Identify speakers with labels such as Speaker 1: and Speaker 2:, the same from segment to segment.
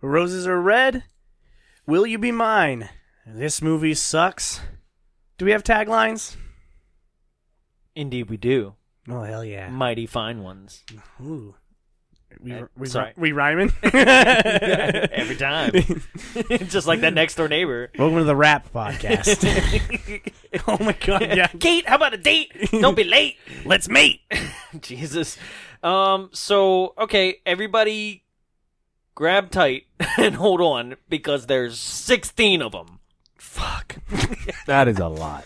Speaker 1: Roses Are Red, Will You Be Mine? This movie sucks. Do we have taglines?
Speaker 2: Indeed, we do.
Speaker 1: Oh, hell yeah.
Speaker 2: Mighty fine ones.
Speaker 1: Ooh. We,
Speaker 2: Uh,
Speaker 1: we,
Speaker 2: sorry.
Speaker 1: we rhyming?
Speaker 2: Every time. Just like that next door neighbor.
Speaker 1: Welcome to the Rap Podcast. oh my god, yeah.
Speaker 2: Kate, how about a date? Don't be late.
Speaker 1: Let's mate!
Speaker 2: Jesus. Um, so okay, everybody grab tight and hold on because there's 16 of them.
Speaker 1: Fuck.
Speaker 3: That is a lot.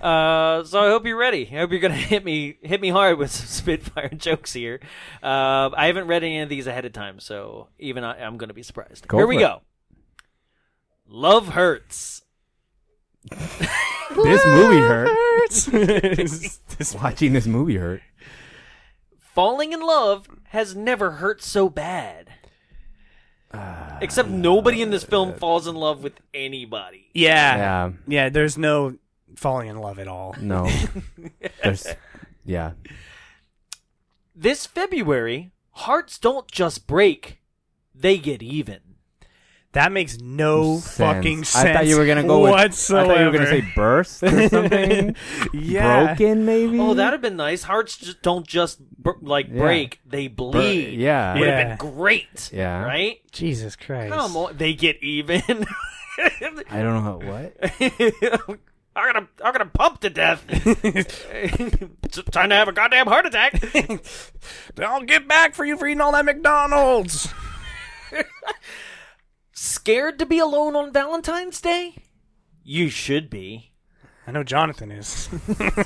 Speaker 2: Uh, so I hope you're ready. I hope you're gonna hit me hit me hard with some Spitfire jokes here. Uh, I haven't read any of these ahead of time, so even I, I'm gonna be surprised.
Speaker 3: Go
Speaker 2: here
Speaker 3: for
Speaker 2: we
Speaker 3: it.
Speaker 2: go. Love hurts.
Speaker 3: This movie hurt.
Speaker 1: This-
Speaker 3: Watching this movie hurt.
Speaker 2: Falling in love has never hurt so bad.
Speaker 3: Uh,
Speaker 2: Except
Speaker 3: Ah,
Speaker 2: nobody in this film falls in love with anybody.
Speaker 1: yeah. yeah.
Speaker 3: Yeah.
Speaker 1: there's no falling in love at all.
Speaker 3: No. There's. Yeah.
Speaker 2: This February, hearts don't just break, they get even.
Speaker 1: That makes no fucking sense.
Speaker 3: I thought you were gonna go with.
Speaker 1: whatsoever.
Speaker 3: I thought you were gonna say burst or something.
Speaker 1: yeah.
Speaker 3: Broken, maybe.
Speaker 2: Oh, that'd have been nice. Hearts just don't just br- like
Speaker 3: Yeah.
Speaker 2: break, they bleed.
Speaker 3: yeah.
Speaker 2: Would
Speaker 1: Yeah.
Speaker 2: have been great.
Speaker 3: Yeah.
Speaker 2: Right?
Speaker 1: Jesus Christ.
Speaker 2: Come on. They get even.
Speaker 3: I don't know how, what.
Speaker 2: I'm gonna I'm gonna pump to death. It's time to have a goddamn heart attack.
Speaker 1: I'll get back for you for eating all that McDonald's.
Speaker 2: Scared to be alone on Valentine's Day? You should be.
Speaker 1: I know Jonathan is.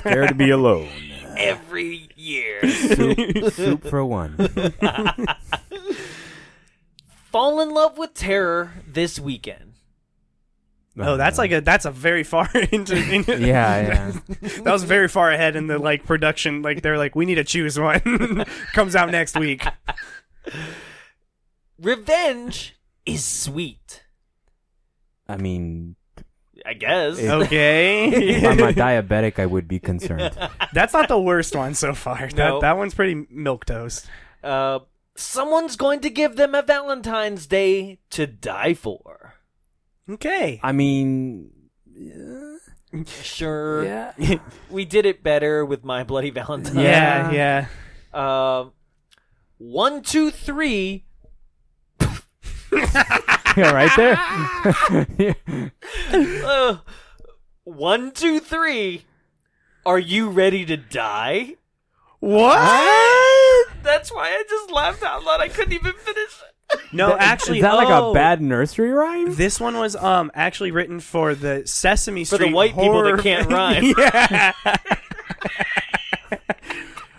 Speaker 3: Dare to be alone.
Speaker 2: Every year.
Speaker 3: soup, soup for one.
Speaker 2: Fall in love with terror this weekend.
Speaker 1: Oh, that's like a that's a very far into. into
Speaker 3: Yeah, yeah.
Speaker 1: that was very far ahead in the like production. Like they're like, we need to choose one. Comes out next week.
Speaker 2: Revenge is sweet.
Speaker 3: I mean,
Speaker 2: I guess.
Speaker 3: It- if I'm
Speaker 1: Okay,
Speaker 3: not diabetic, I would be concerned.
Speaker 1: that's not the worst one so far.
Speaker 2: No.
Speaker 1: That that one's pretty milk toast.
Speaker 2: Uh, someone's going to give them a Valentine's Day to die for.
Speaker 1: Okay,
Speaker 3: I mean,
Speaker 2: Sure.
Speaker 3: yeah.
Speaker 2: We did it better with My Bloody Valentine.
Speaker 1: yeah,
Speaker 3: Yeah.
Speaker 1: yeah.
Speaker 2: Um, one, two, three.
Speaker 3: Yeah, right there.
Speaker 2: Uh, one, two, three. Are you ready to die?
Speaker 1: What?
Speaker 2: That's why I just laughed out loud. I couldn't even finish it.
Speaker 1: No, actually,
Speaker 3: is that like
Speaker 1: oh,
Speaker 3: a bad nursery rhyme?
Speaker 1: This one was um actually written for the Sesame
Speaker 2: For
Speaker 1: Street
Speaker 2: the white people
Speaker 1: horror-
Speaker 2: that can't rhyme.
Speaker 1: yeah.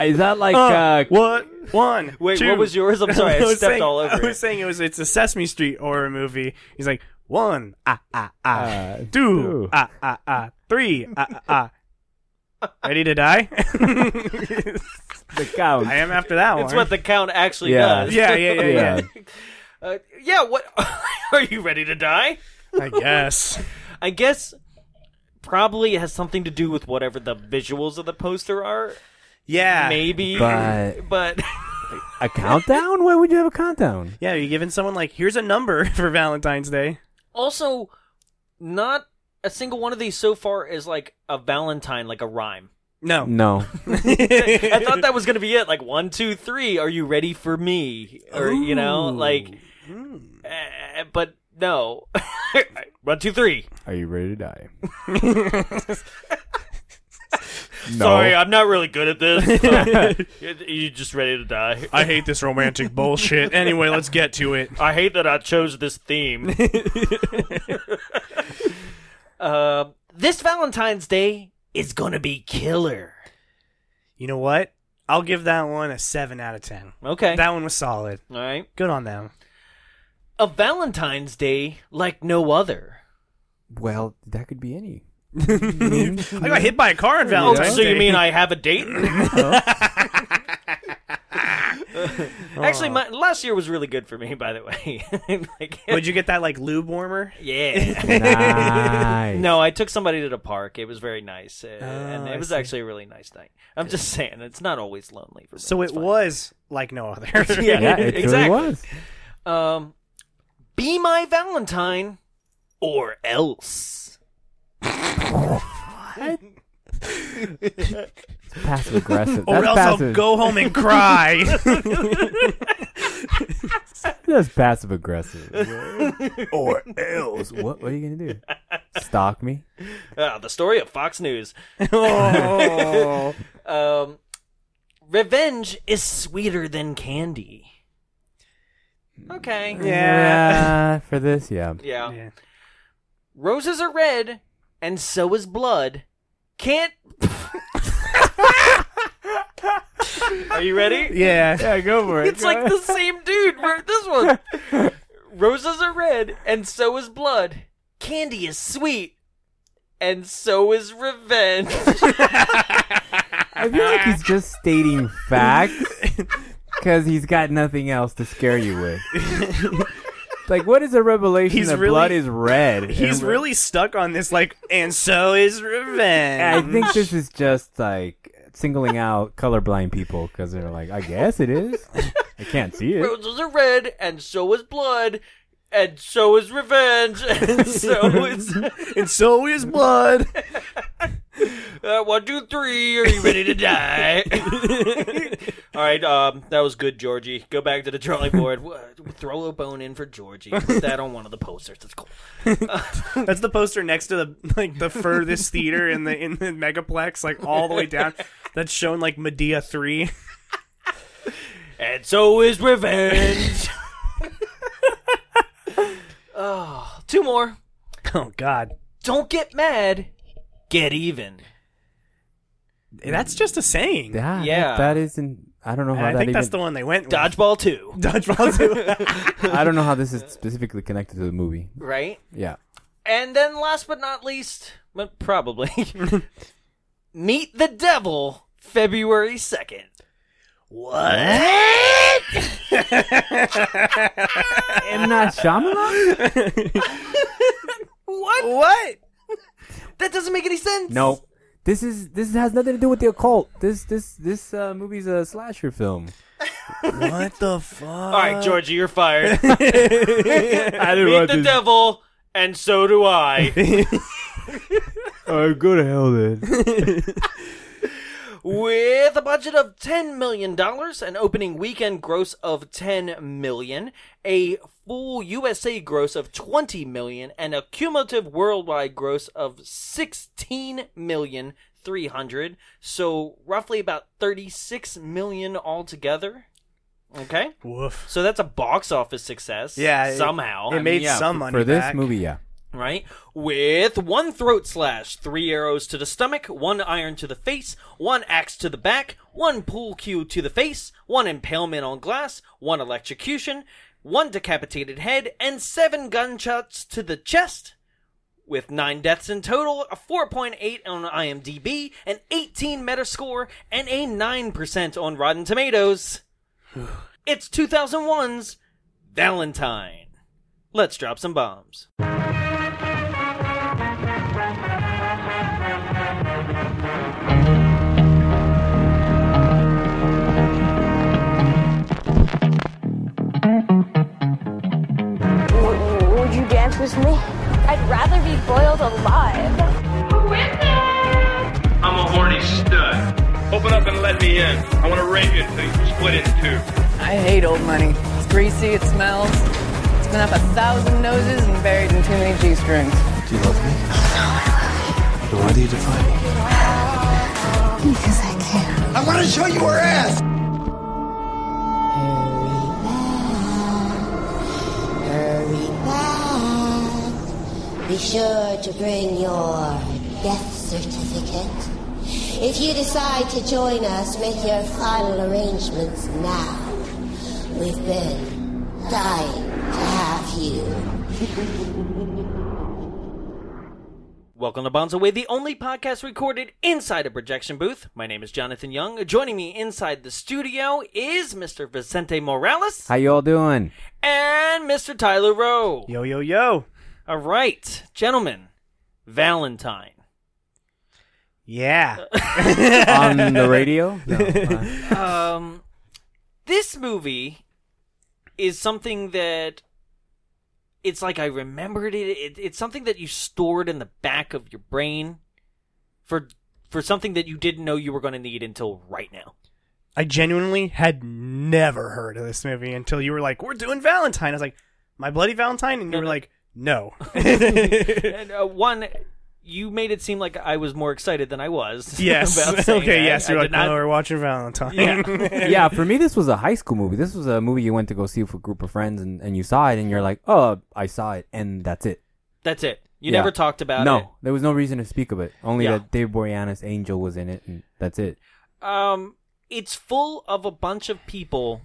Speaker 3: Is that like
Speaker 1: Uh,
Speaker 3: uh,
Speaker 1: what? One.
Speaker 2: Wait,
Speaker 1: two.
Speaker 2: what was yours? I'm sorry, I,
Speaker 1: was
Speaker 2: stepped
Speaker 1: saying-
Speaker 2: all over
Speaker 1: I was
Speaker 2: it.
Speaker 1: saying it was it's a Sesame Street horror movie. He's like one, ah ah ah,
Speaker 3: Uh,
Speaker 1: two,
Speaker 3: two.
Speaker 1: ah ah ah, three, ah ah ah. Ready to die?
Speaker 3: the count?
Speaker 1: I am after that
Speaker 2: It's
Speaker 1: one.
Speaker 2: what the count actually
Speaker 3: Yeah.
Speaker 2: does.
Speaker 1: yeah, yeah, yeah, yeah.
Speaker 3: Yeah.
Speaker 2: Uh, yeah, what? Are you ready to die?
Speaker 1: I guess.
Speaker 2: I guess probably it has something to do with whatever the visuals of the poster are.
Speaker 1: Yeah.
Speaker 2: Maybe.
Speaker 3: But-
Speaker 2: But-
Speaker 3: a countdown? Why would you have a countdown?
Speaker 1: Yeah, you're giving someone like here's a number for Valentine's Day.
Speaker 2: also, not a single one of these so far is like a Valentine, like a rhyme.
Speaker 1: No.
Speaker 3: No.
Speaker 2: I thought that was going to be it. Like, one, two, three, are you ready for me? Or, you know, like, eh, but no. one, two, three.
Speaker 3: Are you ready to die? no.
Speaker 2: Sorry, I'm not really good at this. you just ready to die.
Speaker 1: I hate this romantic bullshit. Anyway, let's get to it.
Speaker 2: I hate that I chose this theme. uh, this Valentine's Day is gonna be killer.
Speaker 1: You know what? I'll give that one a seven out of ten.
Speaker 2: Okay.
Speaker 1: That one was solid.
Speaker 2: All right.
Speaker 1: Good on them.
Speaker 2: A Valentine's Day like no other.
Speaker 3: Well, that could be any.
Speaker 1: I got hit by a car on Valentine's
Speaker 2: Oh, so
Speaker 1: Day.
Speaker 2: you mean I have a date? Actually, my, last year was really good for me, by the way. like,
Speaker 1: Would you get that like lube warmer?
Speaker 2: yeah.
Speaker 3: Nice.
Speaker 2: No, I took somebody to the park. It was very nice, uh, and
Speaker 1: Oh, I
Speaker 2: it was
Speaker 1: see.
Speaker 2: actually a really nice night. I'm just saying, it's not always lonely for me.
Speaker 1: So
Speaker 2: It's
Speaker 1: it
Speaker 2: fine.
Speaker 1: was like no other.
Speaker 2: Yeah.
Speaker 3: Yeah, it
Speaker 2: Exactly.
Speaker 3: really was.
Speaker 2: Um, Be my Valentine, or else.
Speaker 3: Passive aggressive.
Speaker 1: Or
Speaker 3: That's
Speaker 1: else I'll
Speaker 3: passive.
Speaker 1: go home and cry.
Speaker 3: That's passive aggressive. or else. What, what are you going to do? Stalk me?
Speaker 2: Ah, the story of Fox News.
Speaker 1: oh.
Speaker 2: Um, revenge is sweeter than candy. Okay.
Speaker 1: Yeah.
Speaker 3: Uh, for this, yeah.
Speaker 2: Yeah.
Speaker 1: Yeah.
Speaker 2: Roses are red, and so is blood. Can't. are you ready?
Speaker 1: Yeah.
Speaker 3: Yeah, go for it.
Speaker 2: It's like the same dude. Where this one? Roses are red, and so is blood. Candy is sweet, and so is revenge.
Speaker 3: I feel like he's just stating facts because he's got nothing else to scare you with. like, what is a revelation
Speaker 1: He's
Speaker 3: that
Speaker 1: really-
Speaker 3: blood is red?
Speaker 1: He's
Speaker 3: And-
Speaker 1: really stuck on this, like, and so is
Speaker 3: I
Speaker 1: revenge.
Speaker 3: think this is just like singling out colorblind people because they're like, I guess it is. I can't see it.
Speaker 2: Roses are red, and so is blood, and so is revenge, and so is.
Speaker 1: and so is blood.
Speaker 2: Uh, one, two, three. Are you ready to die? All right. Um, that was good, Georgie. Go back to the drawing board. Wha- Throw a bone in for Georgie. Put that on one of the posters. That's cool.
Speaker 1: That's the poster next to the like the furthest theater in the in the megaplex, like all the way down. That's shown like Medea three.
Speaker 2: And so is revenge. oh, two more.
Speaker 1: Oh God,
Speaker 2: Don't get mad. Get even.
Speaker 1: that's just a saying.
Speaker 3: Yeah,
Speaker 2: Yeah.
Speaker 3: that isn't. I don't know
Speaker 1: And
Speaker 3: how
Speaker 1: I
Speaker 3: that
Speaker 1: think
Speaker 3: even.
Speaker 1: that's the one they went with.
Speaker 2: Dodgeball two.
Speaker 1: dodgeball too.
Speaker 3: I don't know how this is specifically connected to the movie.
Speaker 2: Right.
Speaker 3: Yeah.
Speaker 2: And then last but not least, but probably, meet the devil February second.
Speaker 1: what?
Speaker 3: M. Night Shyamalan?
Speaker 2: What?
Speaker 1: what?
Speaker 2: That doesn't make any sense.
Speaker 3: No. This is this has nothing to do with the occult. This this this uh, movie's a slasher film.
Speaker 1: What the fuck? All
Speaker 2: All right, Georgie, you're fired.
Speaker 3: I
Speaker 2: Meet the devil, and so do I.
Speaker 3: Oh, go to hell then.
Speaker 2: With a budget of ten million dollars, an opening weekend gross of ten million, a full USA gross of twenty million, and a cumulative worldwide gross of sixteen million three hundred. So roughly about thirty-six million altogether. Okay,
Speaker 1: Woof.
Speaker 2: so that's a box office success.
Speaker 1: Yeah, it-
Speaker 2: somehow
Speaker 1: it
Speaker 2: I
Speaker 1: made
Speaker 2: mean, yeah,
Speaker 1: some money
Speaker 3: For this
Speaker 1: back.
Speaker 3: movie, yeah.
Speaker 2: right? With one throat slash, three arrows to the stomach, one iron to the face, one axe to the back, one pool cue to the face, one impalement on glass, one electrocution, one decapitated head, and seven gunshots to the chest. With nine deaths in total, a 4.8 on IMDb, an 18 Metascore, and a 9% on Rotten Tomatoes. it's 2001's Valentine. Let's drop some bombs.
Speaker 4: W- Would you dance with me?
Speaker 5: I'd rather be boiled alive.
Speaker 6: I'm a horny stud. Open up and let me in. I want to rape you until you split in two.
Speaker 7: I hate old money. It's greasy, it smells. It's been up a thousand noses and buried in too many G strings.
Speaker 5: Because I can.
Speaker 8: I want to show you her ass.
Speaker 5: Hurry back. Be sure to bring your death certificate. If you decide to join us, make your final arrangements now. We've been dying to have you.
Speaker 2: Welcome to Bonzo Way, the only podcast recorded inside a projection booth. My name is Jonathan Young. Joining me inside the studio is Mr. Vicente Morales
Speaker 3: How you all doing?
Speaker 2: and Mr. Tyler Rowe.
Speaker 1: Yo yo yo.
Speaker 2: All right, gentlemen, Valentine.
Speaker 1: Yeah.
Speaker 3: On the radio? No, uh,
Speaker 2: Um, this movie is something that it's like I remembered it. it. It's something that you stored in the back of your brain for for something that you didn't know you were going to need until right now.
Speaker 1: I genuinely had never heard of this movie until you were like, "We're doing Valentine." I was like, "My Bloody Valentine," and you were like, "No."
Speaker 2: And uh, one, you made it seem like I was more excited than I was. about
Speaker 1: yes.
Speaker 2: saying
Speaker 1: Okay.
Speaker 2: that.
Speaker 1: Yes.
Speaker 2: I
Speaker 1: You're like, "Oh."
Speaker 2: did not-
Speaker 1: "No, we're watching Valentine."
Speaker 2: Yeah.
Speaker 3: yeah, for me, this was a high school movie. This was a movie you went to go see with a group of friends, and, and you saw it, and you're like, oh, I saw it, and that's it.
Speaker 2: That's it. You
Speaker 3: Yeah.
Speaker 2: never talked about
Speaker 3: no,
Speaker 2: it.
Speaker 3: there was no reason to speak of it. Only
Speaker 2: Yeah.
Speaker 3: that Dave Boreanaz Angel was in it, and that's it.
Speaker 2: um, it's full of a bunch of people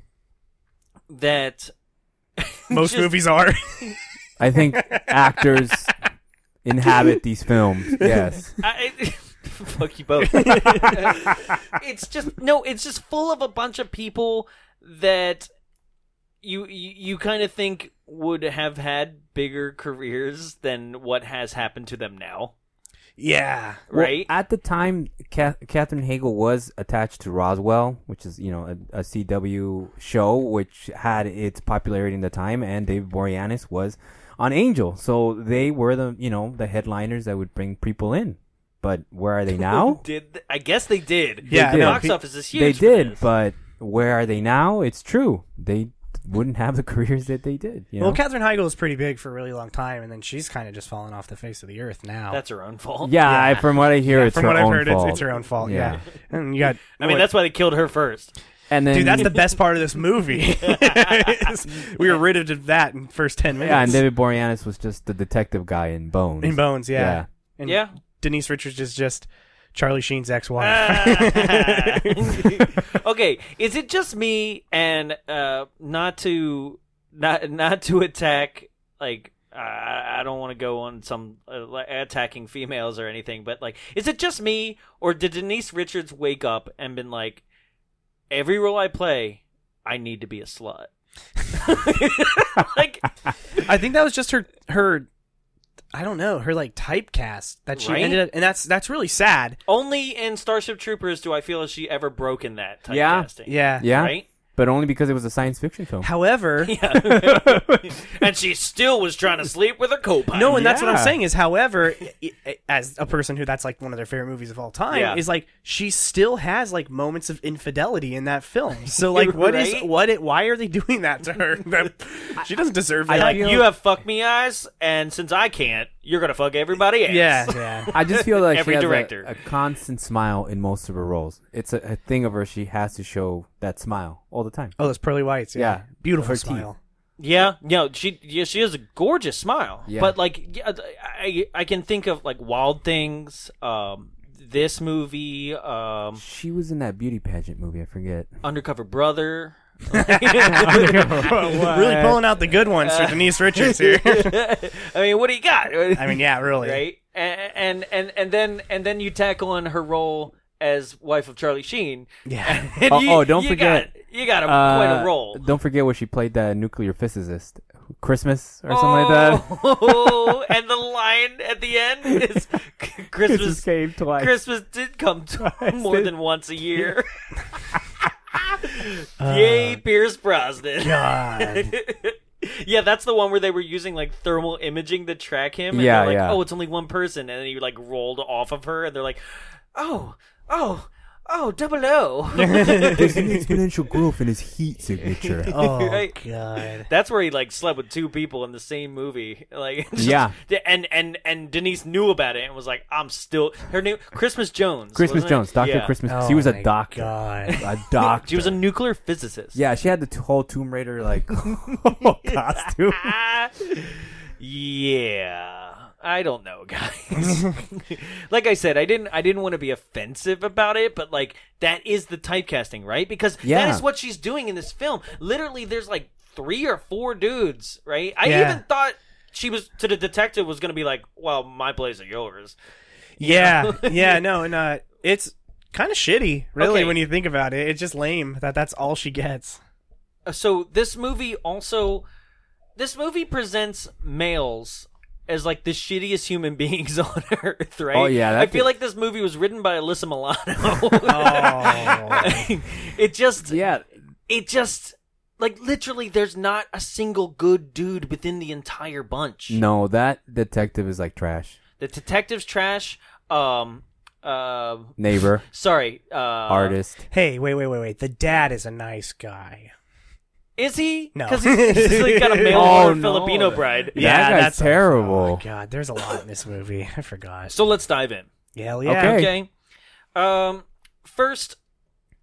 Speaker 2: that
Speaker 1: Most
Speaker 2: Just-
Speaker 1: movies are.
Speaker 3: I think actors inhabit these films. Yes.
Speaker 2: I, I- fuck you both. it's just no, it's just full of a bunch of people that you you, you kind of think would have had bigger careers than what has happened to them now,
Speaker 1: yeah.
Speaker 3: Well,
Speaker 2: right?
Speaker 3: at the time, Ca- Catherine Hagel was attached to Roswell, which is you know a, a CW show which had its popularity in the time, and David Boreanaz was on Angel, so they were the you know the headliners that would bring people in. But where are they now?
Speaker 2: did th- I guess they did?
Speaker 1: Yeah,
Speaker 2: the
Speaker 3: no,
Speaker 2: box
Speaker 1: pe-
Speaker 2: office is huge.
Speaker 3: they
Speaker 2: for
Speaker 3: did,
Speaker 2: this.
Speaker 3: but where are they now? It's true, they wouldn't have the careers that they did. You know?
Speaker 1: Well, Katherine Heigl was pretty big for a really long time, and then she's kind of just fallen off the face of the earth now.
Speaker 2: that's her own fault.
Speaker 3: yeah, I, from what I hear, it's
Speaker 1: from
Speaker 3: her
Speaker 1: what I've
Speaker 3: own
Speaker 1: heard,
Speaker 3: fault.
Speaker 1: It's, it's her own fault. Yeah. And you got.
Speaker 2: I mean
Speaker 1: like-
Speaker 2: that's why they killed her first.
Speaker 3: and then
Speaker 1: Dude, that's the best part of this movie. we were rid of that in the first ten minutes.
Speaker 3: yeah, and David Boreanaz was just the detective guy in Bones.
Speaker 1: in Bones, yeah.
Speaker 3: Yeah.
Speaker 1: And
Speaker 2: Yeah.
Speaker 1: Denise Richards is just Charlie Sheen's ex-wife.
Speaker 2: Ah. okay, is it just me and uh not to not not to attack like I I don't want to go on some uh, like, attacking females or anything, but like, is it just me or did Denise Richards wake up and been like, every role I play, I need to be a slut? like,
Speaker 1: I think that was just her her I don't know, her like typecast that she
Speaker 2: Right?
Speaker 1: ended up and that's that's really sad.
Speaker 2: only in Starship Troopers do I feel as she ever broken that type
Speaker 3: Yeah.
Speaker 2: casting.
Speaker 1: Yeah.
Speaker 3: Yeah,
Speaker 2: Right?
Speaker 3: but only because it was a science fiction film.
Speaker 1: However,
Speaker 2: Yeah. and she still was trying to sleep with her co-pilot.
Speaker 1: no, and that's what I'm
Speaker 3: Yeah.
Speaker 1: saying is however, i- i- as a person who that's like one of their favorite movies of all time
Speaker 2: Yeah.
Speaker 1: is like she still has like moments of infidelity in that film. So like what is
Speaker 2: Right?
Speaker 1: what it why are they doing that to her? That- she doesn't deserve that.
Speaker 2: like you have fuck me eyes, and since I can't, you're gonna fuck everybody else.
Speaker 1: yeah, yeah.
Speaker 3: I just feel like
Speaker 2: Every
Speaker 3: she has a-
Speaker 2: director.
Speaker 3: A, constant smile in most of her roles. It's a, a thing of her. She has to show that smile all the time.
Speaker 1: Oh, those pearly whites. Yeah.
Speaker 3: Yeah.
Speaker 1: Beautiful
Speaker 3: Her teeth.
Speaker 1: smile.
Speaker 2: yeah. No, she yeah, she has a gorgeous smile.
Speaker 3: Yeah.
Speaker 2: But like, yeah, I I can think of like Wild Things, um, this movie, um,
Speaker 3: She was in that beauty pageant movie. I forget.
Speaker 2: Undercover Brother.
Speaker 1: really pulling out the good ones for Denise Richards here.
Speaker 2: I mean, what do you got?
Speaker 1: I mean, yeah, really.
Speaker 2: right? And and and then and then you tackle on her role as wife of Charlie Sheen.
Speaker 1: Yeah.
Speaker 2: And
Speaker 3: Oh,
Speaker 2: you-
Speaker 3: oh, don't
Speaker 2: you
Speaker 3: forget,
Speaker 2: got- you got a,
Speaker 3: Uh,
Speaker 2: quite a role.
Speaker 3: Don't forget where she played that nuclear physicist. Christmas or something like that.
Speaker 2: Oh, and the line at the end is Christmas
Speaker 3: Christmas came twice.
Speaker 2: Christmas did come t- more
Speaker 3: did-
Speaker 2: than once a year.
Speaker 3: Uh,
Speaker 2: Yay, Pierce Brosnan.
Speaker 1: God.
Speaker 2: Yeah, that's the one where they were using like thermal imaging to track him. And
Speaker 3: Yeah,
Speaker 2: they're like,
Speaker 3: yeah.
Speaker 2: Oh, it's only one person, and then he like rolled off of her, and they're like, oh, oh, oh, double O.
Speaker 3: There's an exponential growth in his heat signature.
Speaker 1: Oh,
Speaker 2: Right.
Speaker 1: God.
Speaker 2: that's where he like slept with two people in the same movie. Like, just-
Speaker 3: Yeah.
Speaker 2: and and and Denise knew about it and was like, I'm still her name Christmas Jones.
Speaker 3: Christmas
Speaker 2: wasn't it?
Speaker 3: Jones, Doctor
Speaker 2: Yeah.
Speaker 3: Christmas. she was a
Speaker 1: my
Speaker 3: doctor.
Speaker 1: God.
Speaker 3: A doctor.
Speaker 2: She was a nuclear physicist.
Speaker 3: yeah. She had the t- whole Tomb Raider like costume.
Speaker 2: Ah, yeah. I don't know, guys. like I said, I didn't I didn't want to be offensive about it, but like that is the typecasting, right? Because
Speaker 3: Yeah.
Speaker 2: that is what she's doing in this film. Literally there's like three or four dudes, right? I
Speaker 1: Yeah.
Speaker 2: even thought she was to the detective was going to be like, "Well, my plays are yours."
Speaker 1: Yeah. Yeah, no, and uh, it's kind of shitty, really,
Speaker 2: Okay.
Speaker 1: when you think about it. It's just lame that that's all she gets.
Speaker 2: Uh, So this movie also this movie presents males as like the shittiest human beings on earth, right?
Speaker 3: Oh, yeah, that
Speaker 2: I feel
Speaker 3: could-
Speaker 2: like this movie was written by Alyssa Milano. it just
Speaker 3: yeah.
Speaker 2: it just Like literally, there's not a single good dude within the entire bunch.
Speaker 3: No, that detective is like trash.
Speaker 2: The detective's trash. Um, uh,
Speaker 3: Neighbor,
Speaker 2: sorry, uh,
Speaker 3: artist.
Speaker 1: Hey, wait, wait, wait, wait. The dad is a nice guy.
Speaker 2: Is he?
Speaker 1: No.
Speaker 2: because he's, he's like got a male
Speaker 1: Oh,
Speaker 2: or Filipino
Speaker 1: no.
Speaker 2: bride.
Speaker 1: Yeah.
Speaker 3: that guy's
Speaker 1: that's-
Speaker 3: terrible.
Speaker 1: Oh, God, there's a lot in this movie. I forgot.
Speaker 2: So let's dive in.
Speaker 1: Hell yeah.
Speaker 3: Okay.
Speaker 2: Okay. Um, first,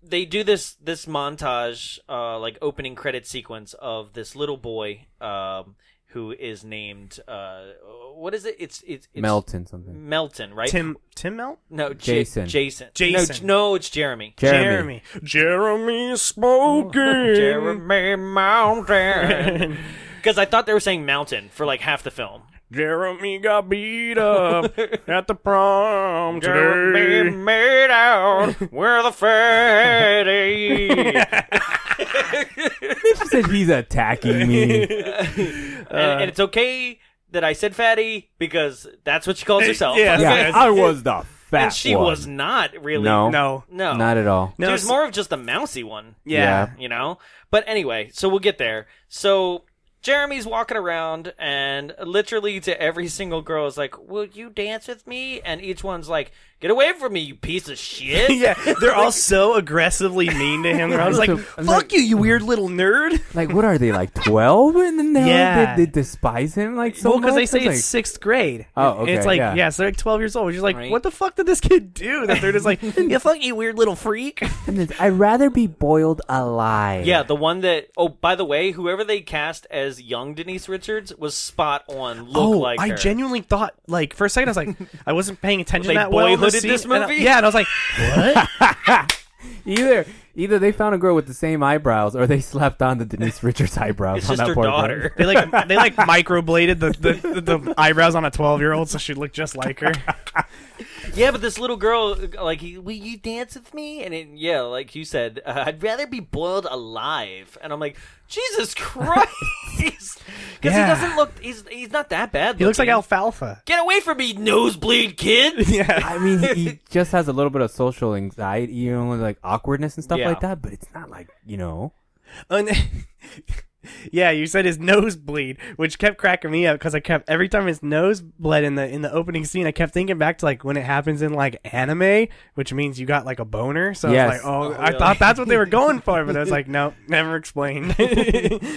Speaker 2: they do this this montage, uh, like opening credit sequence of this little boy, um, who is named uh, what is it? It's it's, it's
Speaker 3: Melton something.
Speaker 2: Melton, right?
Speaker 1: Tim Tim Melt?
Speaker 2: No, J-
Speaker 3: Jason.
Speaker 2: Jason. No,
Speaker 1: Jason.
Speaker 2: J- no, it's Jeremy.
Speaker 3: Jeremy.
Speaker 1: Jeremy spoken.
Speaker 2: Jeremy Mountain. Because I thought they were saying mountain for like half the film.
Speaker 1: Jeremy got beat up at the prom
Speaker 2: Jeremy
Speaker 1: today.
Speaker 2: made out with a fatty.
Speaker 3: He said he's attacking me.
Speaker 2: and,
Speaker 1: Uh,
Speaker 2: and it's okay that I said fatty because that's what she calls herself.
Speaker 1: Eh, yeah.
Speaker 2: Okay?
Speaker 3: yeah, I was the fat
Speaker 2: and she
Speaker 3: one.
Speaker 2: was not really.
Speaker 3: No.
Speaker 1: No.
Speaker 2: no,
Speaker 3: Not at all.
Speaker 2: She
Speaker 1: No,
Speaker 2: was
Speaker 1: s-
Speaker 2: more of just the mousy one.
Speaker 1: Yeah.
Speaker 2: you know. But anyway, so we'll get there. So Jeremy's walking around, and literally to every single girl is like, "Will you dance with me?" And each one's like, "Get away from me, you piece of shit!"
Speaker 1: Yeah, they're all so aggressively mean to him. I was like,
Speaker 3: I'm
Speaker 1: "Fuck
Speaker 3: like-
Speaker 1: you, you weird little nerd."
Speaker 3: Like, what are they like twelve? And then they,
Speaker 1: Yeah.
Speaker 3: they, they despise him like so
Speaker 1: well,
Speaker 3: much.
Speaker 1: because they say it's
Speaker 3: It's like,
Speaker 1: sixth grade.
Speaker 3: Oh, okay,
Speaker 1: It's like
Speaker 3: yeah.
Speaker 1: yeah, so they're like twelve years old. You're like,
Speaker 2: Right.
Speaker 1: what the fuck did this kid do? That they're just like, yeah, fuck you, weird little freak.
Speaker 3: And it's, I'd rather be boiled alive.
Speaker 2: Yeah, the one that. Oh, by the way, whoever they cast as young Denise Richards was spot on. Look
Speaker 1: oh,
Speaker 2: like
Speaker 1: I
Speaker 2: her.
Speaker 1: genuinely thought like for a second I was like, I wasn't paying attention
Speaker 2: They
Speaker 1: that well. in the
Speaker 2: boyhooded
Speaker 1: scene,
Speaker 2: this
Speaker 1: and I-
Speaker 2: movie?
Speaker 1: yeah, and I was like, what?
Speaker 3: Either either they found a girl with the same eyebrows, or they slapped on the Denise Richards eyebrows
Speaker 2: It's
Speaker 3: on
Speaker 2: just
Speaker 3: that
Speaker 2: her
Speaker 3: poor girl.
Speaker 2: daughter.
Speaker 1: they like they like microbladed the, the, the, the eyebrows on a twelve year old so she looked just like her.
Speaker 2: Yeah, but this little girl, like, he, will you dance with me? And it, yeah, like you said, uh, I'd rather be boiled alive. And I'm like, Jesus Christ, because
Speaker 1: Yeah.
Speaker 2: he doesn't look. He's he's not that bad.
Speaker 1: He looks like
Speaker 2: looking.
Speaker 1: alfalfa.
Speaker 2: Get away from me, nosebleed kid.
Speaker 1: Yeah.
Speaker 3: I mean, he, he just has a little bit of social anxiety, you know, like awkwardness and stuff
Speaker 2: Yeah.
Speaker 3: like that. But it's not like you know.
Speaker 1: Un- yeah, you said his nose bleed, which kept cracking me up because I kept every time his nose bled in the in the opening scene, I kept thinking back to like when it happens in like anime, which means you got like a boner. So I was
Speaker 3: Yes.
Speaker 1: like, oh, I thought that's what they were going for, but I was like, no, never explained.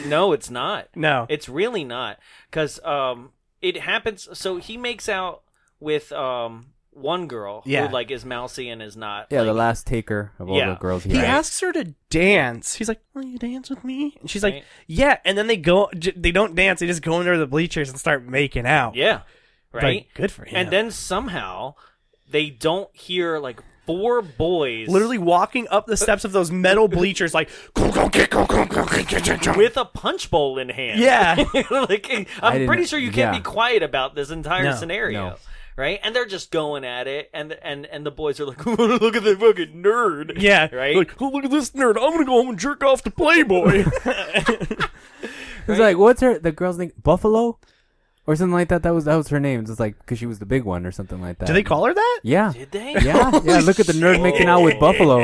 Speaker 2: no, it's not.
Speaker 1: no,
Speaker 2: It's really not because um, it happens. So he makes out with um one girl
Speaker 1: Yeah.
Speaker 2: who like is mousy and is not.
Speaker 3: Yeah, the
Speaker 2: like-
Speaker 3: last taker of all
Speaker 2: Yeah.
Speaker 3: the girls.
Speaker 1: he
Speaker 3: had.
Speaker 1: asks her to dance. He's like, "Will you dance with me?" And she's like,
Speaker 2: Right.
Speaker 1: "Yeah." And then they go. J- they don't dance. They just go under the bleachers and start making out.
Speaker 2: Yeah,
Speaker 1: Like,
Speaker 2: right.
Speaker 1: good for him.
Speaker 2: And then somehow they don't hear like four boys
Speaker 1: literally walking up the steps of those metal bleachers, like
Speaker 2: with a punch bowl in hand.
Speaker 1: Yeah.
Speaker 2: like
Speaker 3: I
Speaker 2: I'm
Speaker 3: didn't-
Speaker 2: pretty sure you can't
Speaker 3: yeah.
Speaker 2: be quiet about this entire
Speaker 1: No,
Speaker 2: scenario.
Speaker 3: no.
Speaker 2: Right? And they're just going at it and and and the boys are like, look at the fucking nerd.
Speaker 1: Yeah.
Speaker 2: Right?
Speaker 1: Like, oh, look at this nerd. I'm going to go home and jerk off to Playboy.
Speaker 3: It's like what's her the girl's name? Buffalo, or something like that. That was that was her name. It's like because she was the big one or something like that.
Speaker 1: Do they call her that?
Speaker 3: Yeah.
Speaker 2: Did they? Oh,
Speaker 3: Yeah, yeah. Look at the nerd making out with
Speaker 1: Oh,
Speaker 3: Buffalo.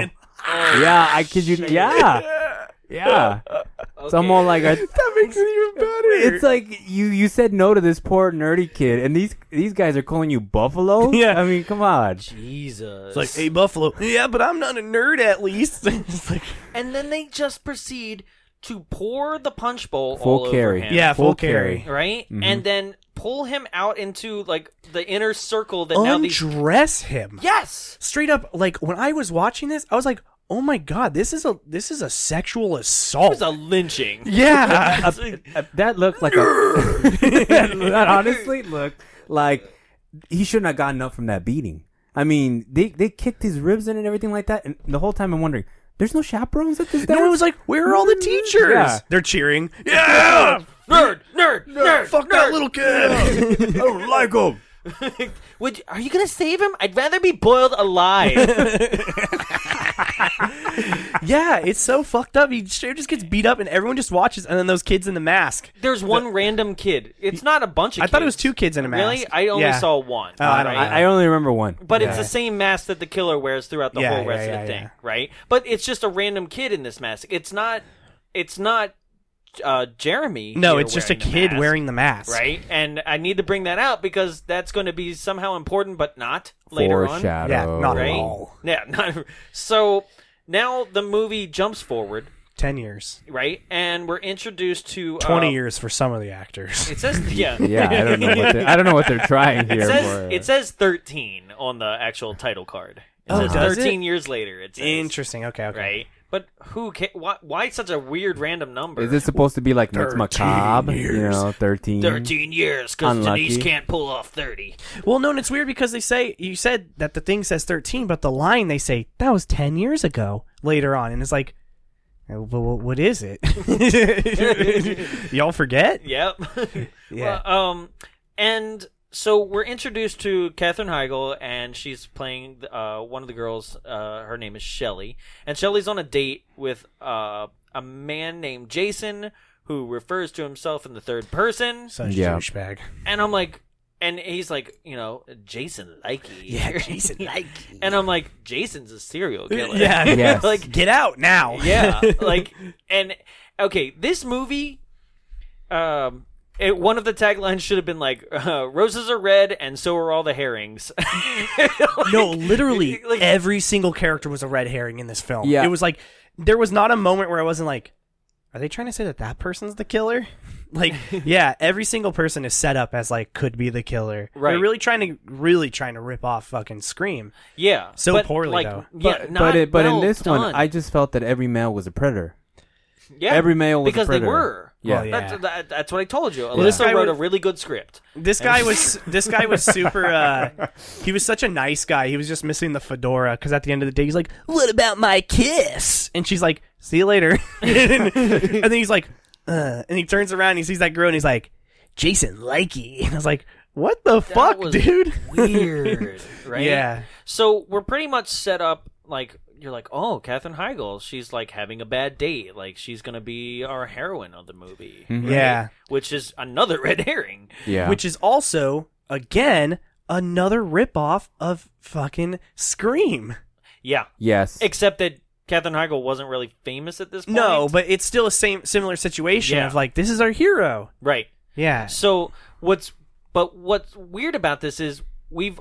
Speaker 3: yeah, I kid you. Yeah, yeah. It's almost like I,
Speaker 1: That makes it even better.
Speaker 3: it's like you you said no to this poor nerdy kid, and these these guys are calling you Buffalo.
Speaker 1: Yeah.
Speaker 3: I mean, come on.
Speaker 2: Jesus.
Speaker 1: It's like, hey, Buffalo. Yeah, but I'm not a nerd at least. it's like,
Speaker 2: and then they just proceed to pour the punch bowl all
Speaker 3: Full
Speaker 2: over
Speaker 3: carry.
Speaker 2: him.
Speaker 1: yeah, Mm-hmm. full,
Speaker 3: Full
Speaker 1: carry.
Speaker 3: carry.
Speaker 2: Right? And then pull him out into like the inner circle that now these
Speaker 1: Undress him.
Speaker 2: Yes.
Speaker 1: Straight up, like, when I was watching this, I was like, oh my God, this is a this is a sexual assault.
Speaker 2: It was a lynching.
Speaker 1: Oh. yeah.
Speaker 2: It's like-
Speaker 3: That looked like a. that, that honestly looked like he shouldn't have gotten up from that beating. I mean, they they kicked his ribs in and everything like that, and the whole time I'm wondering, there's no chaperones at this.
Speaker 1: no,
Speaker 3: dance?
Speaker 1: it was like, where are all the teachers?
Speaker 3: Yeah.
Speaker 1: They're cheering. Yeah!
Speaker 2: Nerd, nerd, nerd.
Speaker 1: Fuck
Speaker 2: nerd.
Speaker 1: that little kid.
Speaker 3: I don't like him.
Speaker 2: Would are you gonna save him? I'd rather be boiled alive.
Speaker 1: yeah, it's so fucked up. He straight up just gets beat up, and everyone just watches, and then those kids in the mask.
Speaker 2: There's one random kid. It's not a bunch of.
Speaker 1: I
Speaker 2: kids.
Speaker 1: thought it was two kids in a mask.
Speaker 2: Really, I only
Speaker 1: Yeah.
Speaker 2: saw one.
Speaker 1: Oh, I don't
Speaker 2: right?
Speaker 1: know.
Speaker 3: I, I only remember one.
Speaker 2: But
Speaker 3: Yeah.
Speaker 2: it's the same mask that the killer wears throughout the
Speaker 1: Yeah,
Speaker 2: whole
Speaker 1: yeah,
Speaker 2: rest of
Speaker 1: yeah,
Speaker 2: the thing,
Speaker 1: yeah.
Speaker 2: right? But it's just a random kid in this mask. It's not. It's not uh, Jeremy.
Speaker 1: No,
Speaker 2: here
Speaker 1: it's just a
Speaker 2: wearing the
Speaker 1: kid
Speaker 2: mask,
Speaker 1: wearing the mask.
Speaker 2: Right, and I need to bring that out because that's going to be somehow important, but not later on.
Speaker 3: Foreshadow.
Speaker 1: Yeah, not at
Speaker 2: Right?
Speaker 1: all.
Speaker 2: Yeah, not so. Now the movie jumps forward,
Speaker 1: Ten years,
Speaker 2: right, and we're introduced to uh,
Speaker 1: twenty years for some of the actors.
Speaker 2: It says yeah,
Speaker 3: Yeah, I don't know. What they're, I don't know what they're trying here.
Speaker 2: It says,
Speaker 3: for.
Speaker 2: it says 13 on the actual title card. It
Speaker 1: Oh,
Speaker 2: says
Speaker 1: does
Speaker 2: 13 years later. It says.
Speaker 1: Interesting. Okay. Okay.
Speaker 2: Right? But who ca- why, why such a weird random number?
Speaker 3: Is it supposed to be like Mets
Speaker 1: 13
Speaker 3: Macabre? You
Speaker 1: years.
Speaker 3: know, thirteen.
Speaker 2: 13 years because
Speaker 3: Unlucky.
Speaker 2: Denise can't pull off 30.
Speaker 1: Well, no, and it's weird because they say you said that the thing says thirteen, but the line they say that was ten years ago. Later on, and it's like, "Oh, but what what is it? Y'all forget?
Speaker 2: Yep.
Speaker 1: Yeah.
Speaker 2: Well, um, and so we're introduced to Katherine Heigl, and she's playing uh, one of the girls. Uh, her name is Shelly. And Shelly's on a date with uh, a man named Jason who refers to himself in the third person.
Speaker 1: Such
Speaker 3: Yeah.
Speaker 1: douchebag.
Speaker 2: And I'm like, and he's like, you know, Jason Likey.
Speaker 1: Yeah, Jason Leike.
Speaker 2: and I'm like, Jason's a serial killer.
Speaker 1: Yeah.
Speaker 3: Yes.
Speaker 2: like,
Speaker 1: Get out now.
Speaker 2: yeah. Like, and okay, this movie, um, it, one of the taglines should have been like, uh, "Roses are red, and so are all the herrings." Like-
Speaker 1: no, literally
Speaker 2: like-
Speaker 1: every single character was a red herring in this film.
Speaker 3: Yeah.
Speaker 1: It was like there was not a moment where I wasn't like, are they trying to say that that person's the killer? Like, yeah, every single person is set up as like could be the killer.
Speaker 2: Right.
Speaker 1: They're really trying to really trying to rip off fucking Scream.
Speaker 2: yeah,
Speaker 1: So
Speaker 2: but,
Speaker 1: poorly,
Speaker 2: like,
Speaker 1: though.
Speaker 2: Yeah,
Speaker 3: but
Speaker 2: not
Speaker 3: but, it, but
Speaker 2: well
Speaker 3: in this
Speaker 2: done.
Speaker 3: one, I just felt that every male was a predator.
Speaker 2: yeah,
Speaker 3: every male was a
Speaker 2: because they
Speaker 3: predator.
Speaker 2: were.
Speaker 3: Yeah.
Speaker 1: Well, yeah.
Speaker 2: That's, that, that's what I told you.
Speaker 1: this
Speaker 2: Alyssa
Speaker 1: guy
Speaker 2: wrote
Speaker 1: would-
Speaker 2: a really good script.
Speaker 1: This guy was this guy was super. Uh, he was such a nice guy. He was just missing the fedora because at the end of the day, he's like, "What about my kiss?" And she's like, "See you later." and then he's like, uh, and he turns around, and he sees that girl, and he's like, "Jason Likey." And I was like, "What the fuck,
Speaker 2: was
Speaker 1: dude?"
Speaker 2: Weird, right?
Speaker 1: Yeah.
Speaker 2: So we're pretty much set up like you're like, oh, Katherine Heigl, she's like having a bad date, like she's gonna be our heroine of the movie, right?
Speaker 1: Mm-hmm. Yeah.
Speaker 2: which is another red herring.
Speaker 3: Yeah,
Speaker 1: Which is also again another ripoff of fucking Scream.
Speaker 2: Yeah,
Speaker 3: yes,
Speaker 2: except that Katherine Heigl wasn't really famous at this point.
Speaker 1: No, but it's still a same similar situation
Speaker 2: Yeah.
Speaker 1: of like, this is our hero.
Speaker 2: right.
Speaker 1: Yeah.
Speaker 2: So what's but what's weird about this is we've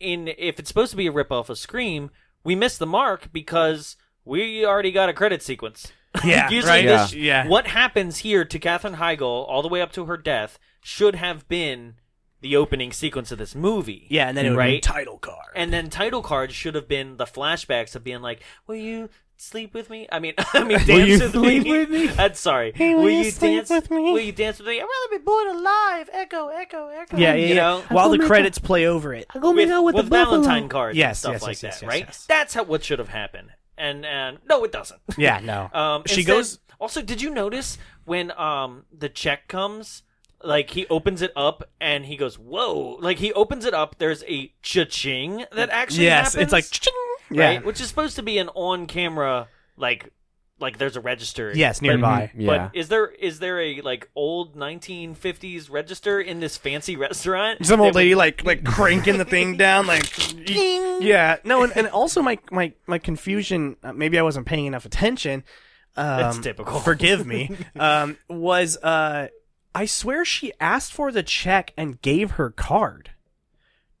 Speaker 2: in if it's supposed to be a ripoff of Scream, we missed the mark because we already got a credit sequence.
Speaker 1: Yeah,
Speaker 2: Usually
Speaker 1: right?
Speaker 2: this-
Speaker 1: Yeah.
Speaker 2: What happens here to Katherine Heigl all the way up to her death should have been the opening sequence of this movie.
Speaker 1: Yeah, and then it would be
Speaker 2: Right?
Speaker 1: title card.
Speaker 2: And then title cards should have been the flashbacks of being like, "Will you sleep with me?" I mean, I mean, dance
Speaker 3: you
Speaker 2: with
Speaker 3: sleep
Speaker 2: me.
Speaker 3: with me?
Speaker 2: I'm sorry.
Speaker 1: Hey, will you sleep
Speaker 2: dance
Speaker 1: with me?
Speaker 2: Will you dance with me? I'd rather be born alive. Echo, echo, echo.
Speaker 1: yeah, yeah, yeah.
Speaker 2: you know,
Speaker 1: While the credits play over it.
Speaker 3: go
Speaker 2: with, with Valentine cards and
Speaker 1: Yes,
Speaker 2: stuff
Speaker 1: yes,
Speaker 2: like
Speaker 1: yes,
Speaker 2: that,
Speaker 1: yes, yes,
Speaker 2: right?
Speaker 1: yes.
Speaker 2: That's how what should have happened. And and no, it doesn't.
Speaker 1: Yeah, no.
Speaker 2: Um,
Speaker 1: she
Speaker 2: instead-
Speaker 1: goes.
Speaker 2: Also, did you notice when um the check comes? Like he opens it up and he goes, "Whoa!" Like he opens it up. There's a cha-ching that actually
Speaker 1: Yes,
Speaker 2: happens,
Speaker 1: it's like. "Ching!" Yeah.
Speaker 2: right, which is supposed to be an on-camera like like there's a register.
Speaker 1: Yes, nearby.
Speaker 2: But,
Speaker 3: Yeah.
Speaker 2: but is there is there a like old 1950s register in this fancy restaurant?
Speaker 1: Some old
Speaker 2: They-
Speaker 1: lady like like cranking the thing down like. Yeah, no, and, and also my my my confusion. Uh, maybe I wasn't paying enough attention. Um,
Speaker 2: That's typical.
Speaker 1: Forgive me. Um, was uh, I swear she asked for the check and gave her card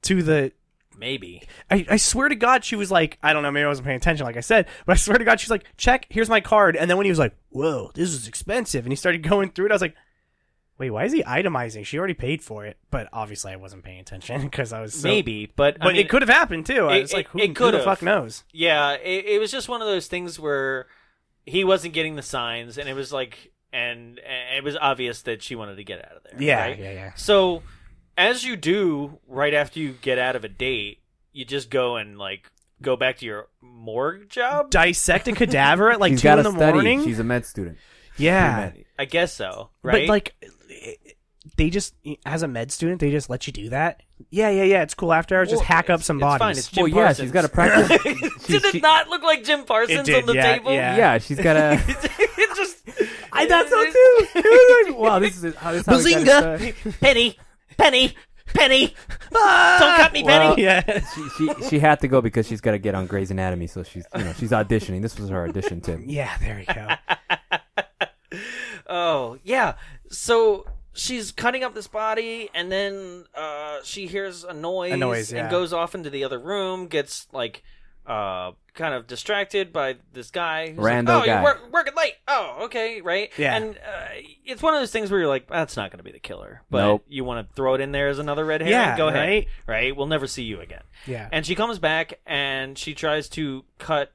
Speaker 1: to the
Speaker 2: Maybe.
Speaker 1: I, I swear to God, she was like, I don't know, maybe I wasn't paying attention, like I said, but I swear to God, she's like, check, here's my card. And then when he was like, whoa, this is expensive, and he started going through it, I was like, wait, why is he itemizing? She already paid for it. But obviously, I wasn't paying attention because I was so.
Speaker 2: Maybe, but I
Speaker 1: But
Speaker 2: mean,
Speaker 1: it could have happened too. I
Speaker 2: it-
Speaker 1: was like,
Speaker 2: it-
Speaker 1: who,
Speaker 2: it
Speaker 1: who the
Speaker 2: could've.
Speaker 1: fuck knows?
Speaker 2: Yeah, it, it was just one of those things where he wasn't getting the signs, and it was like, and, and it was obvious that she wanted to get out of there.
Speaker 1: Yeah,
Speaker 2: right?
Speaker 1: yeah, yeah.
Speaker 2: So, as you do right after you get out of a date, you just go and like go back to your morgue job.
Speaker 1: Dissect a cadaver at like
Speaker 3: She's
Speaker 1: two
Speaker 3: got
Speaker 1: in
Speaker 3: to
Speaker 1: the
Speaker 3: study.
Speaker 1: morning?
Speaker 3: She's a med student.
Speaker 1: yeah.
Speaker 3: Med.
Speaker 2: I guess so. Right?
Speaker 1: But like, they just, as a med student, they just let you do that? Yeah, yeah, yeah. It's cool after hours.
Speaker 2: Well,
Speaker 1: just hack up
Speaker 2: it's-
Speaker 1: some
Speaker 2: it's
Speaker 1: bodies.
Speaker 2: fine, it's Jim
Speaker 3: Well, yeah, she's
Speaker 2: Parsons.
Speaker 3: got to practice. She-
Speaker 2: did
Speaker 3: she-
Speaker 2: it not look like Jim Parsons
Speaker 1: did,
Speaker 2: on the
Speaker 1: yeah,
Speaker 2: table?
Speaker 1: yeah.
Speaker 3: Yeah, she's got to.
Speaker 2: it just.
Speaker 3: I thought so too. It was like, wow, this is how this is how we got it started.
Speaker 2: Penny, Penny, Penny. Don't cut me,
Speaker 3: Well,
Speaker 2: Penny.
Speaker 1: yeah.
Speaker 3: She, she she had to go because she's got to get on Grey's Anatomy, so she's you know she's auditioning. This was her audition tip.
Speaker 1: Yeah, there you go.
Speaker 2: Oh, yeah. So she's cutting up this body, and then uh, she hears a noise,
Speaker 1: A noise, yeah.
Speaker 2: and goes off into the other room, gets like uh, kind of distracted by this guy. Who's like,
Speaker 3: Rando
Speaker 2: oh,
Speaker 3: guy.
Speaker 2: you're wor- working late. Oh, okay, right.
Speaker 1: Yeah.
Speaker 2: And uh, it's one of those things where you're like, that's not going to be the killer. But
Speaker 3: Nope.
Speaker 2: you want to throw it in there as another red herring?
Speaker 1: Yeah,
Speaker 2: Go ahead.
Speaker 1: right?
Speaker 2: right? We'll never see you again.
Speaker 1: Yeah.
Speaker 2: And she comes back and she tries to cut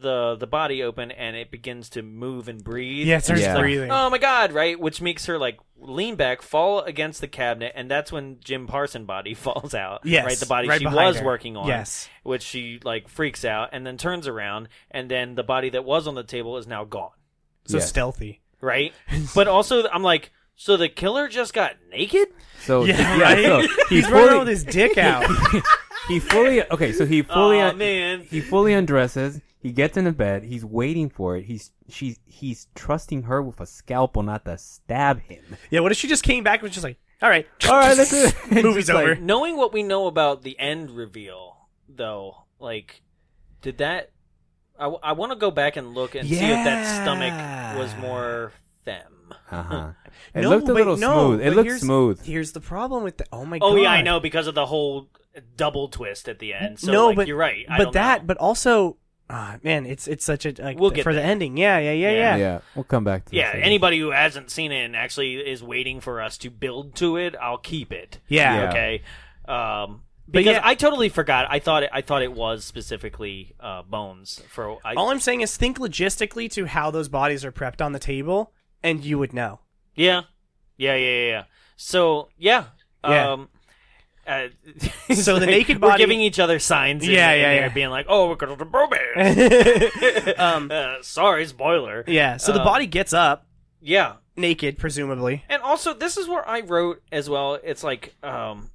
Speaker 2: the the body open and it begins to move and breathe.
Speaker 1: Yeah, it starts
Speaker 3: Yeah.
Speaker 1: breathing.
Speaker 2: Oh my god, right? Which makes her like lean back, fall against the cabinet, and that's when Jim Parson body falls out.
Speaker 1: Yes,
Speaker 2: Right? The body
Speaker 1: right
Speaker 2: she
Speaker 1: behind
Speaker 2: was
Speaker 1: her.
Speaker 2: working on.
Speaker 1: Yes.
Speaker 2: Which she like freaks out and then turns around and then the body that was on the table is now gone.
Speaker 1: so
Speaker 3: Yeah.
Speaker 1: stealthy.
Speaker 2: Right? but also I'm like, so the killer just got naked?
Speaker 3: So
Speaker 1: Yeah,
Speaker 3: so
Speaker 1: right?
Speaker 3: he
Speaker 1: He's running
Speaker 3: fully
Speaker 1: around with his dick out.
Speaker 3: he fully okay. So he fully
Speaker 2: Aw, man.
Speaker 3: he fully undresses. He gets in the bed. He's waiting for it. He's she's he's trusting her with a scalpel, not to stab him.
Speaker 1: yeah, what if she just came back and was just like, all right,
Speaker 3: All right, that's it.
Speaker 1: movie's
Speaker 3: Just like-
Speaker 1: over.
Speaker 2: Knowing what we know about the end reveal, though, like, did that? I, want to go back and look and see if that
Speaker 1: Yeah.
Speaker 2: stomach was more fem.
Speaker 3: Uh huh. It
Speaker 1: No,
Speaker 3: looked a
Speaker 1: but
Speaker 3: little
Speaker 1: no,
Speaker 3: smooth. It
Speaker 1: but
Speaker 3: looked
Speaker 1: here's-
Speaker 3: smooth.
Speaker 1: Here's the problem with the. Oh my god.
Speaker 2: Oh yeah, I know because of the whole double twist at the end. So
Speaker 1: no,
Speaker 2: like,
Speaker 1: but
Speaker 2: you're right. I
Speaker 1: but
Speaker 2: don't
Speaker 1: that,
Speaker 2: know.
Speaker 1: but also, ah, man, it's it's such a like
Speaker 2: We'll get
Speaker 1: for the
Speaker 2: there.
Speaker 1: ending. Yeah, yeah, yeah,
Speaker 2: Yeah.
Speaker 1: yeah.
Speaker 3: Yeah, we'll come back to
Speaker 2: yeah,
Speaker 3: This later.
Speaker 2: anybody who hasn't seen it and actually is waiting for us to build to it, I'll keep it.
Speaker 1: Yeah.
Speaker 3: Yeah.
Speaker 2: Okay. Um.
Speaker 1: But
Speaker 2: Because
Speaker 1: yeah-
Speaker 2: I totally forgot. I thought it, I thought it was specifically uh, bones for. I,
Speaker 1: All I'm saying is think logistically to how those bodies are prepped on the table, and you would know.
Speaker 2: Yeah. Yeah, yeah, yeah, yeah. So, yeah.
Speaker 1: Yeah.
Speaker 2: Um uh,
Speaker 1: So the naked
Speaker 2: We're
Speaker 1: body-
Speaker 2: giving each other signs. in-
Speaker 1: Yeah,
Speaker 2: in
Speaker 1: yeah,
Speaker 2: there,
Speaker 1: yeah.
Speaker 2: Being like, oh, we're going to probate.
Speaker 1: um,
Speaker 2: uh, sorry, spoiler.
Speaker 1: yeah. So the
Speaker 2: Um,
Speaker 1: body gets up
Speaker 2: Yeah.
Speaker 1: naked, presumably.
Speaker 2: And also, this is where I wrote as well. It's like, um,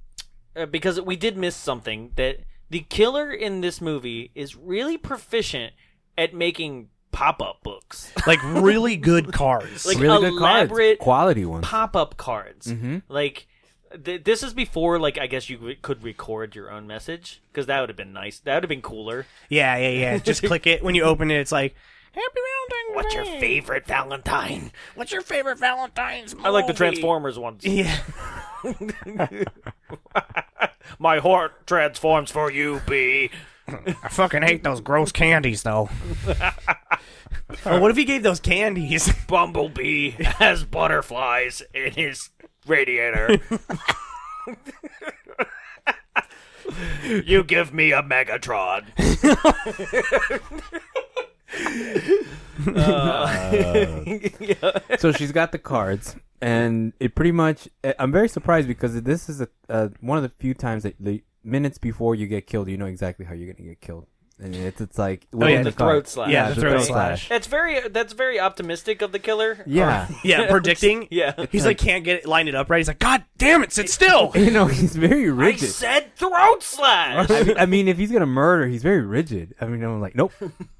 Speaker 2: uh, because we did miss something that the killer in this movie is really proficient at making pop up books.
Speaker 1: like really good cards.
Speaker 2: Like,
Speaker 3: really good cards,
Speaker 2: elaborate
Speaker 3: quality ones.
Speaker 2: pop up cards. Like th- this is before like I guess you re- could record your own message because that would have been nice. That would have been cooler.
Speaker 1: yeah, yeah, yeah. Just click it when you open it. It's like Happy Valentine's.
Speaker 2: What's your
Speaker 1: Day.
Speaker 2: favorite Valentine?
Speaker 1: What's your favorite Valentine's? Movie?
Speaker 2: I like the Transformers ones.
Speaker 1: Yeah,
Speaker 2: My heart transforms for you, B.
Speaker 1: I fucking hate those gross candies though. Well, what if he gave those candies?
Speaker 2: Bumblebee has butterflies in his radiator. you give me a Megatron.
Speaker 3: so she's got the cards, and it pretty much. I- I'm very surprised because this is a, uh, one of the few times that the minutes before you get killed, you know exactly how you're gonna get killed, and it's it's like oh,
Speaker 1: yeah, the
Speaker 2: throat slash.
Speaker 1: Yeah, the throat slash.
Speaker 2: That's very that's very optimistic of the killer.
Speaker 3: Yeah,
Speaker 1: yeah, predicting.
Speaker 2: Yeah.
Speaker 1: he's like can't get it, line it up right. He's like, God damn it, sit still.
Speaker 3: you know he's very
Speaker 2: I
Speaker 3: rigid.
Speaker 2: said throat slash.
Speaker 3: I mean, I mean, if he's gonna murder, he's very rigid. I mean, I'm like, nope,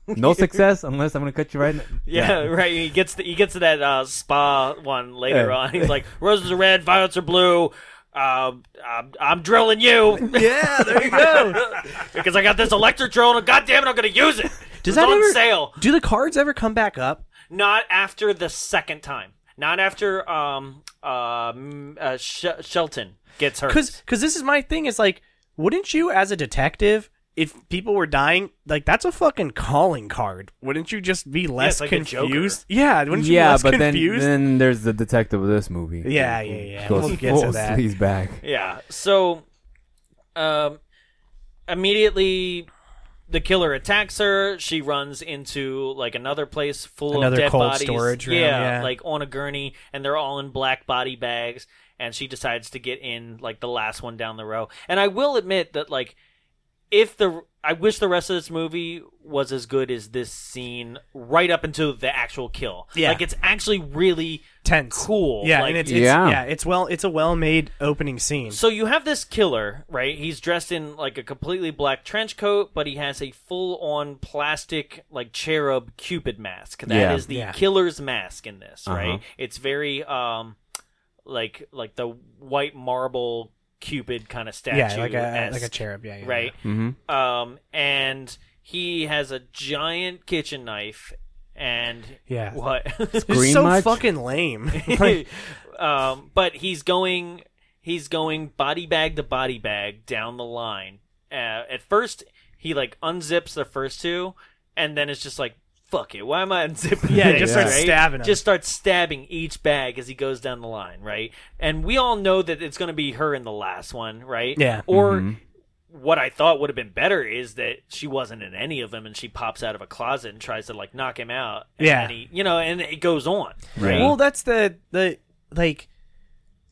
Speaker 3: no success unless I'm gonna cut you right. in the-
Speaker 2: Yeah, right. He gets to, he gets to that uh, spa one later
Speaker 3: Yeah.
Speaker 2: on. He's like, roses are red, violets are blue. Um, I'm, I'm drilling you
Speaker 1: yeah, there you go.
Speaker 2: because I got this electric drill, and God damn it, I'm gonna use it.
Speaker 1: Does
Speaker 2: it's
Speaker 1: that
Speaker 2: on
Speaker 1: ever-
Speaker 2: sale?
Speaker 1: Do the cards ever come back up?
Speaker 2: Not after the second time. Not after um um uh, Sh- Shelton gets hurt.
Speaker 1: because because this is my thing is like wouldn't you as a detective if people were dying like that's a fucking calling card wouldn't you just be less
Speaker 2: it's like a Joker.
Speaker 1: confused yeah wouldn't you be
Speaker 3: yeah,
Speaker 1: less
Speaker 3: but then,
Speaker 1: confused
Speaker 3: then there's the detective of this movie.
Speaker 1: Yeah, yeah, yeah.
Speaker 3: Goes
Speaker 1: We'll get to
Speaker 3: full
Speaker 1: that.
Speaker 3: sleaze back.
Speaker 2: Yeah. So, um, immediately the killer attacks her. She runs into like another place full
Speaker 1: Another
Speaker 2: of dead
Speaker 1: cold
Speaker 2: bodies.
Speaker 1: storage room, yeah.
Speaker 2: like on a gurney, and they're all in black body bags. And she decides to get in like the last one down the row. And I will admit that like if the I wish the rest of this movie was as good as this scene right up until the actual kill.
Speaker 1: Yeah.
Speaker 2: Like it's actually really
Speaker 1: tense
Speaker 2: cool.
Speaker 1: yeah
Speaker 2: Like,
Speaker 1: and it's, it's yeah.
Speaker 3: Yeah.
Speaker 1: it's well it's a well-made opening scene
Speaker 2: so you have this killer, right? He's dressed in like a completely black trench coat, but he has a full-on plastic like cherub cupid mask. That is
Speaker 3: Yeah.
Speaker 2: the
Speaker 1: Yeah.
Speaker 2: killer's mask in this,
Speaker 3: Uh-huh.
Speaker 2: right? It's very um like like the white marble cupid kind of statue.
Speaker 1: yeah like a like a cherub yeah, yeah
Speaker 2: Right.
Speaker 3: Mm-hmm.
Speaker 2: Um and he has a giant kitchen knife and
Speaker 1: Yeah.
Speaker 2: what?
Speaker 1: It's
Speaker 3: Green
Speaker 1: so
Speaker 3: much?
Speaker 1: fucking lame. Like,
Speaker 2: um, but he's going he's going body bag to body bag down the line. Uh, at first, he like unzips the first two, and then it's just like fuck it. Why am I unzipping?
Speaker 1: Yeah,
Speaker 2: things,
Speaker 1: just start
Speaker 2: right?
Speaker 1: stabbing 'em.
Speaker 2: Just start stabbing each bag as he goes down the line, right? And we all know that it's going to be her in the last one, right?
Speaker 1: Yeah.
Speaker 2: Or what I thought would have been better is that she wasn't in any of them, and she pops out of a closet and tries to like knock him out. And
Speaker 1: Yeah.
Speaker 2: then he, you know, and it goes on.
Speaker 3: Right.
Speaker 1: Well, that's the the like,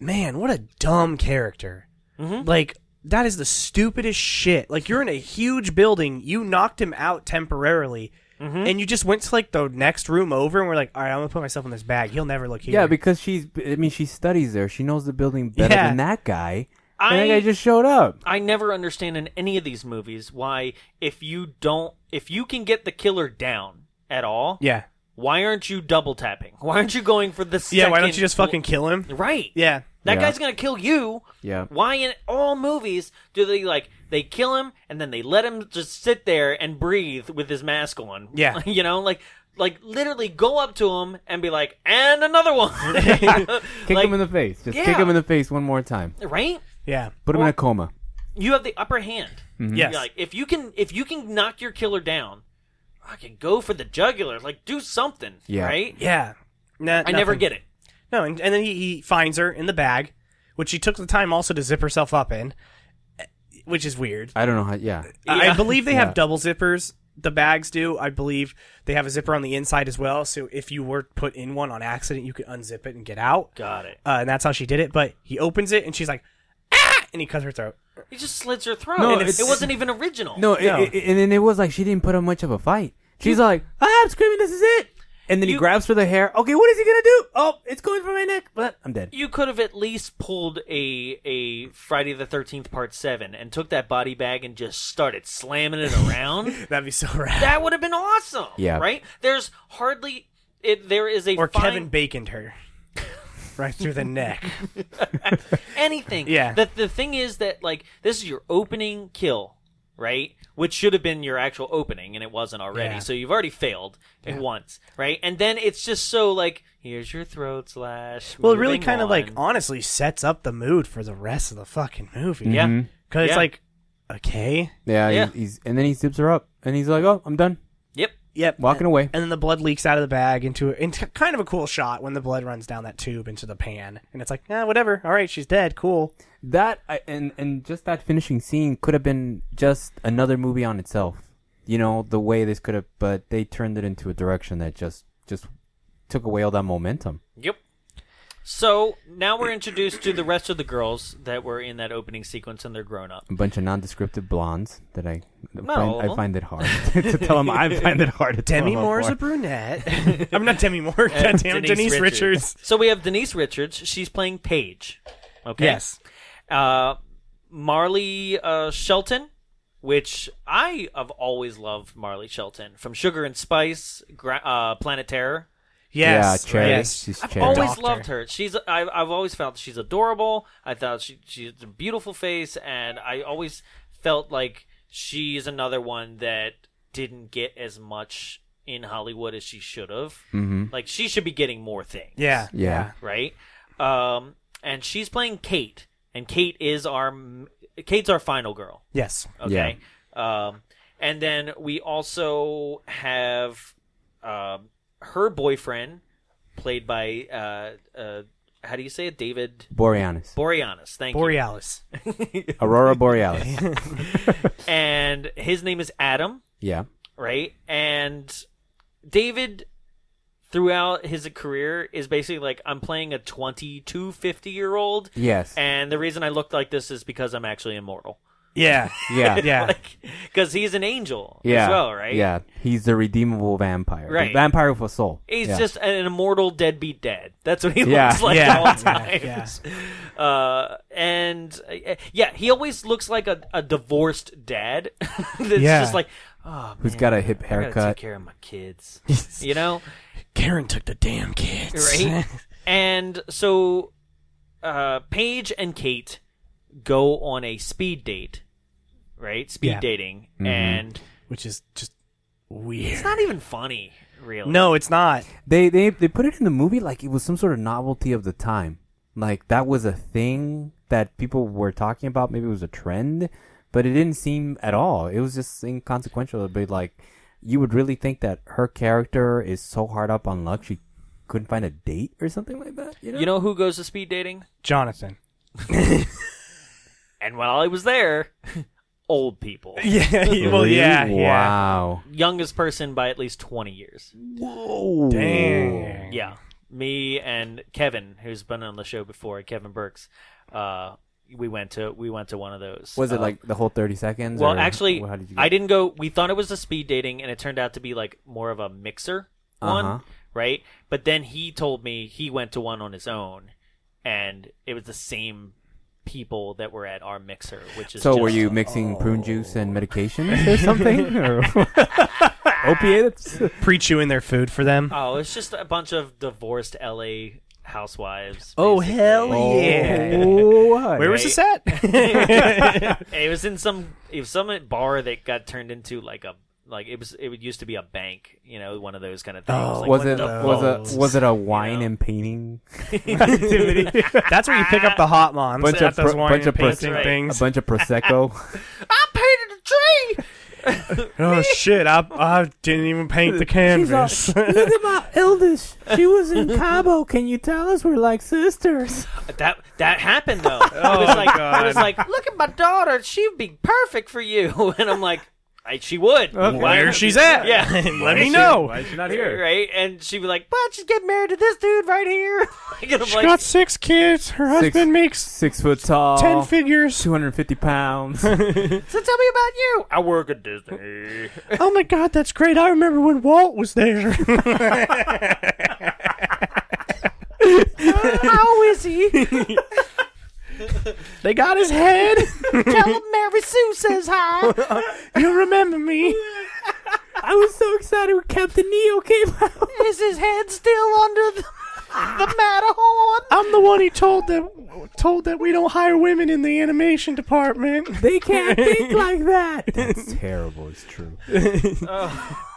Speaker 1: man, what a dumb character.
Speaker 2: Mm-hmm.
Speaker 1: Like that is the stupidest shit. Like you're in a huge building, you knocked him out temporarily,
Speaker 2: Mm-hmm.
Speaker 1: and you just went to like the next room over, and we're like, all right, I'm gonna put myself in this bag. He'll never look here.
Speaker 3: Yeah, because she's. I mean, she studies there. She knows the building better
Speaker 1: Yeah.
Speaker 3: than that guy.
Speaker 2: I-
Speaker 3: and that guy just showed up.
Speaker 2: I never understand in any of these movies why if you don't if you can get the killer down at all,
Speaker 1: yeah,
Speaker 2: why aren't you double tapping? Why aren't you going for the
Speaker 1: yeah. Why don't
Speaker 2: second
Speaker 1: you just
Speaker 2: bl-
Speaker 1: fucking kill him?
Speaker 2: Right.
Speaker 1: Yeah,
Speaker 2: That
Speaker 3: Yeah.
Speaker 2: guy's gonna kill you.
Speaker 3: Yeah.
Speaker 2: Why in all movies do they like they kill him and then they let him just sit there and breathe with his mask on?
Speaker 1: Yeah.
Speaker 2: you know, like like literally go up to him and be like, and another one.
Speaker 3: Kick him in the face. Just kick
Speaker 2: Yeah.
Speaker 3: him in the face one more time.
Speaker 2: the right.
Speaker 1: yeah,
Speaker 3: Put him in a coma.
Speaker 2: You have the upper hand.
Speaker 1: yes.
Speaker 2: Yeah, Mm-hmm. like if you can if you can knock your killer down, I can go for the jugular. Like do something,
Speaker 3: Yeah.
Speaker 2: right?
Speaker 1: yeah. Nah,
Speaker 2: I never get it.
Speaker 1: No, and, and then he, he finds her in the bag, which she took the time also to zip herself up in, eh, which is weird.
Speaker 3: I don't know how. Yeah.
Speaker 1: I I believe they
Speaker 3: Yeah.
Speaker 1: have double zippers. The bags do. I believe they have a zipper on the inside as well. So if you were put in one on accident, you could unzip it and get out.
Speaker 2: Got it.
Speaker 1: Uh, and that's how she did it. But he opens it and she's like, ah! And he cuts her throat.
Speaker 2: He just slits her throat.
Speaker 3: No,
Speaker 2: and
Speaker 3: it's-
Speaker 2: it wasn't even original.
Speaker 3: No, it-
Speaker 1: No.
Speaker 3: it- it- and then it was like she didn't put up much of a fight. She's like, ah, I'm screaming, this is it. And then he
Speaker 2: You-
Speaker 3: grabs for the hair. Okay, what is he gonna do? Oh, it's going for my neck, but I'm dead.
Speaker 2: you could have at least pulled a a Friday the Thirteenth Part Seven and took that body bag and just started slamming it around.
Speaker 1: That'd be so rad.
Speaker 2: that would have been awesome.
Speaker 3: Yeah.
Speaker 2: right. There's hardly it. There is a
Speaker 1: Or
Speaker 2: fine-
Speaker 1: Kevin baconed her right through the neck.
Speaker 2: anything.
Speaker 1: Yeah.
Speaker 2: The the thing is that like this is your opening kill, right? Which should have been your actual opening, and it wasn't already.
Speaker 1: Yeah.
Speaker 2: So you've already failed at once, right? And then it's just so like, here's your throat slash.
Speaker 1: Well, it really
Speaker 2: moving
Speaker 1: kind of like
Speaker 2: on.
Speaker 1: honestly sets up the mood for the rest of the fucking movie.
Speaker 2: yeah,
Speaker 1: Because it's
Speaker 2: Yeah.
Speaker 1: like, okay.
Speaker 3: Yeah,
Speaker 2: Yeah.
Speaker 3: He's, he's and then he zips her up, and he's like, "Oh, I'm done,
Speaker 2: yep.
Speaker 1: Yep.
Speaker 3: walking away."
Speaker 1: and then the blood leaks out of the bag into into kind of a cool shot when the blood runs down that tube into the pan, and it's like, ah, whatever. All right, she's dead. Cool.
Speaker 3: That I, and and just that finishing scene could have been just another movie on itself. You know the way this could have, but they turned it into a direction that just just took away all that momentum.
Speaker 2: Yep. So now we're introduced to the rest of the girls that were in that opening sequence, and they're grown up.
Speaker 3: A bunch of nondescriptive blondes that I
Speaker 2: all of
Speaker 3: find, I
Speaker 2: them.
Speaker 3: find it hard to tell them. I find it hard to tell
Speaker 1: Demi
Speaker 3: 'em
Speaker 1: Moore's a
Speaker 3: apart.
Speaker 1: brunette. I'm not Demi Moore. Goddamn, Denise, Denise Richards.
Speaker 2: So we have Denise Richards. She's playing Paige. Okay.
Speaker 1: Yes.
Speaker 2: uh, Marley uh, Shelton, which I have always loved Marley Shelton from Sugar and Spice, gra- uh, Planet Terror.
Speaker 1: Yes.
Speaker 3: Yeah, Cherry.
Speaker 1: Yes.
Speaker 3: She's
Speaker 2: I've
Speaker 3: Cherry.
Speaker 2: always
Speaker 1: Doctor.
Speaker 2: loved her. She's I, I've always felt she's adorable. I thought she she's a beautiful face, and I always felt like she's another one that didn't get as much in Hollywood as she should have. Mm-hmm. Like she should be getting more things
Speaker 1: Yeah.
Speaker 3: Yeah.
Speaker 2: right? Um, and she's playing Kate, and Kate is our Kate's our final girl.
Speaker 1: Yes.
Speaker 2: Okay. Um, and then we also have um, her boyfriend, played by uh, uh, how do you say it, David
Speaker 3: Boreanis.
Speaker 2: Boreanaz. Thank
Speaker 1: Borealis.
Speaker 3: Aurora Borealis.
Speaker 2: you. And his name is Adam.
Speaker 3: yeah.
Speaker 2: right? And David, throughout his career, is basically like, I'm playing a 22, 50 year old.
Speaker 3: Yes.
Speaker 2: And the reason I look like this is because I'm actually immortal.
Speaker 1: Yeah.
Speaker 3: Yeah.
Speaker 1: Yeah.
Speaker 2: Because he's an angel
Speaker 3: Yeah.
Speaker 2: as well, right?
Speaker 3: Yeah. He's the redeemable vampire. The
Speaker 2: Right.
Speaker 3: vampire with a soul.
Speaker 2: He's
Speaker 3: Yeah.
Speaker 2: just an immortal deadbeat dad. That's what he
Speaker 3: Yeah.
Speaker 2: looks like
Speaker 1: Yeah.
Speaker 2: at all
Speaker 1: Yeah.
Speaker 2: times. Uh, and uh, yeah, he always looks like a, a divorced dad. That's
Speaker 1: Yeah.
Speaker 2: just like, oh,
Speaker 3: Who's
Speaker 2: man,
Speaker 3: got a hip
Speaker 2: I gotta
Speaker 3: haircut.
Speaker 2: take care of my kids. you know?
Speaker 1: Karen took the damn kids.
Speaker 2: right? and so uh, Paige and Kate go on a speed date, right? Speed
Speaker 1: Yeah.
Speaker 3: Mm-hmm.
Speaker 2: dating, and
Speaker 1: Which is just weird.
Speaker 2: it's not even funny, Really?
Speaker 1: No, it's not.
Speaker 3: They they they put it in the movie like it was some sort of novelty of the time. Like that was a thing that people were talking about. Maybe it was a trend, but it didn't seem at all. It was just inconsequential. It'd be like you would really think that her character is so hard up on luck she couldn't find a date or something like that. You know.
Speaker 2: You know who goes to speed dating?
Speaker 1: Jonathan.
Speaker 2: And while I was there, old people.
Speaker 1: Yeah. Well,
Speaker 3: Really?
Speaker 1: yeah. Yeah.
Speaker 3: Wow.
Speaker 2: Youngest person by at least 20 years.
Speaker 3: Whoa.
Speaker 1: Dang.
Speaker 2: Yeah. Me and Kevin, who's been on the show before, Kevin Burks, uh, we went to we went to one of those.
Speaker 3: Was it
Speaker 2: Uh,
Speaker 3: like the whole thirty seconds?
Speaker 2: Well,
Speaker 3: or
Speaker 2: actually,
Speaker 3: how did you
Speaker 2: I
Speaker 3: get-
Speaker 2: didn't go. We thought it was a speed dating, and it turned out to be like more of a mixer one,
Speaker 3: Uh-huh.
Speaker 2: right? But then he told me he went to one on his own, and it was the same people that were at our mixer, which is
Speaker 3: So
Speaker 2: Just,
Speaker 3: were you mixing prune juice and medications or something? or opiates?
Speaker 1: Pre-chewing their food for them.
Speaker 2: Oh, it's just a bunch of divorced LA housewives.
Speaker 1: Oh,
Speaker 2: basically.
Speaker 1: hell yeah.
Speaker 3: Oh,
Speaker 1: Where was
Speaker 2: right.
Speaker 1: this at?
Speaker 2: It was in some it was some bar that got turned into like a like it was it would used to be a bank, you know, one of those kind of things.
Speaker 1: Oh,
Speaker 2: like,
Speaker 3: was
Speaker 2: what
Speaker 3: it
Speaker 2: the
Speaker 3: was
Speaker 2: fuck?
Speaker 3: it was it a wine
Speaker 2: know?
Speaker 3: and painting?
Speaker 1: Activity. That's where you pick up the hot moms
Speaker 3: Bunch
Speaker 1: bunch
Speaker 3: of
Speaker 1: at those
Speaker 3: pro-
Speaker 1: wine
Speaker 3: bunch
Speaker 1: and
Speaker 3: of pros-
Speaker 1: painting
Speaker 2: Right.
Speaker 3: A
Speaker 1: things.
Speaker 3: bunch of prosecco.
Speaker 2: I painted a tree.
Speaker 1: Oh shit! I, I didn't even paint the canvas.
Speaker 3: Look at my eldest. She was in Cabo. Can you tell us we're like sisters?
Speaker 2: That that happened though. I was like, I was like, look at my daughter. She'd be perfect for you. And I'm like, I, she would. Why-
Speaker 1: Where she's at?
Speaker 2: Yeah.
Speaker 1: Let me know.
Speaker 4: is she not
Speaker 2: Right, and she'd be like, "But she's getting married to this dude right here." Like, and I'm
Speaker 1: She
Speaker 2: like,
Speaker 1: got six kids. Her
Speaker 3: Six-
Speaker 1: husband makes
Speaker 3: Six foot tall.
Speaker 1: ten figures.
Speaker 3: Two hundred fifty pounds.
Speaker 2: "So tell me about you." I work at Disney.
Speaker 1: Oh my god, that's great! I remember when Walt was there.
Speaker 2: How is he?
Speaker 1: they got his head.
Speaker 2: Tell him Mary Sue says hi.
Speaker 1: you remember me?
Speaker 3: I was so excited when Captain Neo came out.
Speaker 2: Is his head still under the, the Matterhorn?
Speaker 1: I'm the one he told that told that we don't hire women in the animation department.
Speaker 3: They can't think like that. That's terrible. It's true.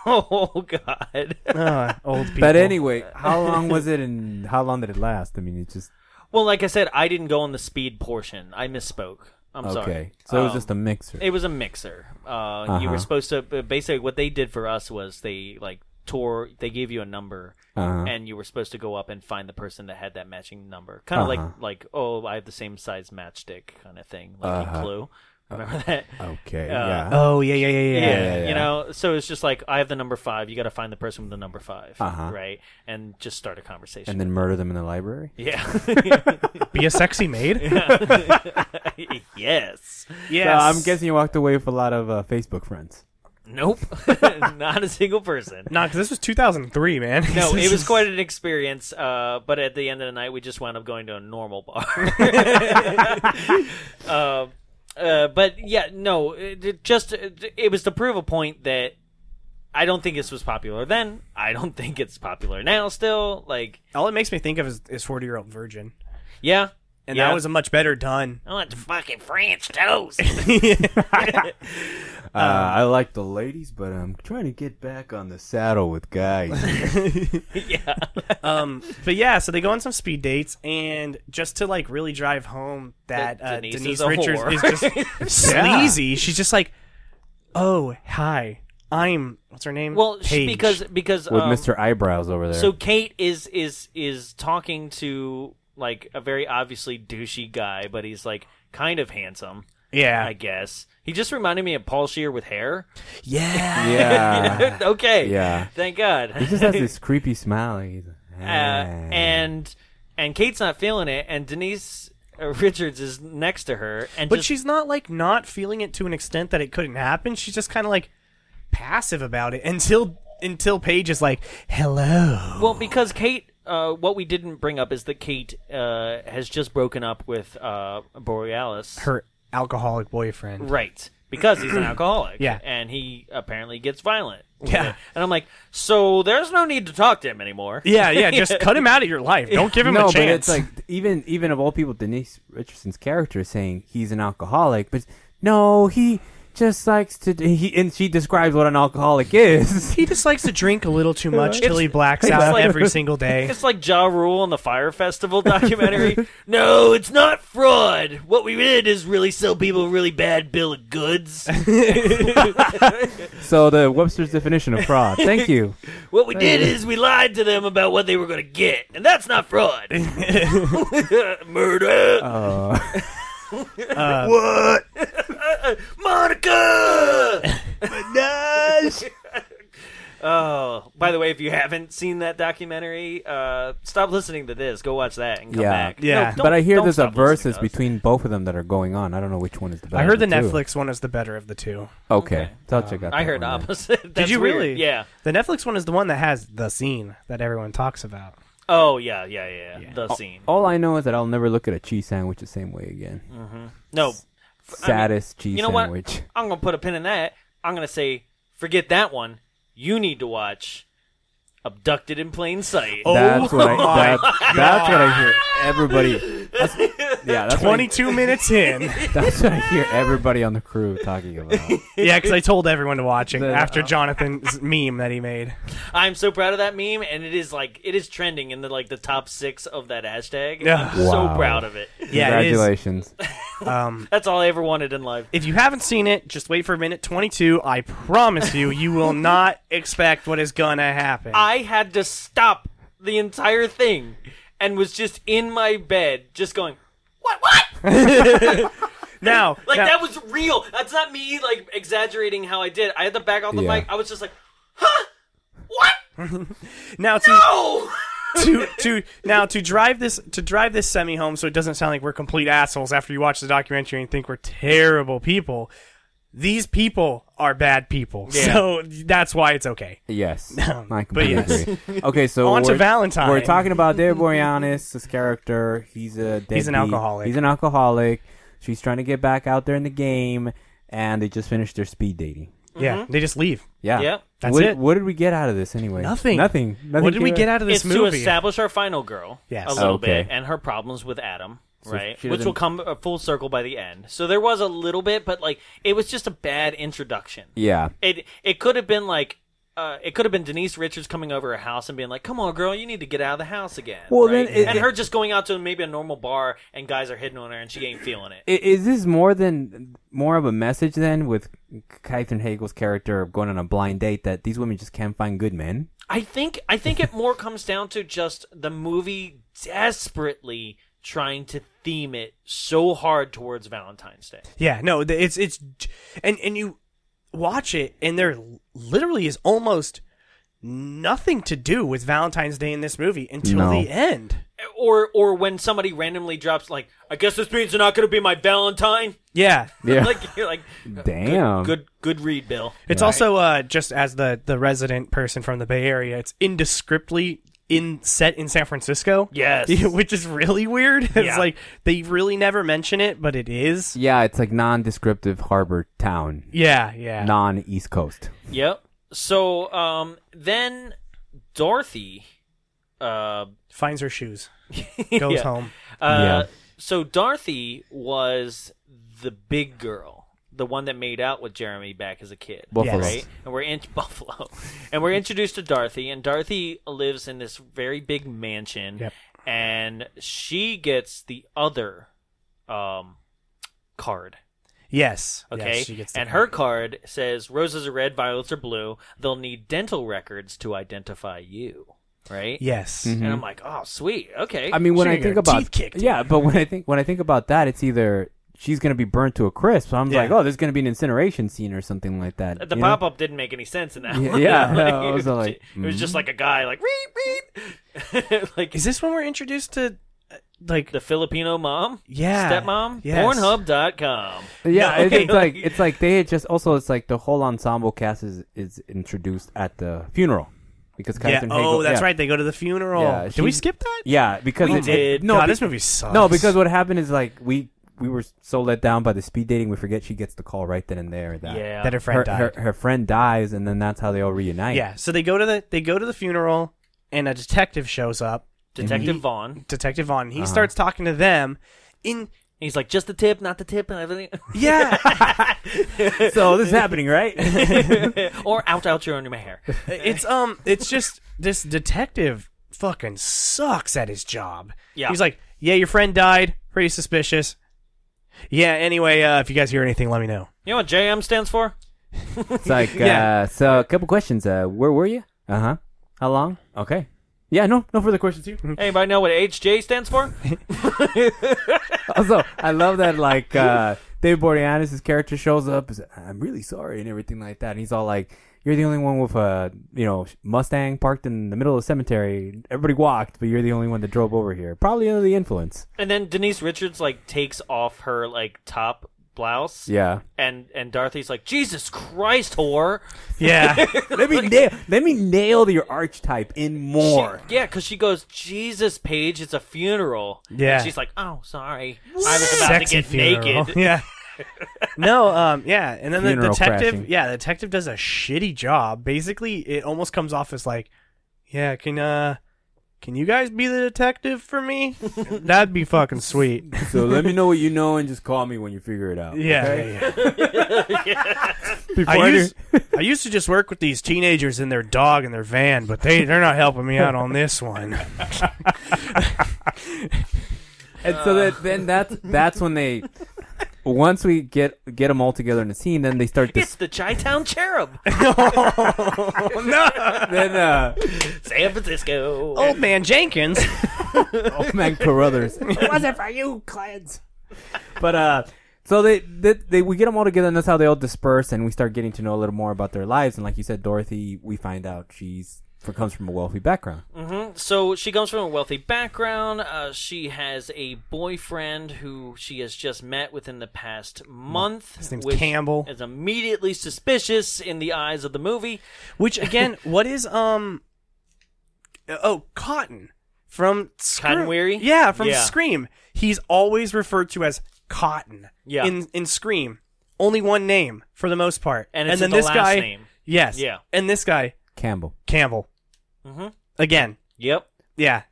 Speaker 2: Oh God.
Speaker 1: Uh, old people.
Speaker 3: But anyway, how long was it, and how long did it last? I mean, it just
Speaker 2: Well, like I said, I didn't go on the speed portion. I misspoke. I'm sorry.
Speaker 3: okay. So it was
Speaker 2: Um,
Speaker 3: just a mixer.
Speaker 2: It was a mixer. Uh, You
Speaker 3: Uh-huh.
Speaker 2: were supposed to b- basically what they did for us was they like tore. They gave you a number,
Speaker 3: Uh-huh.
Speaker 2: and you were supposed to go up and find the person that had that matching number. Kind of
Speaker 3: Uh-huh.
Speaker 2: like like oh, I have the same size matchstick kind of thing, like in Clue. Remember that?
Speaker 3: Okay.
Speaker 2: Uh,
Speaker 3: Uh-huh. yeah.
Speaker 1: Oh yeah, yeah, yeah, yeah.
Speaker 2: Yeah,
Speaker 3: yeah, yeah.
Speaker 2: you know, so it's just like I have the number five. You got to find the person with the number 5
Speaker 3: Uh-huh.
Speaker 2: right? And just start a conversation.
Speaker 3: and then murder them in the library.
Speaker 2: yeah,
Speaker 1: Be a sexy maid.
Speaker 2: yes,
Speaker 1: yes.
Speaker 3: So Uh, I'm guessing you walked away with a lot of uh, Facebook friends.
Speaker 2: nope, not a single person.
Speaker 1: Nah, 'cause this was 2003, man.
Speaker 2: No, it was quite an experience. Uh, but at the end of the night, we just wound up going to a normal bar. uh, uh, but yeah, no, it, it just it, it was to prove a point that I don't think this was popular then. I don't think it's popular now. Still, like,
Speaker 1: All it makes me think of is, is 40 year old virgin,
Speaker 2: yeah,
Speaker 1: and
Speaker 2: yeah.
Speaker 1: that was a much better done.
Speaker 2: I want the fucking French toast.
Speaker 3: Uh, I like the ladies, but I'm trying to get back on the saddle with guys.
Speaker 2: yeah,
Speaker 1: Um, but yeah, so they go on some speed dates, and just to like really drive home that
Speaker 2: That
Speaker 1: uh,
Speaker 2: Denise
Speaker 1: Denise,
Speaker 2: is a
Speaker 1: Richards
Speaker 2: whore.
Speaker 1: is just sleazy. She's just like, oh hi, I'm what's her name?
Speaker 2: well, she,
Speaker 1: Paige."
Speaker 2: because because
Speaker 3: with
Speaker 1: Oh.
Speaker 2: um,
Speaker 3: Mr. Eyebrows over there.
Speaker 2: So Kate is is is talking to like a very obviously douchey guy, but he's like kind of handsome,
Speaker 1: yeah,
Speaker 2: I guess. He just reminded me of Paul Shear with hair.
Speaker 1: yeah,
Speaker 3: yeah.
Speaker 2: okay.
Speaker 3: Yeah.
Speaker 2: Thank God.
Speaker 3: he just has this creepy smile. He's,
Speaker 2: uh, and and Kate's not feeling it, and Denise uh, Richards is next to her, and
Speaker 1: but
Speaker 2: just,
Speaker 1: she's not like not feeling it to an extent that it couldn't happen. She's just kind of like passive about it until until Paige is like, hello.
Speaker 2: well because Kate. Uh, what we didn't bring up is that Kate uh, has just broken up with uh, Borealis.
Speaker 1: her alcoholic boyfriend.
Speaker 2: Right. Because he's an alcoholic.
Speaker 1: Yeah.
Speaker 2: And he apparently gets violent. with
Speaker 1: Yeah.
Speaker 2: it. And I'm like, so there's no need to talk to him anymore.
Speaker 1: Yeah, yeah. Just cut him out of your life. Don't give him
Speaker 3: no,
Speaker 1: a
Speaker 3: but
Speaker 1: chance.
Speaker 3: it's like even even of all people, Denise Richardson's character is saying he's an alcoholic, but no, he just likes to. He and she describes what an alcoholic is.
Speaker 1: He just likes to drink a little too much till he blacks
Speaker 2: it's
Speaker 1: out
Speaker 2: like-
Speaker 1: every single day.
Speaker 2: It's like Ja Rule on the Fire Festival documentary. no, it's not fraud. What we did is really sell people a really bad bill of goods.
Speaker 3: so the Webster's definition of fraud. Thank you.
Speaker 2: What we did is we lied to them about what they were going to get, and that's not fraud. Murder.
Speaker 3: Uh,
Speaker 2: Monica! oh, by the way, if you haven't seen that documentary, uh, stop listening to this. Go watch that and come
Speaker 3: Yeah.
Speaker 2: back.
Speaker 1: Yeah.
Speaker 2: No, don't-
Speaker 3: but I hear
Speaker 2: don't
Speaker 3: there's a
Speaker 2: stop listening
Speaker 3: versus
Speaker 2: to us.
Speaker 3: between both of them that are going on. I don't know which one is the better.
Speaker 1: I heard
Speaker 3: of
Speaker 1: the
Speaker 3: two.
Speaker 1: Netflix one Um, is the better of the two.
Speaker 3: Okay,
Speaker 2: Okay.
Speaker 3: so I'll check out.
Speaker 2: I
Speaker 3: that
Speaker 2: heard
Speaker 3: one then.
Speaker 2: opposite. That's
Speaker 1: you
Speaker 2: weird.
Speaker 1: really?
Speaker 2: Yeah.
Speaker 1: The Netflix one is the one that has the scene that everyone talks about.
Speaker 2: Oh yeah, yeah, yeah. yeah.
Speaker 3: Oh,
Speaker 2: The scene.
Speaker 3: All I know is that I'll never look at a cheese sandwich the same way again.
Speaker 1: Mm.
Speaker 2: No,
Speaker 3: Saddest cheese
Speaker 2: you know
Speaker 3: sandwich.
Speaker 2: what? I'm gonna put a pin in that. I'm gonna say, forget that one. You need to watch "Abducted in Plain Sight."
Speaker 1: Oh
Speaker 3: That's what I.
Speaker 1: my
Speaker 3: That, that's what I hear. Everybody. That's, yeah, that's what, I,
Speaker 1: 22 minutes in.
Speaker 3: that's what I hear. Everybody on the crew talking about.
Speaker 1: Yeah, because I told everyone to watch it
Speaker 3: The-
Speaker 1: after Jonathan's meme that he made.
Speaker 2: I'm so proud of that meme, and it is like it is trending in the like the top six of that hashtag.
Speaker 1: Yeah.
Speaker 2: I'm so
Speaker 3: Wow.
Speaker 2: proud of it.
Speaker 1: Yeah, it is.
Speaker 3: Congratulations.
Speaker 1: Um,
Speaker 2: That's all I ever wanted in life.
Speaker 1: if you haven't seen it, just wait for a minute. 22, I promise you, you will not expect what is going to happen.
Speaker 2: I had to stop the entire thing, and was just in my bed, just going, "What? What?"
Speaker 1: now,
Speaker 2: Like
Speaker 1: now-
Speaker 2: that was real. That's not me like exaggerating how I did. I had to back off the
Speaker 3: Yeah.
Speaker 2: mic. I was just like, huh? What? Oh.
Speaker 1: now to,
Speaker 2: No!
Speaker 1: to to now to drive this to drive this semi home so it doesn't sound like we're complete assholes after you watch the documentary and think we're terrible people. These people are bad people, so that's why it's okay.
Speaker 3: Yes, I completely
Speaker 1: Um, yes.
Speaker 3: agree. Okay, so
Speaker 1: On to
Speaker 3: we're-
Speaker 1: Valentine.
Speaker 3: We're talking about Dave Boreanaz, this character. He's a
Speaker 1: He's an
Speaker 3: deadbeat.
Speaker 1: alcoholic.
Speaker 3: He's an alcoholic. She's trying to get back out there in the game, and they just finished their speed dating.
Speaker 2: Mm-hmm.
Speaker 1: Yeah, they just leave.
Speaker 3: Yeah,
Speaker 2: Yeah.
Speaker 1: That's
Speaker 3: what,
Speaker 1: it.
Speaker 3: What did we get out of this anyway?
Speaker 1: Nothing.
Speaker 3: Nothing. Nothing
Speaker 1: what did we
Speaker 3: came
Speaker 1: get out of this
Speaker 2: it's to
Speaker 1: movie?
Speaker 2: establish our final girl
Speaker 1: Yes.
Speaker 2: a little
Speaker 3: Okay.
Speaker 2: bit and her problems with Adam, right?
Speaker 3: she
Speaker 2: Which
Speaker 3: doesn't-
Speaker 2: will come uh, full circle by the end. So there was a little bit, but like it was just a bad introduction.
Speaker 3: Yeah.
Speaker 2: It it could have been like uh, it could have been Denise Richards coming over her house and being like, "Come on, girl, you need to get out of the house again."
Speaker 3: Well,
Speaker 2: right?
Speaker 3: then it-
Speaker 2: and her just going out to maybe a normal bar and guys are hitting on her and she ain't feeling it.
Speaker 3: I- Is this more than more of a message then with Catherine Hagel's character of going on a blind date that these women just can't find good men?
Speaker 2: I think I think it more comes down to just the movie desperately trying to theme it so hard towards Valentine's Day.
Speaker 1: Yeah, no, th- it's it's and and you watch it and there literally is almost nothing to do with Valentine's Day in this movie until
Speaker 3: No.
Speaker 1: the end.
Speaker 2: Or or when somebody randomly drops like, I guess this means they're not going to be my Valentine.
Speaker 1: Yeah.
Speaker 3: Yeah.
Speaker 2: like you're like, uh,
Speaker 3: Damn.
Speaker 2: good good read, Bill.
Speaker 1: It's also uh, just as the the resident person from the Bay Area, it's indescriptly in set in San Francisco.
Speaker 2: Yes.
Speaker 1: which is really weird. It's
Speaker 2: Yeah.
Speaker 1: like they really never mention it, but it is.
Speaker 3: Yeah, it's like non-descriptive harbor town,
Speaker 1: Yeah, yeah.
Speaker 3: non-East Coast.
Speaker 2: Yep. So um then Dorothy uh
Speaker 1: Finds her shoes, goes
Speaker 2: Yeah.
Speaker 1: home.
Speaker 2: Uh,
Speaker 3: Yeah.
Speaker 2: So Dorothy was the big girl, the one that made out with Jeremy back as a kid.
Speaker 3: Buffalo.
Speaker 2: Right? And we're in Buffalo. And we're introduced to Dorothy, and Dorothy lives in this very big mansion.
Speaker 1: Yep.
Speaker 2: And she gets the other um, card.
Speaker 1: Yes.
Speaker 2: Okay.
Speaker 1: Yes, she gets the
Speaker 2: and her card says roses are red, violets are blue. They'll need dental records to identify you. Right?
Speaker 1: Yes.
Speaker 2: And I'm like, oh, sweet. Okay.
Speaker 3: I mean, when
Speaker 1: She
Speaker 3: I
Speaker 1: didn't
Speaker 3: think
Speaker 1: get her
Speaker 3: about
Speaker 1: teeth kicked.
Speaker 3: yeah, but when I think when I think about that, it's either she's gonna be burnt to a crisp. So I'm
Speaker 1: Yeah.
Speaker 3: like, oh, there's gonna be an incineration scene or something like that.
Speaker 2: The
Speaker 3: you know?
Speaker 2: pop up didn't make any sense in that.
Speaker 3: Yeah,
Speaker 2: one.
Speaker 3: yeah,
Speaker 2: Like,
Speaker 3: I
Speaker 2: it,
Speaker 3: was
Speaker 2: was
Speaker 3: like, mm-hmm.
Speaker 2: it was just like a guy like read read, like
Speaker 1: Is this when we're introduced to uh, like
Speaker 2: the Filipino mom,
Speaker 1: Yeah.
Speaker 2: stepmom,
Speaker 1: Yes.
Speaker 2: Pornhub.com.
Speaker 3: Yeah,
Speaker 2: No,
Speaker 3: it's,
Speaker 2: okay,
Speaker 3: it's like it's like they had just also it's like the whole ensemble cast is, is introduced at the funeral because
Speaker 1: yeah.
Speaker 3: Catherine Hegel-
Speaker 1: Oh, that's
Speaker 3: yeah.
Speaker 1: right. They go to the funeral.
Speaker 3: Yeah,
Speaker 1: Did
Speaker 3: she-
Speaker 1: we skip that?
Speaker 3: Yeah, because
Speaker 2: We
Speaker 3: it,
Speaker 2: did.
Speaker 3: no,
Speaker 1: God,
Speaker 3: be-
Speaker 1: this movie sucks.
Speaker 3: no, because what happened is like we we were so let down by the speed dating, we forget she gets the call right then and there that
Speaker 2: Yeah.
Speaker 1: that her friend
Speaker 3: her,
Speaker 1: died.
Speaker 3: her her friend dies, and then that's how they all reunite.
Speaker 1: yeah. So they go to the they go to the funeral, and a detective shows up.
Speaker 2: Detective
Speaker 1: Mhm.
Speaker 2: Vaughn.
Speaker 3: Uh-huh.
Speaker 1: Detective Vaughn. He starts talking to them in
Speaker 2: And he's like, just the tip, not the tip, and everything.
Speaker 3: Yeah. so this is happening, right?
Speaker 2: or out, out, you're under my hair.
Speaker 1: It's um, it's just this detective fucking sucks at his job.
Speaker 2: Yeah.
Speaker 1: he's like, yeah, your friend died. Pretty suspicious. Yeah. Anyway, uh, if you guys hear anything, let me know.
Speaker 2: You know what JM stands for?
Speaker 3: It's like, uh, so a couple questions. Uh, where were you? Uh huh. How long? Okay. Yeah, no, no further questions here.
Speaker 2: Anybody know what HJ stands for?
Speaker 3: also, I love that like uh David Boreanaz's character shows up. Is I'm really sorry and everything like that. And he's all like, "You're the only one with a you know Mustang parked in the middle of the cemetery. Everybody walked, but you're the only one that drove over here. Probably under the influence."
Speaker 2: and then Denise Richards like takes off her like top blouse.
Speaker 3: Yeah.
Speaker 2: And and Dorothy's like, Jesus Christ, whore.
Speaker 1: Yeah,
Speaker 3: let me nail. Let me nail your archetype in
Speaker 2: She-
Speaker 3: more.
Speaker 2: yeah, because she goes, Jesus, Paige, it's a funeral.
Speaker 1: Yeah.
Speaker 2: And she's like, oh, sorry. I was about
Speaker 1: sexy
Speaker 2: to get
Speaker 1: funeral.
Speaker 2: naked.
Speaker 1: Yeah. no, um, yeah, and then the
Speaker 3: Funeral
Speaker 1: detective,
Speaker 3: crashing.
Speaker 1: yeah, the detective does a shitty job. Basically, it almost comes off as like, yeah, can uh, can you guys be the detective for me? That'd be fucking sweet.
Speaker 3: So let me know what you know and just call me when you figure it out.
Speaker 1: Yeah,
Speaker 3: okay?
Speaker 1: yeah, yeah.
Speaker 3: Before
Speaker 1: I
Speaker 3: I do-
Speaker 1: used I used to just work with these teenagers and their dog and their van, but they they're not helping me out on this one.
Speaker 3: And so that, then that's that's when they once we get get them all together in a scene, then they start
Speaker 2: It's
Speaker 3: this.
Speaker 2: the Chi Town Cherub.
Speaker 3: then uh,
Speaker 2: San Francisco.
Speaker 1: Old man Jenkins.
Speaker 3: oh man, Carruthers, it wasn't for you, Cleds. But uh, so they, they they we get them all together, and that's how they all disperse, and we start getting to know a little more about their lives. And like you said, Dorothy, we find out she's comes from a wealthy background.
Speaker 2: So she comes from a wealthy background. Uh, she has a boyfriend who she has just met within the past month. His
Speaker 1: name's Campbell.
Speaker 2: Is immediately suspicious in the eyes of the movie.
Speaker 1: Which again, what is um? Oh, Cotton from Scream.
Speaker 2: Cotton Weary?
Speaker 1: Yeah, from
Speaker 2: Yeah.
Speaker 1: Scream. He's always referred to as Cotton.
Speaker 2: Yeah.
Speaker 1: In in Scream, only one name for the most part,
Speaker 2: And it's
Speaker 1: then
Speaker 2: the
Speaker 1: this
Speaker 2: last
Speaker 1: guy.
Speaker 2: name.
Speaker 1: Yes.
Speaker 2: Yeah.
Speaker 1: And this guy
Speaker 3: Campbell.
Speaker 1: Campbell. Mm-hmm. Again.
Speaker 2: Yep.
Speaker 1: Yeah.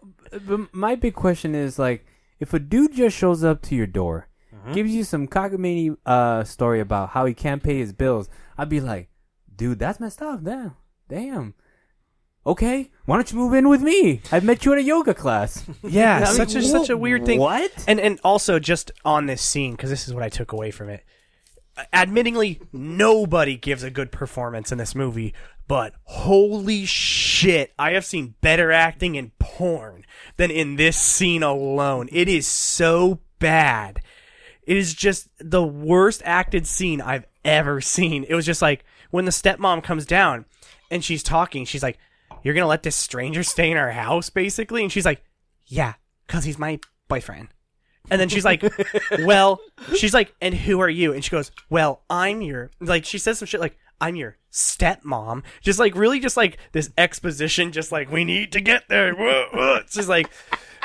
Speaker 3: But my big question is like, if a dude just shows up to your door, gives you some cockamamie uh, story about how he can't pay his bills, I'd be like, dude, that's messed up. Damn, damn. Okay, why don't you move in with me? I met you at a yoga class.
Speaker 1: Yeah,
Speaker 3: I mean,
Speaker 1: such a
Speaker 3: wh-
Speaker 1: such a weird thing.
Speaker 3: What?
Speaker 1: And and also just on this scene because this is what I took away from it. Admittingly, nobody gives a good performance in this movie, but holy shit, I have seen better acting in porn than in this scene alone. It is so bad. It is just the worst acted scene I've ever seen. It was just like when the stepmom comes down and she's talking, she's like, You're going to let this stranger stay in our house, basically? And she's like, Yeah, because he's my boyfriend. And then she's like, Well, she's like, And who are you? And she goes, Well, I'm your, like, she says some shit like, I'm your stepmom. Just like, really, just like this exposition, just like, We need to get there. Whoa, whoa. It's just like,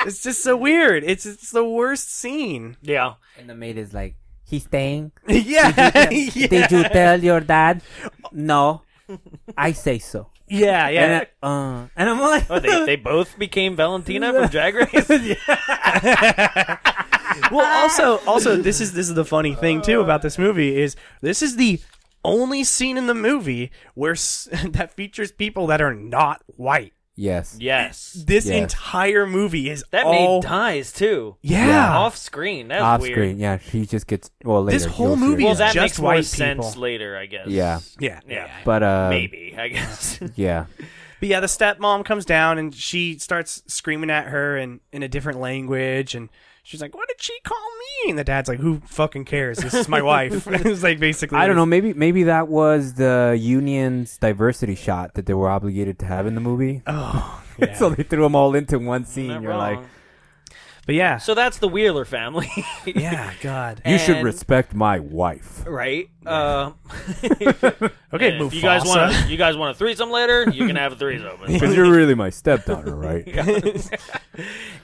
Speaker 1: it's just so weird. It's, it's the worst scene.
Speaker 2: Yeah.
Speaker 3: And the maid is like, he's staying.
Speaker 1: Yeah, yeah,
Speaker 3: Did you tell your dad? No, I say so.
Speaker 1: yeah, yeah.
Speaker 3: And, I, uh, and I'm like,
Speaker 2: Oh, they, they both became Valentina from Drag Race. Ah.
Speaker 1: well, also, also, this is this is the funny thing too about this movie is this is the only scene in the movie where s- that features people that are not white.
Speaker 3: yes.
Speaker 2: yes.
Speaker 1: This
Speaker 3: Yes.
Speaker 1: entire movie is
Speaker 2: That
Speaker 1: all
Speaker 2: maid dies too.
Speaker 1: yeah.
Speaker 2: Off screen. That's
Speaker 3: Off
Speaker 2: weird.
Speaker 3: screen, yeah. She just gets well. Later,
Speaker 1: This whole
Speaker 3: you'll see her
Speaker 1: movie
Speaker 2: Well,
Speaker 1: is
Speaker 3: die.
Speaker 2: that
Speaker 1: just
Speaker 2: makes more
Speaker 1: white
Speaker 2: sense
Speaker 1: people.
Speaker 2: later, I guess.
Speaker 3: Yeah.
Speaker 1: yeah,
Speaker 2: Yeah.
Speaker 3: but uh,
Speaker 2: Maybe, I guess.
Speaker 3: yeah.
Speaker 1: But yeah, the stepmom comes down and she starts screaming at her in, in a different language and she's like, What did she call me? And the dad's like, Who fucking cares? This is my wife. it's like basically
Speaker 3: I don't know. Maybe maybe that was the union's diversity shot that they were obligated to have in the movie.
Speaker 1: Oh,
Speaker 3: so they threw them all into one scene.
Speaker 2: Not
Speaker 3: You're
Speaker 2: wrong.
Speaker 3: like,
Speaker 1: But yeah.
Speaker 2: So that's the Wheeler family.
Speaker 1: yeah, God.
Speaker 3: you should
Speaker 2: And-
Speaker 3: respect my wife.
Speaker 2: Right. Um
Speaker 1: Okay,
Speaker 2: if
Speaker 1: Mufasa.
Speaker 2: you guys want to, you guys want a threesome later, you can have a threesome.
Speaker 3: Because you're really my stepdaughter, right?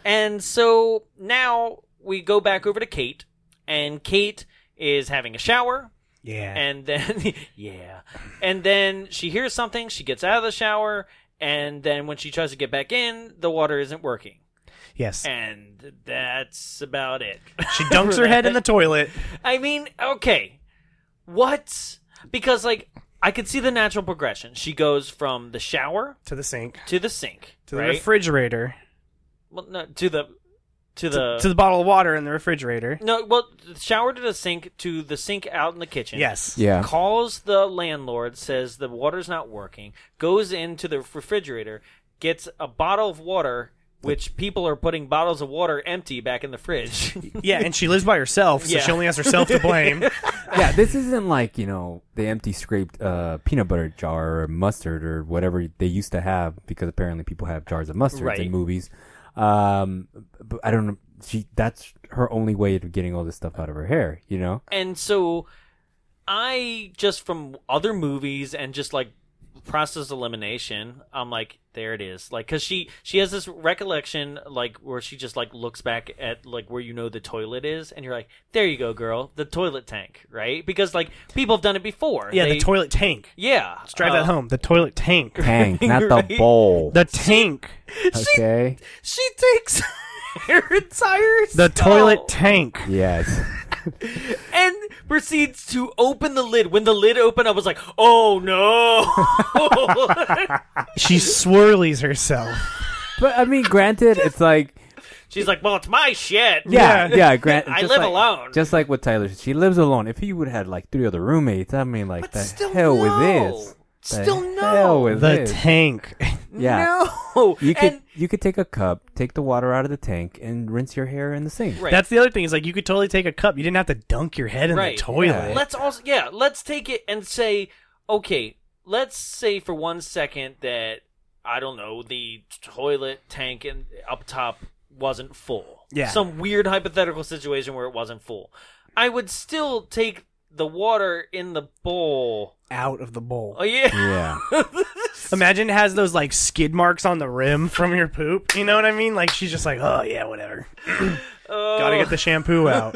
Speaker 2: and so now we go back over to Kate, and Kate is having a shower,
Speaker 1: yeah.
Speaker 2: and then yeah, and then she hears something. She gets out of the shower, and then when she tries to get back in, the water isn't working.
Speaker 1: Yes.
Speaker 2: and that's about it.
Speaker 1: She dunks her head in the toilet.
Speaker 2: I mean, okay. What? Because like I could see the natural progression. She goes from the shower
Speaker 1: To the sink.
Speaker 2: to the sink,
Speaker 1: To the
Speaker 2: right?
Speaker 1: refrigerator.
Speaker 2: well, no, to the to the
Speaker 1: To, to the bottle of water in the refrigerator.
Speaker 2: no, well, shower to the sink to the sink out in the kitchen.
Speaker 1: Yes.
Speaker 3: Yeah.
Speaker 2: Calls the landlord, says the water's not working, goes into the refrigerator, gets a bottle of water, which people are putting bottles of water empty back in the fridge.
Speaker 1: Yeah, and she lives by herself, so
Speaker 2: Yeah.
Speaker 1: she only has herself to blame.
Speaker 3: yeah, this isn't like you know the empty scraped uh, peanut butter jar or mustard or whatever they used to have because apparently people have jars of mustard
Speaker 2: Right.
Speaker 3: in movies. Um, but I don't know. She that's her only way of getting all this stuff out of her hair. You know.
Speaker 2: and so I just from other movies and just like process elimination, I'm like, there it is. Like, cause she she has this recollection like where she just like looks back at like where you know the toilet is, and you're like, there you go, girl, the toilet tank, right? Because like people have done it before.
Speaker 1: Yeah,
Speaker 2: They-
Speaker 1: the toilet tank.
Speaker 2: Yeah,
Speaker 1: Let's drive that
Speaker 2: Uh,
Speaker 1: home. The toilet tank.
Speaker 3: Tank, not the
Speaker 2: Right.
Speaker 3: bowl.
Speaker 1: The tank.
Speaker 3: okay.
Speaker 2: She takes her entire
Speaker 1: The toilet
Speaker 2: tank.
Speaker 1: tank.
Speaker 3: Yes.
Speaker 2: and proceeds to open the lid. When the lid opened, I was like, "Oh no!"
Speaker 1: She swirlies herself.
Speaker 3: But I mean, granted, it's like
Speaker 2: She's like, "Well, it's my shit."
Speaker 3: yeah,
Speaker 1: Yeah.
Speaker 3: yeah. grant,
Speaker 2: I
Speaker 3: just
Speaker 2: live
Speaker 3: like-
Speaker 2: alone.
Speaker 3: Just like with Tyler, she lives alone. If he would have had like three other roommates, I mean, like
Speaker 2: But
Speaker 3: the
Speaker 2: still
Speaker 3: hell
Speaker 2: no.
Speaker 3: with this. The
Speaker 2: Still no.
Speaker 3: Hell with
Speaker 1: The
Speaker 3: this.
Speaker 1: tank.
Speaker 3: yeah.
Speaker 2: No.
Speaker 3: You could
Speaker 2: and
Speaker 3: you could take a cup, take the water out of the tank, and rinse your hair in the sink.
Speaker 2: Right.
Speaker 1: That's the other thing is like you could totally take a cup. You didn't have to dunk your head in
Speaker 2: Right.
Speaker 1: the toilet.
Speaker 3: Yeah.
Speaker 2: let's also yeah, let's take it and say, okay, let's say for one second that I don't know the toilet tank and up top wasn't full.
Speaker 1: Yeah.
Speaker 2: Some weird hypothetical situation where it wasn't full. I would still take the water in the bowl.
Speaker 1: Out of the bowl.
Speaker 2: Oh yeah.
Speaker 3: Yeah.
Speaker 1: Imagine it has those like skid marks on the rim from your poop. You know what I mean? Like she's just like, oh yeah, whatever.
Speaker 2: Oh.
Speaker 1: Gotta get the shampoo out.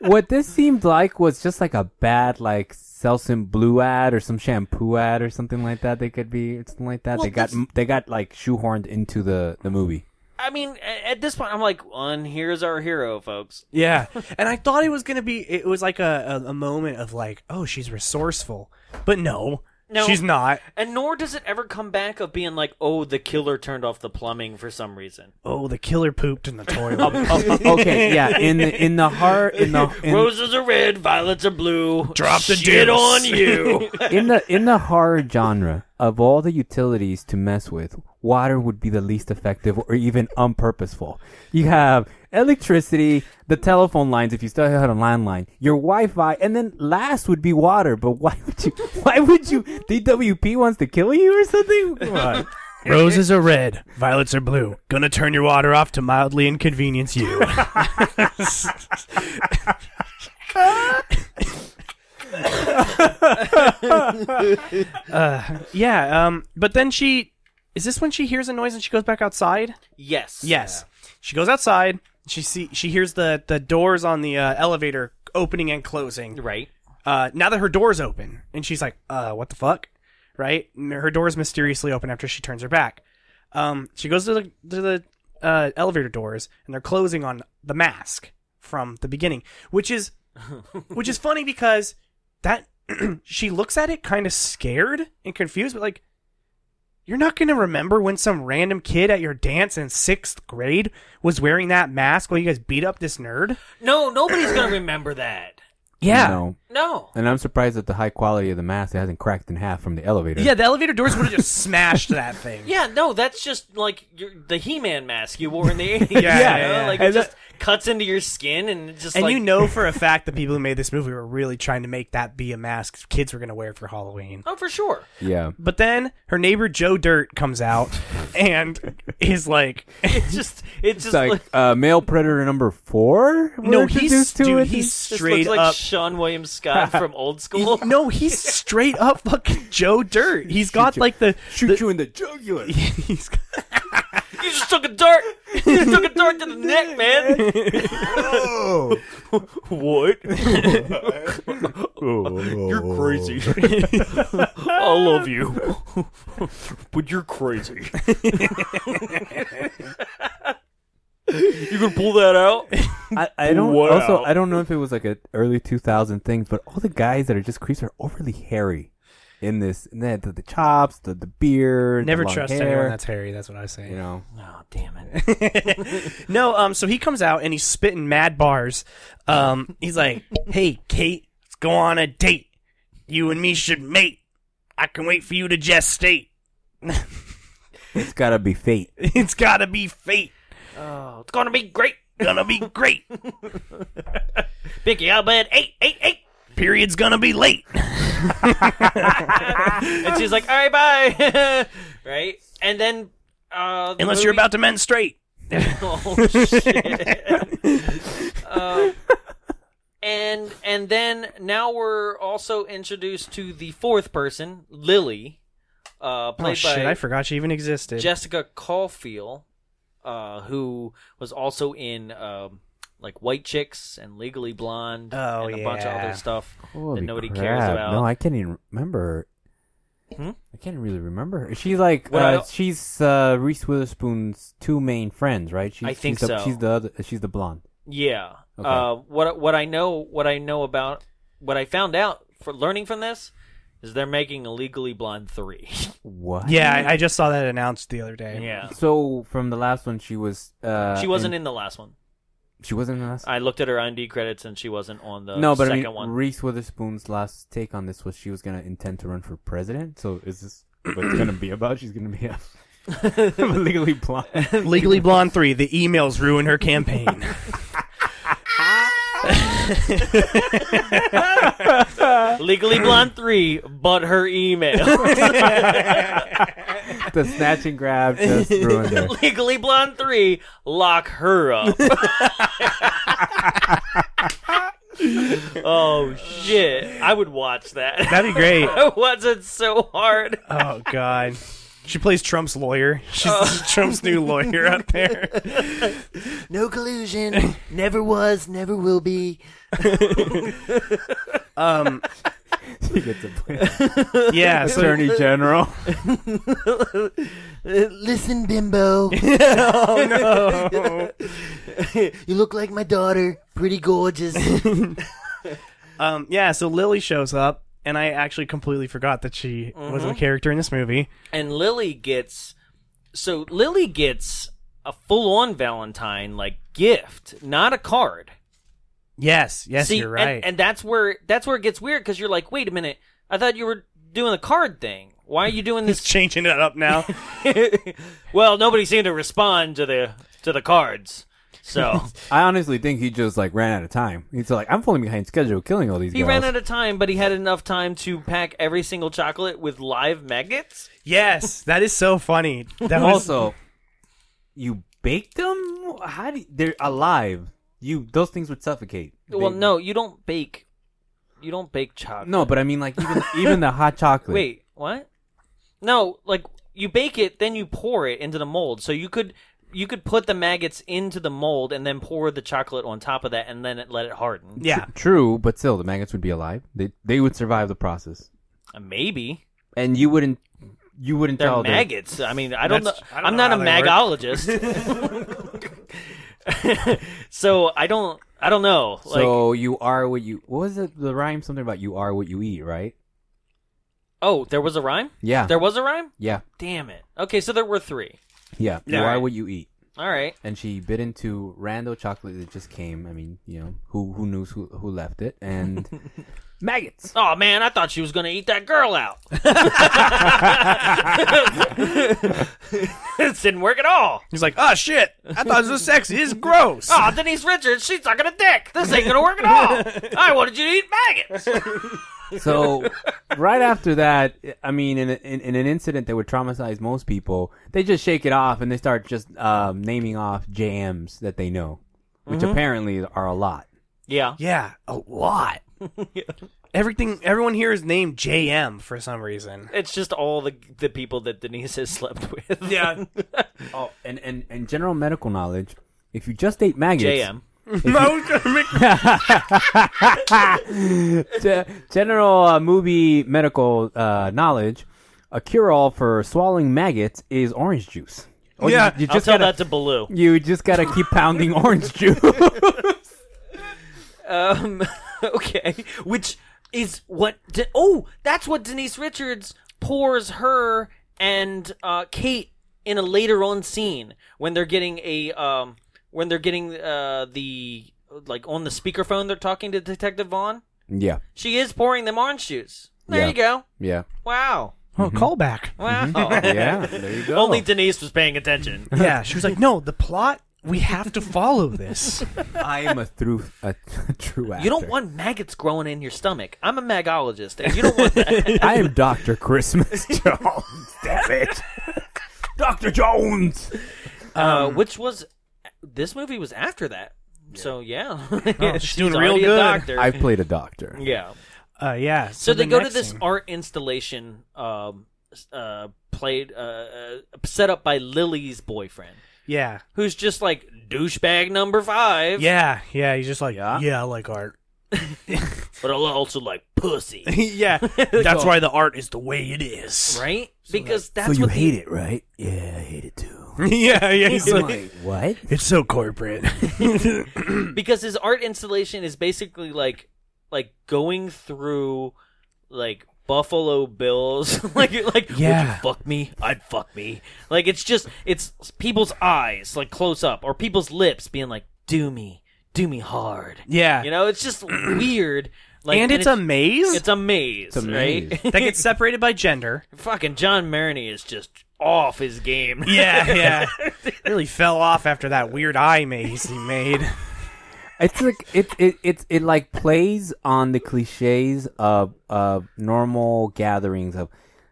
Speaker 3: what this seemed like was just like a bad like Selsun Blue ad or some shampoo ad or something like that. They could be or something like that.
Speaker 2: Well,
Speaker 3: they got
Speaker 2: this-
Speaker 3: they got like shoehorned into the the movie.
Speaker 2: I mean, a- at this point, I'm like, one, here's our hero, folks.
Speaker 1: Yeah, and I thought it was gonna be. It was like a, a, a moment of like, oh, she's resourceful, but no,
Speaker 2: No.
Speaker 1: she's not.
Speaker 2: And nor does it ever come back of being like, oh, the killer turned off the plumbing for some reason.
Speaker 1: Oh, the killer pooped in the toilet.
Speaker 3: Oh, okay, yeah. In the in the heart in the in,
Speaker 2: Roses are red, violets are blue.
Speaker 1: Drop the deuce.
Speaker 2: Shit on you.
Speaker 3: in the in the horror genre of all the utilities to mess with, water would be the least effective or even unpurposeful. You have electricity, the telephone lines if you still had a landline, your Wi-Fi, and then last would be water. But why would you? Why would you? DWP wants to kill you or something? Come on.
Speaker 1: Roses are red, violets are blue. Gonna turn your water off to mildly inconvenience you. Uh, yeah, um, but then she is this when she hears a noise and she goes back outside?
Speaker 2: yes.
Speaker 1: Yes. She goes outside. She see she hears the the doors on the uh, elevator opening and closing.
Speaker 2: Right.
Speaker 1: Uh, now that her door's open, and she's like, "Uh, what the fuck?" Right? M- Her door's mysteriously open after she turns her back. Um, she goes to the to the uh, elevator doors, and they're closing on the mask from the beginning, which is which is funny because that she looks at it kind of scared and confused, but like. You're not going to remember when some random kid at your dance in sixth grade was wearing that mask while you guys beat up this nerd?
Speaker 2: No, nobody's going to remember that.
Speaker 1: Yeah.
Speaker 3: No.
Speaker 2: No.
Speaker 3: And I'm surprised at the high quality of the mask that hasn't cracked in half from the elevator.
Speaker 1: Yeah, the elevator doors would have just smashed that thing.
Speaker 2: Yeah, no, that's just like your, the He Man mask you wore in the 80s.
Speaker 1: Yeah,
Speaker 2: you know?
Speaker 1: yeah, yeah.
Speaker 2: Like it
Speaker 3: And
Speaker 2: just cuts into your skin and it just
Speaker 1: And
Speaker 2: like.
Speaker 1: you know for a fact the people who made this movie were really trying to make that be a mask kids were going to wear for Halloween.
Speaker 2: Oh, for sure.
Speaker 3: Yeah.
Speaker 1: But then her neighbor Joe Dirt comes out and is like,
Speaker 2: It's just, it's
Speaker 3: It's
Speaker 2: just
Speaker 3: like
Speaker 2: like-
Speaker 3: uh, male predator number four. we're
Speaker 1: "No, he's
Speaker 3: introduced to
Speaker 1: dude,
Speaker 3: in
Speaker 1: he's
Speaker 3: this-
Speaker 2: This
Speaker 1: straight
Speaker 2: looks like
Speaker 1: up."
Speaker 2: Sean William Scott from Old School.
Speaker 1: no, he's straight up fucking Joe Dirt. He's got
Speaker 3: you.
Speaker 1: like the
Speaker 3: shoot
Speaker 1: the-
Speaker 3: you in the jugular.
Speaker 1: he's got-
Speaker 2: you just took a dart. You just took a dart to the neck, man.
Speaker 3: What? You're crazy.
Speaker 2: Oh. I love you.
Speaker 4: But you're crazy.
Speaker 2: You could pull that out.
Speaker 3: I, I don't.
Speaker 2: Wow.
Speaker 3: Also, I don't know if it was like an early 2000 thing, but all the guys that are just creeps are overly hairy in this. And then the, the chops, the the beard, the
Speaker 1: Never
Speaker 3: long
Speaker 1: trust
Speaker 3: hair,
Speaker 1: anyone that's hairy. That's what I say.
Speaker 3: you know.
Speaker 2: Oh, damn it.
Speaker 1: no, um, so he comes out and he's spitting mad bars. Um, he's like, "Hey, Kate, let's go on a date. You and me should mate. I can wait for you to gestate.
Speaker 3: It's gotta be fate.
Speaker 1: It's gotta be fate.
Speaker 2: Oh, it's gonna be great.
Speaker 1: Gonna be great.
Speaker 2: Biggie Albert, eight, eight, eight.
Speaker 1: Period's gonna be late.
Speaker 2: And she's like, all right, bye. right? And then. Uh, the
Speaker 1: Unless you're
Speaker 2: movie-
Speaker 1: about to menstruate.
Speaker 2: Oh shit. um, and and then now we're also introduced to the fourth person, Lily, uh, played
Speaker 1: Oh shit!
Speaker 2: by
Speaker 1: I forgot she even existed.
Speaker 2: Jessica Caulfield, uh, who was also in um, like White Chicks and Legally Blonde
Speaker 1: Oh,
Speaker 2: and a bunch of
Speaker 1: yeah.
Speaker 2: other stuff
Speaker 3: Holy
Speaker 2: that nobody cares
Speaker 3: crap.
Speaker 2: about.
Speaker 3: No, I can't even remember.
Speaker 2: Hmm?
Speaker 3: I can't really remember. her. She's like
Speaker 2: Well, I
Speaker 3: uh,
Speaker 2: don't-
Speaker 3: she's uh, Reese Witherspoon's two main friends, right? She's,
Speaker 2: I think
Speaker 3: she's the,
Speaker 2: so.
Speaker 3: She's the other, she's the blonde.
Speaker 2: Yeah.
Speaker 3: Okay.
Speaker 2: Uh, what what I know what I know about what I found out for learning from this is they're making a Legally Blonde three.
Speaker 3: What?
Speaker 1: yeah, I, I just saw that announced the other day.
Speaker 2: yeah.
Speaker 3: So from the last one, she was. Uh,
Speaker 2: She wasn't in, the last one.
Speaker 3: She wasn't in the last.
Speaker 2: I looked at her IMDb credits and she wasn't on the
Speaker 3: no, but I
Speaker 2: second
Speaker 3: mean,
Speaker 2: one.
Speaker 3: Reese Witherspoon's last take on this was she was gonna intend to run for president. So is this what it's gonna be about? She's gonna be a, a legally blonde.
Speaker 1: Legally Blonde three. The emails ruin her campaign.
Speaker 2: Legally Blonde 3, but her email.
Speaker 3: the snatch and grab just ruined her.
Speaker 2: Legally Blonde 3, lock her up. oh, shit. I would watch that.
Speaker 1: That'd be great.
Speaker 2: I watch it so hard.
Speaker 1: Oh god. She plays Trump's lawyer. She's Trump's new lawyer out there.
Speaker 2: No collusion. Never was, never will be.
Speaker 1: Um,
Speaker 3: She gets a play.
Speaker 1: yeah. so-
Speaker 3: attorney general.
Speaker 2: Listen, bimbo.
Speaker 1: oh no.
Speaker 2: You look like my daughter. Pretty gorgeous.
Speaker 1: Um, yeah. So Lily shows up, and I actually completely forgot that she was a character in this movie.
Speaker 2: and Lily gets so Lily gets a full on Valentine like gift, not a card.
Speaker 1: Yes. Yes,
Speaker 2: See,
Speaker 1: you're right.
Speaker 2: and, and that's where that's where it gets weird because you're like, wait a minute, I thought you were doing the card thing. Why are you doing
Speaker 1: He's
Speaker 2: this?
Speaker 1: changing it up now.
Speaker 2: well, nobody seemed to respond to the to the cards, so
Speaker 3: I honestly think he just like ran out of time. He's like, I'm falling behind schedule, killing all these
Speaker 2: he
Speaker 3: girls.
Speaker 2: ran out of time. But he had enough time to pack every single chocolate with live maggots.
Speaker 1: yes, that is so funny. That was
Speaker 3: also, you baked them? How do you, they're alive? You those things would suffocate.
Speaker 2: Well,
Speaker 3: They-
Speaker 2: no, you don't bake. You don't bake chocolate.
Speaker 3: no, but I mean like even even the hot chocolate.
Speaker 2: Wait, what? No, like you bake it, then you pour it into the mold. So you could you could put the maggots into the mold and then pour the chocolate on top of that, and then it, let it harden.
Speaker 1: yeah.
Speaker 3: True, but still, the maggots would be alive. They they would survive the process,
Speaker 2: Uh, maybe
Speaker 3: and you wouldn't you wouldn't
Speaker 2: they're
Speaker 3: tell them.
Speaker 2: maggots. I mean, I don't know.
Speaker 1: That's- I don't
Speaker 2: I'm
Speaker 1: know
Speaker 2: not a
Speaker 1: how
Speaker 2: magologist, so I don't. I don't know. Like,
Speaker 3: So you are what you. What was it? The rhyme something about you are what you eat, right?
Speaker 2: oh, there was a rhyme.
Speaker 3: Yeah,
Speaker 2: There was a rhyme.
Speaker 3: yeah,
Speaker 2: Damn it. Okay, so there were three.
Speaker 3: yeah. You
Speaker 1: Yeah.
Speaker 3: are what you eat.
Speaker 2: All right.
Speaker 3: and she bit into rando chocolate that just came. I mean, you know, who who knew who who left it and maggots.
Speaker 2: Oh man, I thought she was gonna eat that girl out. this didn't work at all.
Speaker 1: He's like, oh shit. I thought this was sexy. This is gross.
Speaker 2: Oh, Denise Richards, she's sucking a dick. This ain't gonna work at all. I wanted you to eat maggots.
Speaker 3: So right after that, I mean, in, a- in in an incident that would traumatize most people, they just shake it off and they start just um, naming off jams that they know, which
Speaker 2: Mm-hmm.
Speaker 3: apparently are a lot.
Speaker 2: Yeah.
Speaker 1: Yeah, a lot. Everything. Everyone here is named J.M. for some reason.
Speaker 2: It's just all the the people that Denise has slept with.
Speaker 1: Yeah.
Speaker 3: Oh, and and and general medical knowledge. If you just ate maggots,
Speaker 2: JM.
Speaker 1: Oh,
Speaker 3: Ge- general uh, movie medical uh, knowledge, a cure all for swallowing maggots is orange juice. Or you-
Speaker 1: Yeah,
Speaker 3: you,
Speaker 2: I'll
Speaker 3: just
Speaker 2: tell
Speaker 3: gotta,
Speaker 2: that to Baloo.
Speaker 3: You just gotta keep pounding orange juice.
Speaker 2: Um, okay, which is what? De- oh, that's what Denise Richards pours her and uh, Kate in a later on scene when they're getting a um when they're getting uh the like on the speakerphone they're talking to Detective Vaughn.
Speaker 3: yeah,
Speaker 2: She is pouring them orange juice. There
Speaker 3: Yeah.
Speaker 2: you go.
Speaker 3: yeah,
Speaker 2: Wow.
Speaker 1: Oh, callback.
Speaker 2: Wow.
Speaker 3: yeah. There you go.
Speaker 2: Only Denise was paying attention.
Speaker 1: Yeah, she was like, "No, the plot. We have to follow this."
Speaker 3: I am a through a, true actor.
Speaker 2: You don't want maggots growing in your stomach. I'm a magologist, and you don't want that.
Speaker 3: I am Doctor Christmas Jones. Damn it, Doctor Jones.
Speaker 2: Uh,
Speaker 1: Hmm.
Speaker 2: which was this movie was after that. So yeah,
Speaker 1: Oh, she's doing real
Speaker 2: already a
Speaker 1: good.
Speaker 2: doctor.
Speaker 3: I've played a doctor.
Speaker 2: yeah.
Speaker 1: Uh, yeah.
Speaker 2: So, they
Speaker 1: the
Speaker 2: go to
Speaker 1: next
Speaker 2: this
Speaker 1: scene-
Speaker 2: art installation, um, s- uh, played uh, uh, set up by Lily's boyfriend,
Speaker 1: Yeah,
Speaker 2: who's just like douchebag number five.
Speaker 1: yeah, yeah. He's just like,
Speaker 3: Yeah.
Speaker 1: yeah, I like art.
Speaker 2: but I also like pussy,
Speaker 1: yeah, that's why the art is the way it is.
Speaker 2: right? because that's
Speaker 3: so Oh, you
Speaker 2: what the-
Speaker 3: hate it, right? Yeah, I hate it too.
Speaker 1: yeah, yeah. He's
Speaker 3: I'm
Speaker 1: like,
Speaker 3: like, what?
Speaker 1: it's so corporate.
Speaker 2: because his art installation is basically like like going through like Buffalo Bills like you're like would you
Speaker 1: Yeah.
Speaker 2: fuck me I'd fuck me like it's just it's people's eyes like close up or people's lips being like do me do me hard
Speaker 1: yeah,
Speaker 2: you know it's just weird like
Speaker 1: and it's a maze
Speaker 2: it's a maze
Speaker 3: It's a maze.
Speaker 2: right
Speaker 1: that gets separated by gender.
Speaker 2: fucking John Maroney is just off his game
Speaker 1: Yeah, yeah. really fell off after that weird eye maze he made.
Speaker 3: It's like it it it it like plays on the cliches of of normal gatherings of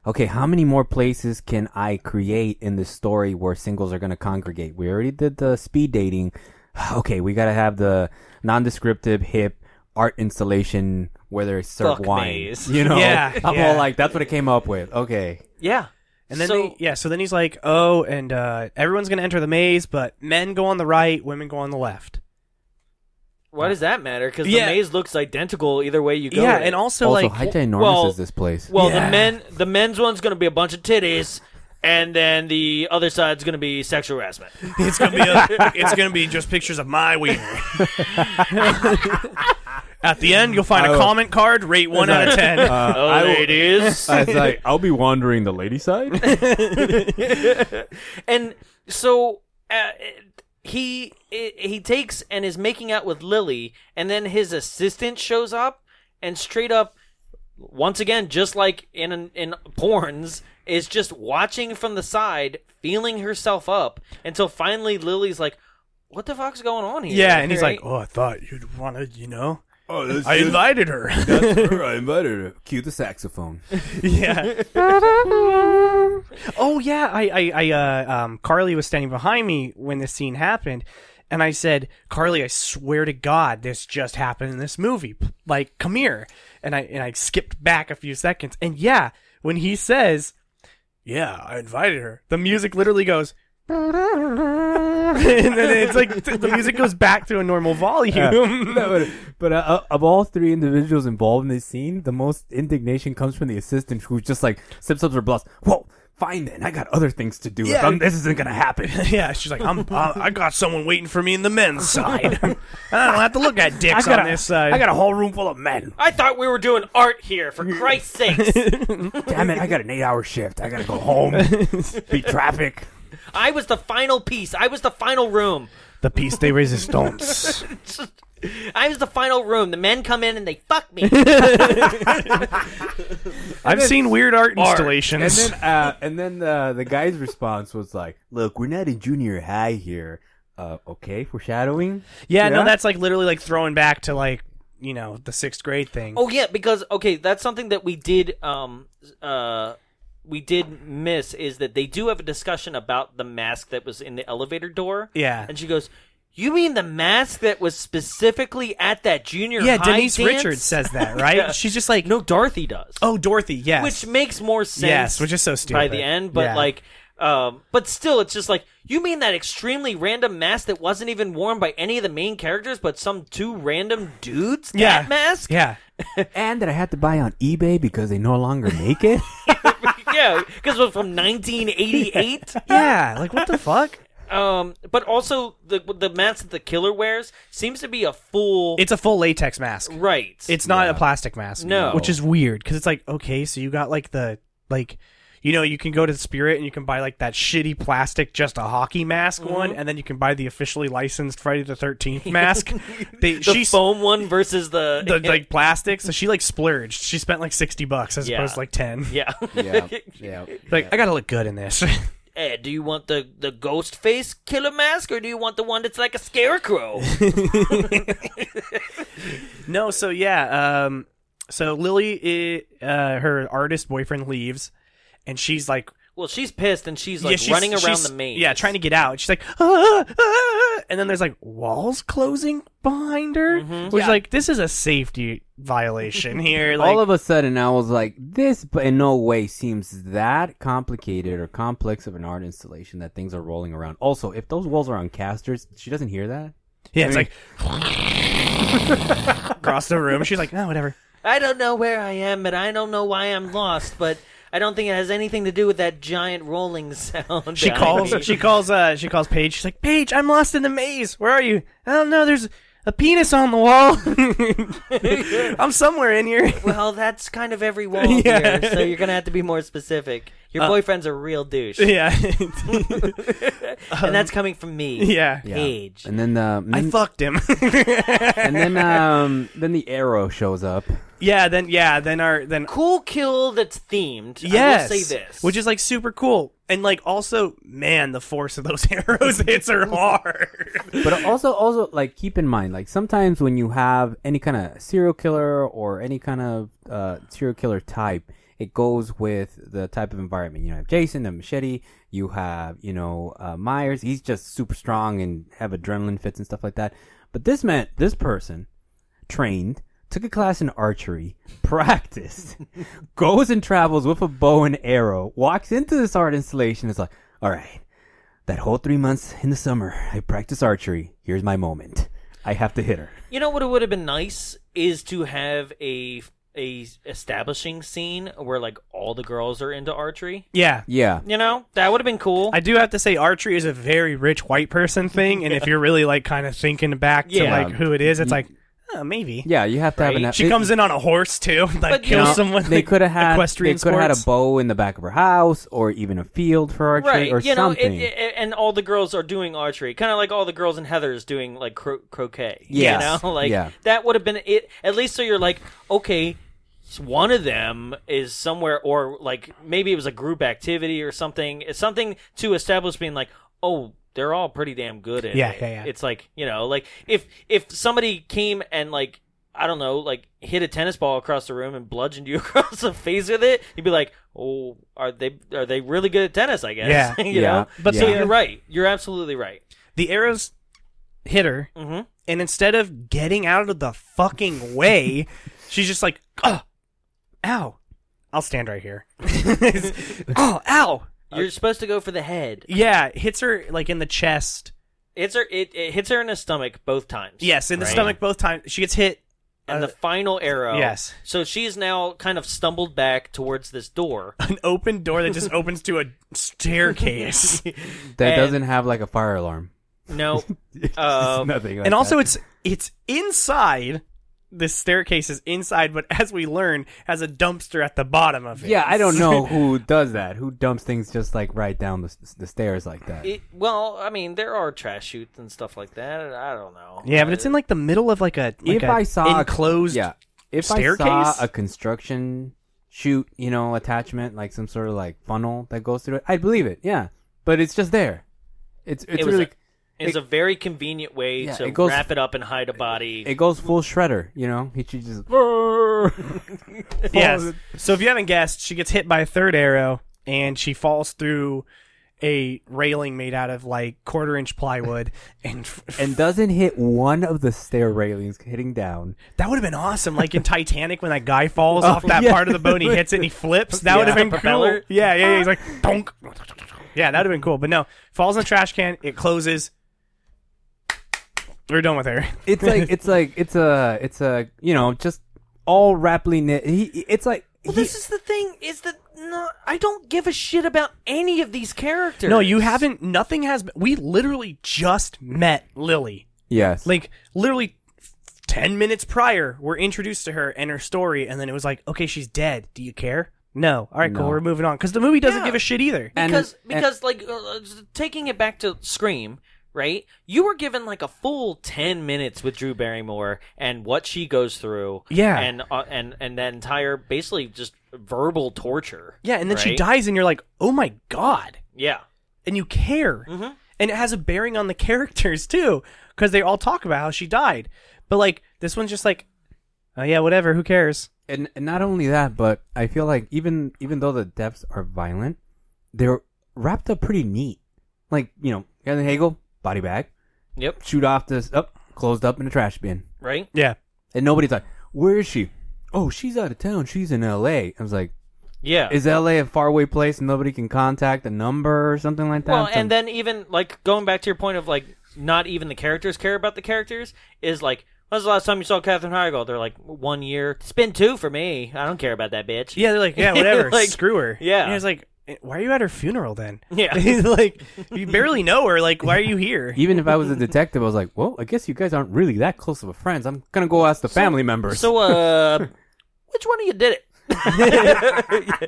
Speaker 3: okay, how many more places can I create in this story where singles are going to congregate? We already did the speed dating. Okay, we got to have the nondescriptive hip art installation where they serve
Speaker 2: Fuck
Speaker 3: wine.
Speaker 2: maze.
Speaker 3: You know,
Speaker 1: Yeah,
Speaker 3: I'm
Speaker 1: yeah.
Speaker 3: all like, that's what I came up with. Okay,
Speaker 2: yeah
Speaker 1: And then
Speaker 2: so
Speaker 1: they- yeah, so then he's like, "Oh, and uh, everyone's gonna enter the maze, but men go on the right, women go on the left."
Speaker 2: why does that matter because
Speaker 1: Yeah.
Speaker 2: the maze looks identical either way you go
Speaker 1: yeah, and
Speaker 2: with it.
Speaker 1: also,
Speaker 3: also
Speaker 1: like,
Speaker 3: how ginormous
Speaker 2: well-
Speaker 3: is this place?
Speaker 2: Well, the
Speaker 1: Yeah.
Speaker 2: men the men's one's gonna be a bunch of titties, and then the other side's gonna be sexual harassment.
Speaker 1: It's gonna be a, it's gonna be just pictures of my wiener. At the end, you'll find a
Speaker 3: Oh.
Speaker 1: comment card. Rate one out of ten.
Speaker 2: oh, ladies.
Speaker 3: Uh, I was like, I'll be wandering the lady side.
Speaker 2: and so uh, he he takes and is making out with Lily, and then his assistant shows up and straight up. Once again, just like in in porns, is just watching from the side, feeling herself up until finally Lily's like, "What the fuck's going on here?"
Speaker 1: yeah, and he's like,
Speaker 2: Right?
Speaker 1: "Oh, I thought you'd want to, you know."
Speaker 3: Oh, that's
Speaker 1: I invited her.
Speaker 3: her. I invited her. Cue the saxophone.
Speaker 1: yeah. oh yeah, I, I, I, uh, um, Carly was standing behind me when this scene happened, and I said, "Carly, I swear to God, this just happened in this movie. P- Like, come here." And I and I skipped back a few seconds, and yeah, when he says, "Yeah, I invited her," the music literally goes. and then it's like t- the music goes back to a normal volume.
Speaker 3: but but uh, of all three individuals involved in this scene, the most indignation comes from the assistant who's just like sips up her blouse. Well, fine then. I got other things to do. If
Speaker 1: Yeah.
Speaker 3: I'm, this isn't gonna happen.
Speaker 1: Yeah, she's like, I'm, i I got someone waiting for me in the men's side. I don't have to look at dicks on this side.
Speaker 3: I got a whole room full of men.
Speaker 2: I thought we were doing art here, for Christ's sakes.
Speaker 3: Damn it! I got an eight-hour shift. I gotta go home. Beat traffic.
Speaker 2: I was the final piece. I was the final room.
Speaker 1: the piece de resistance.
Speaker 2: I was the final room. The men come in and they fuck me.
Speaker 1: I've seen weird art
Speaker 3: And
Speaker 1: installations.
Speaker 3: then, uh, and then uh, the guy's response was like, "Look, we're not in junior high here. Uh, okay, foreshadowing.
Speaker 1: yeah, no,
Speaker 3: Yeah?
Speaker 1: that's like literally like throwing back to like you know the sixth grade thing.
Speaker 2: oh yeah, because okay, that's something that we did. Um, uh, we did miss is that they do have a discussion about the mask that was in the elevator door.
Speaker 1: Yeah.
Speaker 2: and she goes. You mean the mask that was specifically at that junior
Speaker 1: yeah,
Speaker 2: high
Speaker 1: Denise
Speaker 2: dance?"
Speaker 1: Richards says that, right?
Speaker 2: Yeah.
Speaker 1: She's just like,
Speaker 2: No, Dorothy does.
Speaker 1: oh, Dorothy, yes,
Speaker 2: which makes more sense.
Speaker 1: Yes, which is so
Speaker 2: by
Speaker 1: stupid.
Speaker 2: the end, but
Speaker 1: Yeah.
Speaker 2: like, um, but still, it's just like you mean that extremely random mask that wasn't even worn by any of the main characters, but some two random dudes.
Speaker 1: yeah,
Speaker 2: that mask.
Speaker 1: yeah,
Speaker 3: and that I had to buy on eBay because they no longer make it.
Speaker 2: yeah. yeah, because it was from 1988.
Speaker 1: yeah, like what the fuck?
Speaker 2: Um, but also the the mask that the killer wears seems to be a full.
Speaker 1: It's a full latex mask.
Speaker 2: right.
Speaker 1: It's not a plastic mask.
Speaker 2: No.
Speaker 1: Which is weird because it's like, okay, so you got like the, like, you know, you can go to Spirit and you can buy like that shitty plastic, just a hockey mask one, and then you can buy the officially licensed Friday the 13th mask. they,
Speaker 2: the
Speaker 1: she's
Speaker 2: foam one versus the,
Speaker 1: the like plastic. So she like splurged. She spent like 60 bucks as
Speaker 2: Yeah.
Speaker 1: opposed to like 10.
Speaker 2: yeah.
Speaker 3: yeah, yeah.
Speaker 1: Like, I got to look good in this.
Speaker 2: Eh, do you want the the ghost face killer mask or do you want the one that's like a scarecrow?
Speaker 1: No, so yeah, um, so Lily, i uh, her artist boyfriend leaves, and she's like,
Speaker 2: well, she's pissed and she's like
Speaker 1: yeah, she's-
Speaker 2: running around
Speaker 1: she's-
Speaker 2: the maze.
Speaker 1: yeah, trying to get out. She's like, "Ah, ah," and then there's like walls closing behind her,
Speaker 2: Mm-hmm.
Speaker 1: which like this is a safety violation here. Like,
Speaker 3: All of a sudden, I was like, this but in no way seems that complicated or complex of an art installation that things are rolling around. Also, if those walls are on casters, she doesn't hear that.
Speaker 1: yeah, it's like across the room. She's like, no, whatever.
Speaker 2: I don't know where I am, and I don't know why I'm lost, but I don't think it has anything to do with that giant rolling sound.
Speaker 1: She
Speaker 2: I
Speaker 1: calls.
Speaker 2: made.
Speaker 1: She calls. Uh, she calls Paige. She's like, Paige, I'm lost in the maze. Where are you? I don't know. There's a penis on the wall. I'm somewhere in here.
Speaker 2: Well, that's kind of every wall
Speaker 1: Yeah. Uh,
Speaker 2: here, so you're gonna have to be more specific. Your boyfriend's a real douche,
Speaker 1: Yeah,
Speaker 2: and that's coming from me.
Speaker 1: yeah.
Speaker 3: Yeah.
Speaker 2: Page.
Speaker 3: And then the and
Speaker 1: I
Speaker 3: then,
Speaker 1: fucked him.
Speaker 3: and then um then the arrow shows up.
Speaker 1: yeah, then yeah, then our then
Speaker 2: Cool kill that's themed.
Speaker 1: yes,
Speaker 2: I will say this,
Speaker 1: which is like super cool, and like also, man, the force of those arrows hits her hard.
Speaker 3: But also also like keep in mind like sometimes when you have any kind of serial killer or any kind of uh, serial killer type, it goes with the type of environment. You know, you have Jason, the machete. You have you know uh, Myers. He's just super strong and have adrenaline fits and stuff like that. But this man, this person, trained, took a class in archery, practiced, goes and travels with a bow and arrow, walks into this art installation, is like, all right, that whole three months in the summer, I practice archery. Here's my moment. I have to hit her.
Speaker 2: You know what would have been nice is to have a a establishing scene where like all the girls are into archery.
Speaker 1: yeah.
Speaker 3: Yeah.
Speaker 2: You know that would have been cool.
Speaker 1: I do have to say, archery is a very rich white person thing, and if you're really like kind of thinking back to
Speaker 2: Yeah.
Speaker 1: like who it is, it's like, oh, maybe.
Speaker 3: Yeah, you have to have an
Speaker 1: She comes in on a horse too, like
Speaker 2: But, you
Speaker 1: kills
Speaker 2: know,
Speaker 1: someone.
Speaker 3: They
Speaker 1: like,
Speaker 3: could have had
Speaker 1: equestrian
Speaker 3: they could have had a
Speaker 1: sports.
Speaker 3: bow in the back of her house or even a field for archery
Speaker 2: Right,
Speaker 3: or
Speaker 2: you know,
Speaker 3: something.
Speaker 2: It, it, and all the girls are doing archery, kind of like all the girls in Heather's doing like cro- croquet.
Speaker 3: Yes.
Speaker 2: you know, like
Speaker 3: Yeah.
Speaker 2: that would have been it. At least so you're like, okay, s- one of them is somewhere, or like maybe it was a group activity or something, something to establish being like, oh, they're all pretty damn good at
Speaker 1: Yeah,
Speaker 2: it.
Speaker 1: yeah, yeah.
Speaker 2: It's like you know, like if if somebody came and like. I don't know, like hit a tennis ball across the room and bludgeoned you across the face with it. You'd be like, "Oh, are they are they really good at tennis?" I guess
Speaker 1: Yeah.
Speaker 2: you
Speaker 3: Yeah.
Speaker 2: know. But so
Speaker 3: Yeah.
Speaker 2: you're right. You're absolutely right.
Speaker 1: the arrows hit her,
Speaker 2: Mhm.
Speaker 1: and instead of getting out of the fucking way, she's just like, oh, ow, I'll stand right here. oh, ow.
Speaker 2: You're supposed to go for the head.
Speaker 1: Yeah, hits her like in the chest.
Speaker 2: It's her. It, it hits her in the stomach both times.
Speaker 1: Yes, in the
Speaker 2: Right.
Speaker 1: stomach both times. She gets hit.
Speaker 2: And
Speaker 1: Uh,
Speaker 2: the final arrow.
Speaker 1: yes.
Speaker 2: So she's now kind of stumbled back towards this door.
Speaker 1: An open door that just opens to a staircase.
Speaker 3: that
Speaker 2: and-
Speaker 3: doesn't have like a fire alarm.
Speaker 2: No.
Speaker 3: It's
Speaker 2: Um,
Speaker 3: nothing. like
Speaker 1: and also,
Speaker 3: that.
Speaker 1: it's it's inside. This staircase is inside, but as we learn, has a dumpster at the bottom of it.
Speaker 3: yeah, I don't know who does that. Who dumps things just like right down the, the stairs like that?
Speaker 2: It, well, I mean, there are trash chutes and stuff like that. I don't know.
Speaker 1: Yeah, but it's in like the middle of like a like
Speaker 3: if
Speaker 1: a
Speaker 3: I saw a-
Speaker 1: enclosed
Speaker 3: yeah, if I
Speaker 1: staircase?
Speaker 3: saw a construction chute, you know, attachment like some sort of like funnel that goes through it, I'd believe it. Yeah, but it's just there. It's it's
Speaker 2: It was
Speaker 3: really
Speaker 2: It's a very convenient way
Speaker 3: Yeah,
Speaker 2: to
Speaker 3: it goes-
Speaker 2: wrap it up and hide a body.
Speaker 3: it goes full shredder. You know, he should just
Speaker 1: Yes. So if you haven't guessed, she gets hit by a third arrow and she falls through a railing made out of like quarter inch plywood and
Speaker 3: and doesn't hit one of the stair railings hitting down.
Speaker 1: that would have been awesome like in Titanic when that guy falls off that
Speaker 3: yeah.
Speaker 1: part of the boat and he hits it and he flips that would have
Speaker 2: Yeah.
Speaker 1: been cool
Speaker 2: Propeller.
Speaker 1: yeah, yeah yeah he's like donk yeah that would have been cool but no falls in the trash can it closes we're done with her
Speaker 3: It's like it's like it's a it's a you know just all rapidly knit. He it's like
Speaker 2: Well,
Speaker 3: he-
Speaker 2: this is the thing: is that no, I don't give a shit about any of these characters.
Speaker 1: No, you haven't. Nothing has. been- We literally just met Lily.
Speaker 3: Yes.
Speaker 1: Like literally ten minutes prior, we're introduced to her and her story, and then it was like, okay, she's dead. Do you care? No. All right, cool. We're moving on because the movie doesn't
Speaker 2: Yeah.
Speaker 1: give a shit either.
Speaker 3: And-
Speaker 2: because
Speaker 3: and-
Speaker 2: because like uh, uh, taking it back to Scream, right? You were given like a full ten minutes with Drew Barrymore and what she goes through,
Speaker 1: Yeah.
Speaker 2: and uh, and and that entire basically just verbal torture,
Speaker 1: yeah, and then she
Speaker 2: right?
Speaker 1: dies, and you're like, oh my god,
Speaker 2: yeah,
Speaker 1: and you care, and it has a bearing on the characters too because they all talk about how she died, but like this one's just like, oh yeah, whatever. Who cares?
Speaker 3: and, and not only that, but I feel like even even though the deaths are violent, they're wrapped up pretty neat. Like you know, Kevin Hagel body bag,
Speaker 2: yep,
Speaker 3: shoot off this up, closed up in a trash bin,
Speaker 2: right,
Speaker 1: Yeah.
Speaker 3: and nobody's like, "Where is she?" Oh, she's out of town. She's in L.A. I was like,
Speaker 2: yeah.
Speaker 3: "Is L.A. a faraway place and nobody can contact a number or something like that?"
Speaker 2: well,
Speaker 3: So-
Speaker 2: and then even like going back to your point of like not even the characters care about the characters is like. When was the last time you saw Katherine Heigl? They're like one year. It's been two for me. I don't care about that bitch.
Speaker 1: Yeah, they're like, yeah, whatever,
Speaker 2: Like,
Speaker 1: screw her.
Speaker 2: yeah.
Speaker 1: and it's like, "Eh, why are you at her funeral then?
Speaker 2: Yeah.
Speaker 1: like you barely know her. Like, why are you here?
Speaker 3: even if I was a detective, I was like, "Well, I guess you guys aren't really that close of a friends. I'm gonna go ask the family members."
Speaker 2: So, uh, which one of you did it?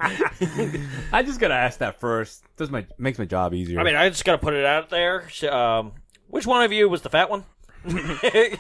Speaker 3: I just gotta ask that first. Does my makes my job easier.
Speaker 2: I mean, I just got to put it out there. Sh- Um, which one of you was the fat one?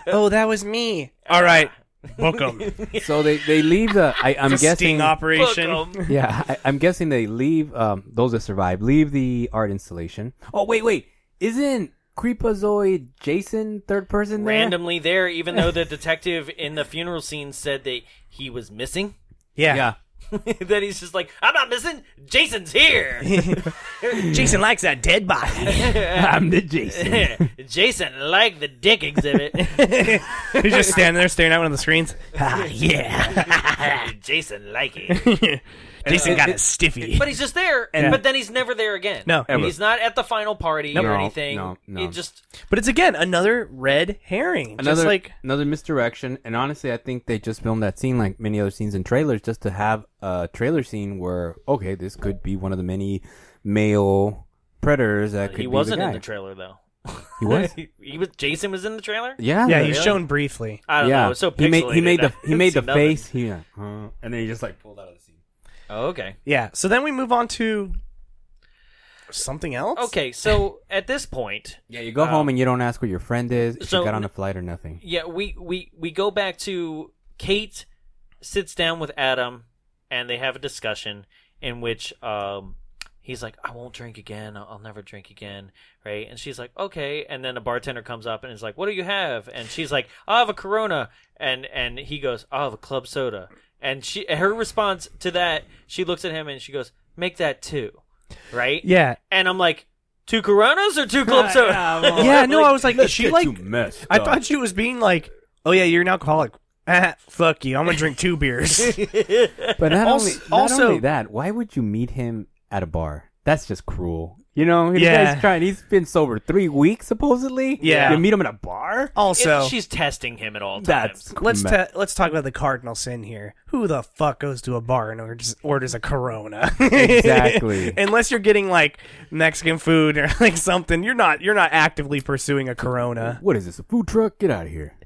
Speaker 1: Oh, that was me. All right, book 'em.
Speaker 3: so they they leave the. I, I'm
Speaker 1: It's a
Speaker 3: guessing.
Speaker 1: sting operation.
Speaker 2: Book 'em.
Speaker 3: Yeah, I, I'm guessing they leave um, those that survive leave the art installation. Oh wait, wait, isn't Creepazoid Jason third person there?
Speaker 2: Randomly there, even though the detective in the funeral scene said that he was missing.
Speaker 1: Yeah.
Speaker 3: Yeah.
Speaker 2: then he's just like, I'm not missing. Jason's here.
Speaker 1: Jason likes that dead body.
Speaker 3: I'm the Jason.
Speaker 2: Jason like the dick exhibit.
Speaker 1: He's just standing there staring at one of the screens. Ah, yeah.
Speaker 2: Jason like it.
Speaker 1: Jason got a stiffy.
Speaker 2: But he's just there, but then he's never there again.
Speaker 1: No. Ever.
Speaker 2: he's not at the final party
Speaker 3: No,
Speaker 2: or anything.
Speaker 3: no, no.
Speaker 2: It just
Speaker 1: But it's again another red herring.
Speaker 3: Another
Speaker 1: just like
Speaker 3: another misdirection, and honestly, I think they just filmed that scene like many other scenes in trailers, just to have a trailer scene where okay, this could be one of the many male predators that could
Speaker 2: he
Speaker 3: be
Speaker 2: wasn't
Speaker 3: the guy.
Speaker 2: in the trailer though.
Speaker 3: He was.
Speaker 2: he, he was Jason was in the trailer.
Speaker 3: Yeah,
Speaker 1: yeah,
Speaker 3: the-
Speaker 1: he's shown briefly.
Speaker 2: I don't
Speaker 3: yeah.
Speaker 2: know. It's so
Speaker 3: he made he
Speaker 2: pixelated,
Speaker 3: made
Speaker 2: I
Speaker 3: the he
Speaker 2: didn't
Speaker 3: made
Speaker 2: see
Speaker 3: the
Speaker 2: nothing.
Speaker 3: face. He, uh, huh, and then he just like pulled out of the scene.
Speaker 2: Oh, okay.
Speaker 1: Yeah. So then we move on to something else.
Speaker 2: Okay, so at this point,
Speaker 3: Yeah, you go home and you don't ask where your friend is. If
Speaker 2: so-
Speaker 3: you got on a flight or nothing.
Speaker 2: yeah, we we we go back to Kate sits down with Adam and they have a discussion in which um he's like I won't drink again. I'll, I'll never drink again, right? And she's like, "Okay." And then a bartender comes up and is like, "What do you have?" And she's like, "I have a Corona." And and he goes, "I have a club soda." And she her response to that, she looks at him and she goes, "Make that two." Right?
Speaker 1: Yeah.
Speaker 2: and I'm like, two Coronas or two club soda?
Speaker 1: Yeah. No, I was like, is she like
Speaker 3: messed
Speaker 1: I thought she was being like, "Oh yeah, you're an alcoholic. Ah, fuck you. I'm gonna drink two beers."
Speaker 3: But not
Speaker 1: Also-
Speaker 3: only, not
Speaker 1: also-
Speaker 3: only that, why would you meet him at a bar? That's just cruel. You know, the
Speaker 1: Yeah.
Speaker 3: guy's trying. He's been sober three weeks supposedly.
Speaker 1: Yeah.
Speaker 3: you meet him at a bar.
Speaker 2: It-
Speaker 1: also,
Speaker 2: she's testing him at all times.
Speaker 3: That's
Speaker 1: let's
Speaker 3: me-
Speaker 1: ta- let's talk about the cardinal sin here. Who the fuck goes to a bar and orders, orders a Corona?
Speaker 3: Exactly.
Speaker 1: Unless you're getting like Mexican food or like something, you're not you're not actively pursuing a Corona.
Speaker 3: uh, what is this? A food truck? Get out of here!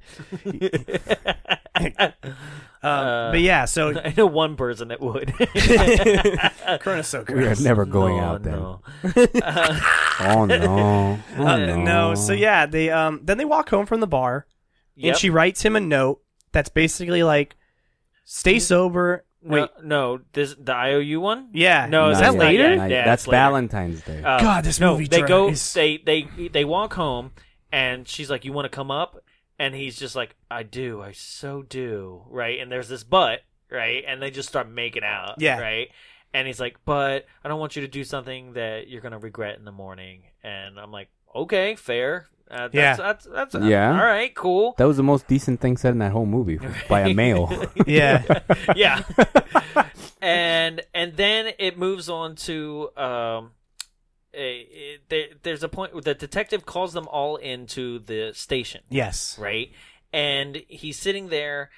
Speaker 2: Uh,
Speaker 1: but yeah, so
Speaker 2: I know one person that would.
Speaker 1: Corona's so
Speaker 3: We are
Speaker 1: gross.
Speaker 3: never going
Speaker 2: No,
Speaker 3: out there.
Speaker 2: no.
Speaker 3: Oh no! Oh,
Speaker 1: Uh,
Speaker 3: no.
Speaker 1: no, so yeah, they um then they walk home from the bar
Speaker 2: Yep.
Speaker 1: and she writes him a note that's basically like, "Stay sober." Wait,
Speaker 2: No, no, this the IOU one.
Speaker 1: Yeah.
Speaker 2: no,
Speaker 1: Not
Speaker 2: that's
Speaker 1: yet.
Speaker 2: not yet.
Speaker 1: later?
Speaker 3: Not
Speaker 2: Yeah,
Speaker 3: yet. that's
Speaker 2: it's later.
Speaker 3: Valentine's Day.
Speaker 2: Uh,
Speaker 1: God, this
Speaker 2: no,
Speaker 1: movie
Speaker 2: They go.
Speaker 1: drives.
Speaker 2: They they they walk home, and she's like, "You want to come up?" And he's just like, "I do. I so do." Right? And there's this but. Right? And they just start making out.
Speaker 1: Yeah.
Speaker 2: Right? And he's like, "But I don't want you to do something that you're gonna regret in the morning." And I'm like, "Okay, fair. Uh, that's,
Speaker 1: Yeah.
Speaker 2: That's that's
Speaker 3: Yeah.
Speaker 2: All right. Cool.
Speaker 3: that was the most decent thing said in that whole movie by a male.
Speaker 1: yeah.
Speaker 2: yeah. and and then it moves on to um, a, it, there, there's a point where the detective calls them all into the station,
Speaker 1: Yes.
Speaker 2: right? And he's sitting there,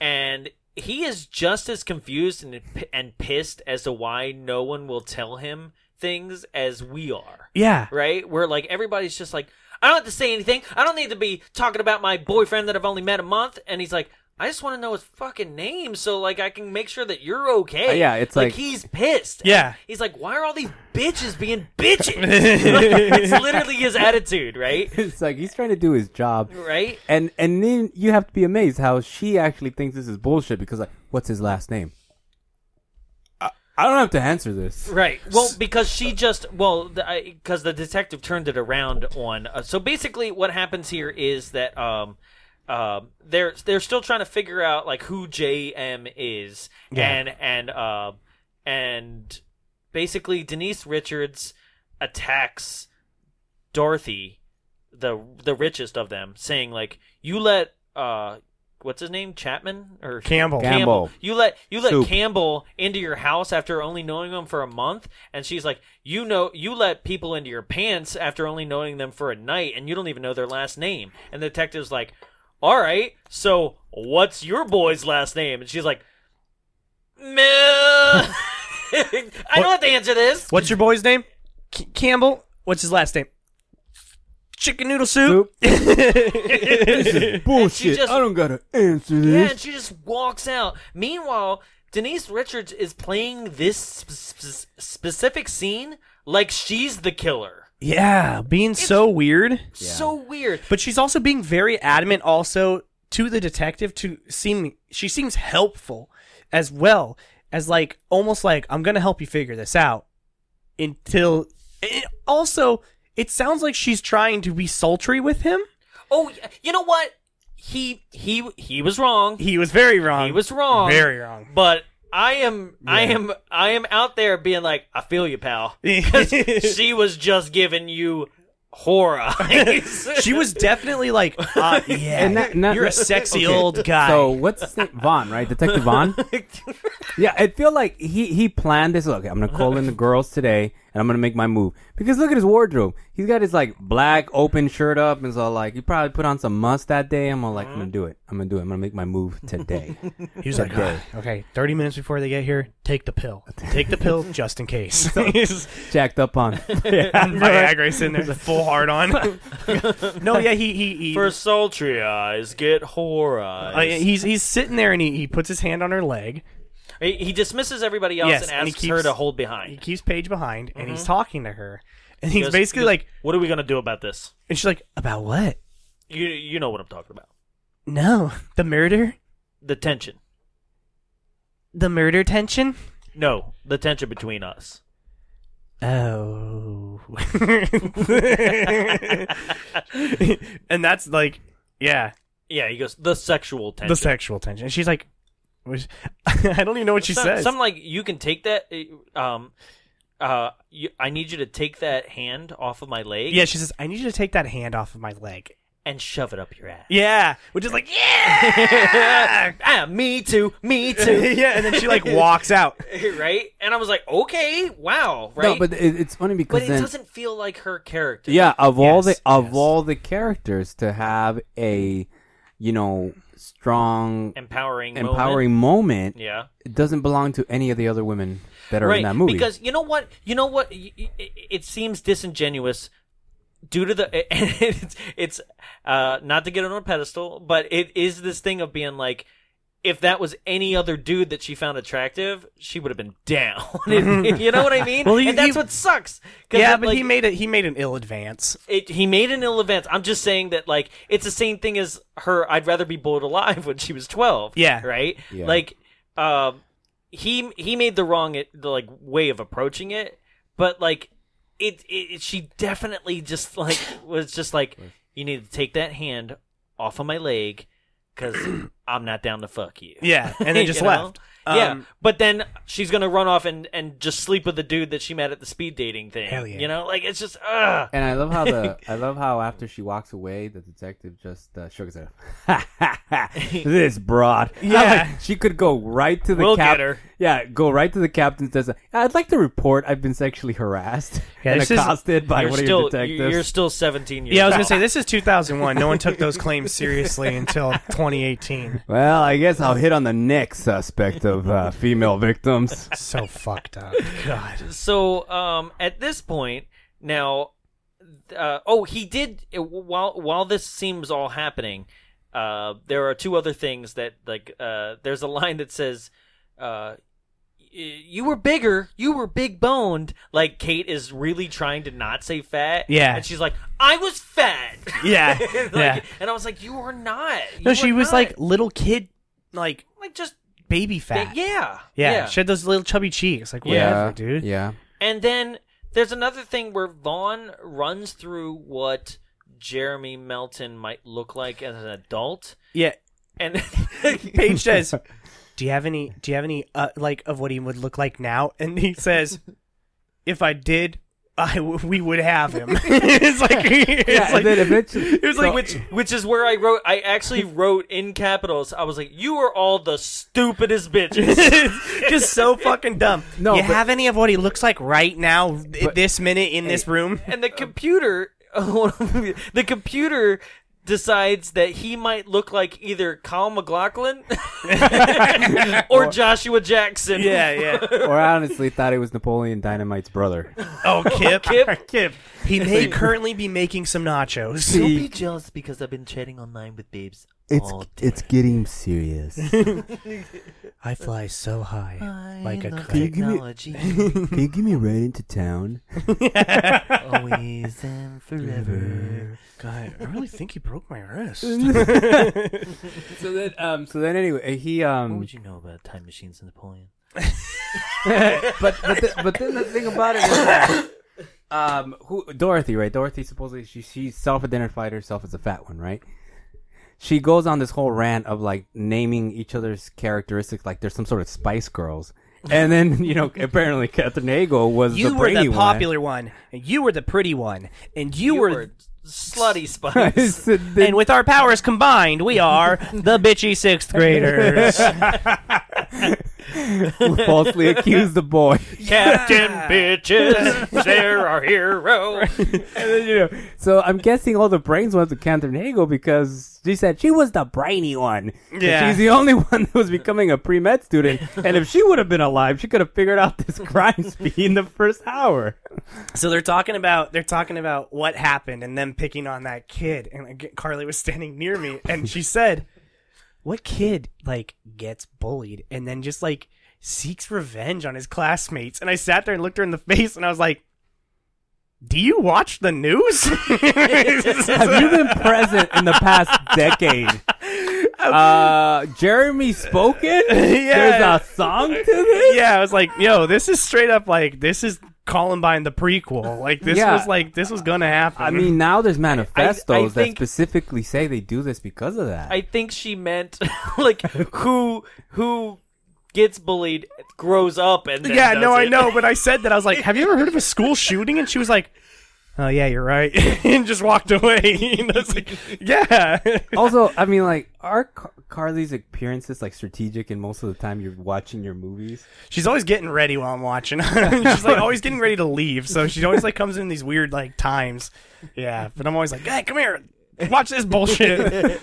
Speaker 2: and he is just as confused and and pissed as to why no one will tell him things as we are.
Speaker 1: Yeah.
Speaker 2: Right? Where like everybody's just like, I don't have to say anything. I don't need to be talking about my boyfriend that I've only met a month. And he's like, I just want to know his fucking name so like I can make sure that you're okay.
Speaker 3: Uh, yeah, it's like-
Speaker 2: he's pissed.
Speaker 1: Yeah.
Speaker 2: He's like, why are all these bitches being bitches? Like, it's literally his attitude, right?
Speaker 3: it's like he's trying to do his job.
Speaker 2: Right?
Speaker 3: And and then you have to be amazed how she actually thinks this is bullshit because like, what's his last name? I, I don't have to answer this.
Speaker 2: Right. Well, because she just well, because the detective turned it around on. Uh, so basically, what happens here is that um, um, they're they're still trying to figure out like who JM is,
Speaker 1: Yeah.
Speaker 2: and and um, and basically Denise Richards attacks Dorothy, the the richest of them, saying like you let uh. What's his name? Chapman or
Speaker 1: Campbell.
Speaker 3: Campbell.
Speaker 2: you let you let
Speaker 3: Soup.
Speaker 2: Campbell into your house after only knowing him for a month, and she's like, you know, you let people into your pants after only knowing them for a night, and you don't even know their last name. And the detective's like, all right, so what's your boy's last name? And she's like, Meh. I don't have to answer this.
Speaker 1: What's your boy's name? C- Campbell. What's his last name? Chicken noodle soup.
Speaker 3: Bullshit.
Speaker 2: just-
Speaker 3: I don't gotta answer
Speaker 2: Yeah,
Speaker 3: this.
Speaker 2: and she just walks out. Meanwhile, Denise Richards is playing this sp- sp- specific scene like she's the killer.
Speaker 1: Yeah, being so weird.
Speaker 2: so weird.
Speaker 1: But she's also being very adamant also to the detective to seem she seems helpful as well as like almost like I'm going to help you figure this out until it also it sounds like she's trying to be sultry with him.
Speaker 2: Oh, y- you know what? He he he was wrong.
Speaker 1: He was very wrong.
Speaker 2: He was wrong.
Speaker 1: Um, Very wrong.
Speaker 2: But I am I am I am out there being like, I feel you, pal. 'Cause she was just giving you horror eyes.
Speaker 1: She was definitely like, uh, yeah,
Speaker 3: And that- not-
Speaker 1: you're a sexy
Speaker 3: okay.
Speaker 1: old guy.
Speaker 3: So what's his name? Vaughn, right? Detective Vaughn. yeah, I feel like he he planned this. Look, I'm gonna call in the girls today, and I'm gonna make my move because look at his wardrobe. He's got his like black open shirt up, and so like he probably put on some must that day. I'm gonna like I'm gonna do it. I'm gonna do it. I'm gonna make my move today.
Speaker 1: He was like, "Ah, okay, 30 minutes before they get here, take the pill. Take the pill just in case. He's-
Speaker 3: Jacked up on.
Speaker 1: Viagra sitting there, with a full hard on. no, yeah, he he, he
Speaker 2: For sultry eyes, get horror eyes.
Speaker 1: uh, he's he's sitting there and he, he puts his hand on her leg.
Speaker 2: he, he dismisses everybody else
Speaker 1: Yes,
Speaker 2: and
Speaker 1: and he
Speaker 2: asks
Speaker 1: keeps-
Speaker 2: her to
Speaker 1: He
Speaker 2: hold behind.
Speaker 1: keeps Paige behind and
Speaker 2: Mm-hmm.
Speaker 1: he's talking to her, and he's
Speaker 2: He goes-
Speaker 1: basically
Speaker 2: he goes,
Speaker 1: like,
Speaker 2: "What are we gonna do about this?
Speaker 1: and she's like, about what?
Speaker 2: You you know what I'm talking about.
Speaker 1: No, the murder,
Speaker 2: The tension.
Speaker 1: the murder tension.
Speaker 2: No, the tension between us.
Speaker 1: Oh. and that's like, yeah,
Speaker 2: Yeah, he goes the sexual tension.
Speaker 1: the sexual tension. And she's like, was- I don't even know what she
Speaker 2: some,
Speaker 1: says.
Speaker 2: Some like you can take that. uh, Um, uh, you, I need you to take that hand off of my leg.
Speaker 1: yeah, she says, I need you to take that hand off of my leg.
Speaker 2: and shove it up your ass.
Speaker 1: Yeah, which is like, yeah,
Speaker 2: Ah, me too. Me too.
Speaker 1: yeah. And then she like walks out.
Speaker 2: right? And I was like, okay, wow, right?
Speaker 3: No, but it, it's funny because
Speaker 2: But it
Speaker 3: then,
Speaker 2: doesn't feel like her character.
Speaker 3: Yeah, of all the
Speaker 1: Yes,
Speaker 3: of
Speaker 1: yes.
Speaker 3: all the characters to have a, you know, strong
Speaker 2: Empowering. moment.
Speaker 3: empowering moment,
Speaker 2: Yeah.
Speaker 3: it doesn't belong to any of the other women that are
Speaker 2: right,
Speaker 3: in that movie.
Speaker 2: Because you know what, you know what, Y- y- it, it seems disingenuous due to the and it's, it's uh, not to get on a pedestal, but it is this thing of being like. If that was any other dude that she found attractive, she would have been down. you know what I mean?
Speaker 1: Well, he-
Speaker 2: and that's
Speaker 1: he-
Speaker 2: what sucks. 'Cause
Speaker 1: Yeah,
Speaker 2: it,
Speaker 1: but
Speaker 2: like,
Speaker 1: he made it. He made an ill advance.
Speaker 2: it, he made an ill advance. I'm just saying that like it's the same thing as her. I'd rather be boiled alive when she was 12.
Speaker 1: Yeah.
Speaker 2: right.
Speaker 3: Yeah.
Speaker 2: Like, um, he he made the wrong the like way of approaching it, but like it, it she definitely just like was just like you need to take that hand off of my leg because I'm not down to fuck you.
Speaker 1: Yeah, and then just
Speaker 2: You know?
Speaker 1: left.
Speaker 2: yeah,
Speaker 1: Um,
Speaker 2: but then she's gonna run off and, and just sleep with the dude that she met at the speed dating thing.
Speaker 1: Hell yeah.
Speaker 2: You know, like it's just ugh.
Speaker 3: and I love how the I love how after she walks away, the detective just uh, shook his head. Ha, ha, ha. this broad.
Speaker 1: Yeah.
Speaker 3: she could go right to the
Speaker 2: We'll
Speaker 3: cap-
Speaker 2: get her.
Speaker 3: Yeah, go right to the captain. Says, "I'd like to report I've been sexually harassed
Speaker 1: Yeah,
Speaker 3: and
Speaker 1: this is-
Speaker 3: accosted by
Speaker 2: you're
Speaker 3: one
Speaker 2: still,
Speaker 3: of your detectives."
Speaker 2: You're, you're still 17 years
Speaker 1: Yeah, I was
Speaker 2: old.
Speaker 1: gonna say this is 2001. No one took those claims seriously until 2018.
Speaker 3: Well, I guess I'll hit on the next suspect of uh, female victims.
Speaker 1: so fucked up. God.
Speaker 2: So um, at this point now, uh, oh, he did. While while this seems all happening, uh, there are two other things that like. Uh, there's a line that says, uh, y- "You were bigger. You were big boned." Like Kate is really trying to not say fat.
Speaker 1: Yeah.
Speaker 2: and she's like, "I was fat."
Speaker 1: Yeah,
Speaker 2: Like,
Speaker 1: yeah.
Speaker 2: And I was like, "You are not."
Speaker 1: No,
Speaker 2: You
Speaker 1: she
Speaker 2: are
Speaker 1: was
Speaker 2: not."
Speaker 1: like little kid, like
Speaker 2: like just
Speaker 1: baby fat.
Speaker 2: yeah,
Speaker 1: Yeah, she had those little chubby cheeks. Like whatever, dude.
Speaker 3: Yeah.
Speaker 2: And then there's another thing where Vaughn runs through what Jeremy Melton might look like as an adult.
Speaker 1: Yeah.
Speaker 2: And
Speaker 1: Paige says, "Do you have any? Do you have any uh, like of what he would look like now?" And he says, "If I did, I w- we would have him." it's like it's
Speaker 3: Yeah, and
Speaker 1: like
Speaker 3: then eventually-
Speaker 1: it was like
Speaker 3: so-
Speaker 2: which which is where I wrote I actually wrote in capitals, I was like, You are all the stupidest bitches.
Speaker 1: just so fucking dumb.
Speaker 3: No,
Speaker 1: you
Speaker 3: but-
Speaker 1: have any of what he looks like right now, th- this minute in this room?
Speaker 2: and the computer the computer decides that he might look like either Kyle McLaughlin or Joshua Jackson.
Speaker 1: Yeah, yeah.
Speaker 3: Or I honestly thought it was Napoleon Dynamite's brother.
Speaker 1: Oh, Kip,
Speaker 2: Kip.
Speaker 1: Kip. He may currently be making some nachos.
Speaker 2: Don't be jealous because I've been chatting online with babes.
Speaker 1: Oh,
Speaker 2: all day.
Speaker 3: getting serious.
Speaker 1: I fly so high, like a
Speaker 3: Can
Speaker 1: kite.
Speaker 3: you give me- Can you give me right into town?
Speaker 2: always and forever.
Speaker 1: God, I really think he broke my wrist.
Speaker 3: So then, um, so then anyway, he um,
Speaker 2: you know about time machines and Napoleon?
Speaker 1: Oh.
Speaker 3: but but the, but then the thing about it is that um, who Dorothy, right? Dorothy supposedly she she self-identified herself as a fat one, right? She goes on this whole rant of like naming each other's characteristics, like there's some sort of Spice Girls, and then you know apparently Catherine Hagel was
Speaker 1: You
Speaker 3: the
Speaker 1: were
Speaker 3: brainy
Speaker 1: the popular one. and you were the pretty one, and you,
Speaker 2: You
Speaker 1: were.
Speaker 2: were slutty
Speaker 3: one.
Speaker 2: spice.
Speaker 3: So then-
Speaker 1: and with our powers combined, we are the bitchy sixth graders.
Speaker 3: falsely accused the boy.
Speaker 2: Captain bitches, they're our hero.
Speaker 3: And then, you know, so I'm guessing all the brains went to Catherine Hagel because she said she was the brainy one. And
Speaker 1: Yeah.
Speaker 3: She's the only one that was becoming a pre med student. And if she would have been alive, she could have figured out this crime speed in the first hour.
Speaker 1: so they're talking about they're talking about what happened, and them picking on that kid. And like, Carly was standing near me, and she said, "What kid like gets bullied and then just like seeks revenge on his classmates?" And I sat there and looked her in the face, and I was like. Do you watch the news?
Speaker 3: Have you been present in the past decade? Uh, Jeremy Spoken? There's a song to this?
Speaker 1: yeah, I was like, yo, this is straight up like this is Columbine the prequel. Like this
Speaker 3: Yeah.
Speaker 1: was like this was gonna happen.
Speaker 3: I mean, now there's manifestos that
Speaker 2: think-
Speaker 3: specifically say they do this because of that.
Speaker 2: I think she meant like who who gets bullied grows up and then
Speaker 1: yeah, no,
Speaker 2: does
Speaker 1: I
Speaker 2: it.
Speaker 1: know, but I said that I was like, have you ever heard of a school shooting? And she was like, oh yeah, you're right, and just walked away. and I was like, yeah,
Speaker 3: also, I mean, like, are Car- Carly's appearances like strategic? And most of the time, you're watching your movies.
Speaker 1: she's always getting ready while I'm watching. she's like always getting ready to leave, so she always like comes in these weird like times. Yeah, but I'm always like, hey, come here. Watch this bullshit.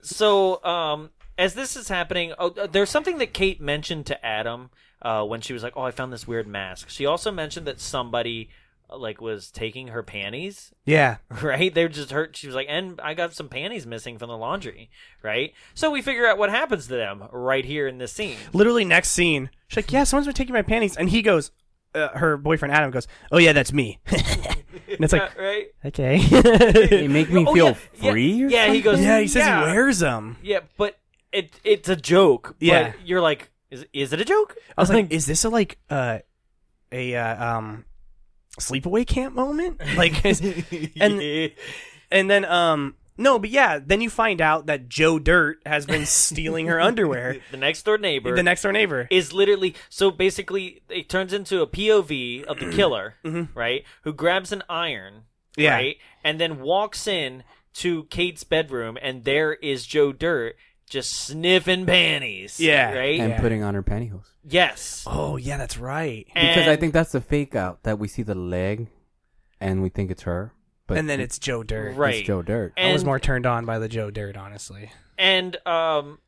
Speaker 2: so um as this is happening oh, there's something that kate mentioned to adam uh, when she was like oh i found this weird mask she also mentioned that somebody uh, like was taking her panties
Speaker 1: yeah.
Speaker 2: right they're just hurt she was like and i got some panties missing from the laundry right so we figure out what happens to them right here in this scene
Speaker 1: literally next scene she's like yeah someone's been taking my panties and he goes uh, her boyfriend adam goes oh yeah that's me and it's like
Speaker 2: right
Speaker 1: okay
Speaker 3: They make me
Speaker 2: Oh,
Speaker 3: feel
Speaker 2: yeah,
Speaker 3: free.
Speaker 2: yeah,
Speaker 3: or
Speaker 2: yeah he goes
Speaker 1: yeah he says
Speaker 2: yeah,
Speaker 1: he wears them
Speaker 2: yeah but it it's a joke
Speaker 1: Yeah.
Speaker 2: but you're like is, is it a joke
Speaker 1: i was like is this a like uh a uh, um sleepaway camp moment like is- and and then um no but yeah then you find out that joe dirt has been stealing her underwear
Speaker 2: the next door neighbor
Speaker 1: the next door neighbor
Speaker 2: is literally so basically it turns into a POV of the killer, right? Who grabs an iron,
Speaker 1: Mm-hmm. Yeah.
Speaker 2: right, and then walks in to Kate's bedroom, and there is Joe Dirt just sniffing panties,
Speaker 1: Yeah.
Speaker 2: right,
Speaker 3: And
Speaker 1: Yeah.
Speaker 3: putting on her pantyhose.
Speaker 2: yes,
Speaker 1: oh yeah that's right
Speaker 3: Because I
Speaker 2: And-
Speaker 3: think that's the fake out that we see the leg, and we think it's her, but
Speaker 1: and then it's joe dirt
Speaker 2: right,
Speaker 3: it's Joe Dirt.
Speaker 1: i was
Speaker 2: And-
Speaker 1: more turned on by the joe dirt honestly
Speaker 2: and um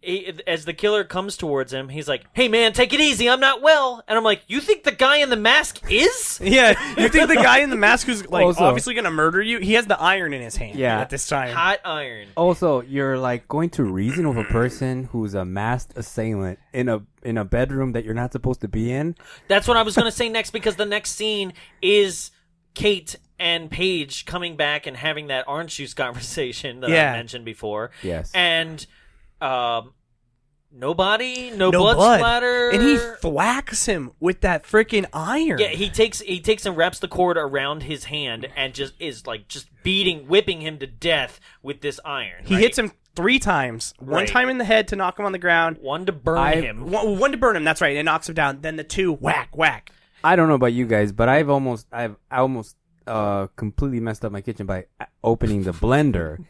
Speaker 2: he, as the killer comes towards him, he's like, "Hey man, take it easy. I'm not well." And I'm like, "You think the guy in the mask is?"
Speaker 1: Yeah, you think the guy in the mask who's like
Speaker 3: Also-
Speaker 1: obviously gonna murder you? He has the iron in his hand.
Speaker 3: Yeah.
Speaker 1: at this time.
Speaker 2: Hot iron.
Speaker 3: Also, you're like going to reason with a person who's a masked assailant in a in a bedroom that you're not supposed to be in.
Speaker 2: That's what I was going to say next because the next scene is Kate and Paige coming back and having that orange juice conversation that
Speaker 1: Yeah.
Speaker 2: I mentioned before.
Speaker 3: Yes.
Speaker 2: And um nobody, no,
Speaker 1: no
Speaker 2: blood,
Speaker 1: blood,
Speaker 2: splatter.
Speaker 1: and he thwacks him with that freaking iron.
Speaker 2: yeah, he takes he takes and wraps the cord around his hand and just is like just beating, whipping him to death with this iron.
Speaker 1: He
Speaker 2: right?
Speaker 1: hits him three times. One
Speaker 2: Right.
Speaker 1: time in the head to knock him on the ground.
Speaker 2: one to burn
Speaker 3: I-
Speaker 2: him.
Speaker 1: One, one to burn him. That's right. It knocks him down. Then the two whack whack.
Speaker 3: I don't know about you guys, but I've almost I've I almost uh completely messed up my kitchen by opening the blender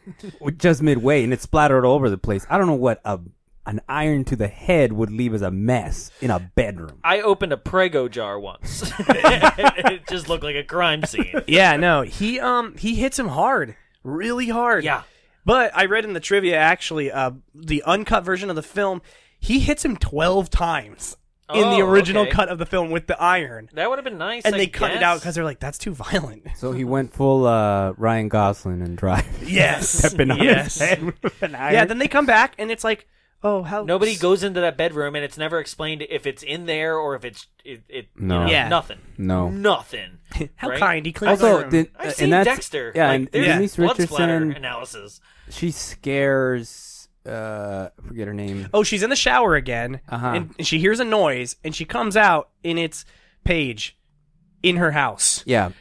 Speaker 3: just midway and it splattered all over the place. I don't know what a an iron to the head would leave as a mess in a bedroom.
Speaker 2: I opened a Prego jar once. it just looked like a crime scene.
Speaker 1: Yeah, no. He um he hits him hard, really hard.
Speaker 2: Yeah.
Speaker 1: But I read in the trivia actually, uh, the uncut version of the film, he hits him twelve times in the
Speaker 2: Oh,
Speaker 1: original
Speaker 2: okay.
Speaker 1: cut of the film with the iron,
Speaker 2: That would have been nice.
Speaker 1: and
Speaker 2: I
Speaker 1: they cut it
Speaker 2: guess.
Speaker 1: out because they're like, that's too violent.
Speaker 3: So he went full uh Ryan Gosling and drive.
Speaker 1: Yes.
Speaker 3: Stepping on his
Speaker 1: yes.
Speaker 3: head with an
Speaker 1: Yeah.
Speaker 3: iron.
Speaker 1: Then they come back and it's like, oh, how
Speaker 2: Nobody goes into that bedroom, and it's never explained if it's in there or if it's it. it
Speaker 3: No.
Speaker 2: you know,
Speaker 1: Yeah.
Speaker 2: nothing.
Speaker 3: No.
Speaker 2: nothing.
Speaker 1: How
Speaker 2: right?
Speaker 1: kind he cleans my
Speaker 3: Also,
Speaker 1: room.
Speaker 3: did,
Speaker 2: I've
Speaker 3: and
Speaker 2: seen
Speaker 3: that's,
Speaker 2: Dexter.
Speaker 3: Yeah,
Speaker 2: like,
Speaker 3: and
Speaker 2: there's
Speaker 3: Denise
Speaker 2: blood splatter
Speaker 3: Richardson.
Speaker 2: analysis.
Speaker 3: she scares uh I forget her name
Speaker 1: oh, she's in the shower again,
Speaker 3: Uh-huh.
Speaker 1: and and she hears a noise, and she comes out, and it's Paige in her house.
Speaker 3: yeah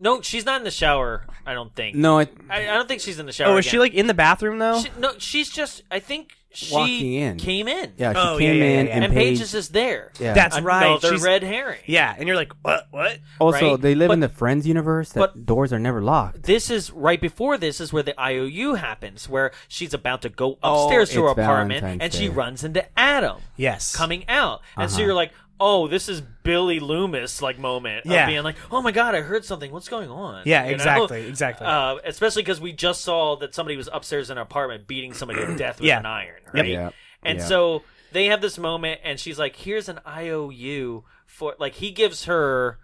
Speaker 2: No, she's not in the shower. I don't think.
Speaker 3: no it
Speaker 2: I, I don't think she's in the shower.
Speaker 1: Oh, is
Speaker 2: again.
Speaker 1: she like in the bathroom though?
Speaker 2: She- no, she's just. I think she
Speaker 3: Walking in.
Speaker 2: came in.
Speaker 3: yeah she
Speaker 1: Oh, yeah,
Speaker 3: came
Speaker 1: yeah, yeah,
Speaker 3: in
Speaker 1: yeah.
Speaker 3: and,
Speaker 2: and Paige
Speaker 3: Paige
Speaker 2: is just there.
Speaker 3: yeah.
Speaker 1: That's right.
Speaker 2: Another
Speaker 1: She's-
Speaker 2: red herring.
Speaker 1: Yeah, and you're like, what? What?
Speaker 3: also
Speaker 2: right?
Speaker 3: they live in
Speaker 2: But-
Speaker 3: the Friends universe that
Speaker 2: but-
Speaker 3: doors are never locked
Speaker 2: This is right before this is where the IOU happens, where she's about to go upstairs to her
Speaker 3: Oh, it's
Speaker 2: apartment
Speaker 3: Valentine's
Speaker 2: and
Speaker 3: Day. Uh-huh.
Speaker 2: she runs into Adam.
Speaker 1: Yes.
Speaker 2: coming out. And so you're like, oh, this is Billy Loomis like moment
Speaker 1: Yeah.
Speaker 2: of being like, oh my god, I heard something. What's going on?
Speaker 1: Yeah,
Speaker 2: You know?
Speaker 1: exactly, exactly.
Speaker 2: Uh, especially because we just saw that somebody was upstairs in an apartment beating somebody to death with
Speaker 1: Yeah.
Speaker 2: an iron,
Speaker 1: Yep.
Speaker 2: right?
Speaker 3: Yeah.
Speaker 2: And
Speaker 3: Yeah.
Speaker 2: so they have this moment, and she's like, here's an IOU for like he gives her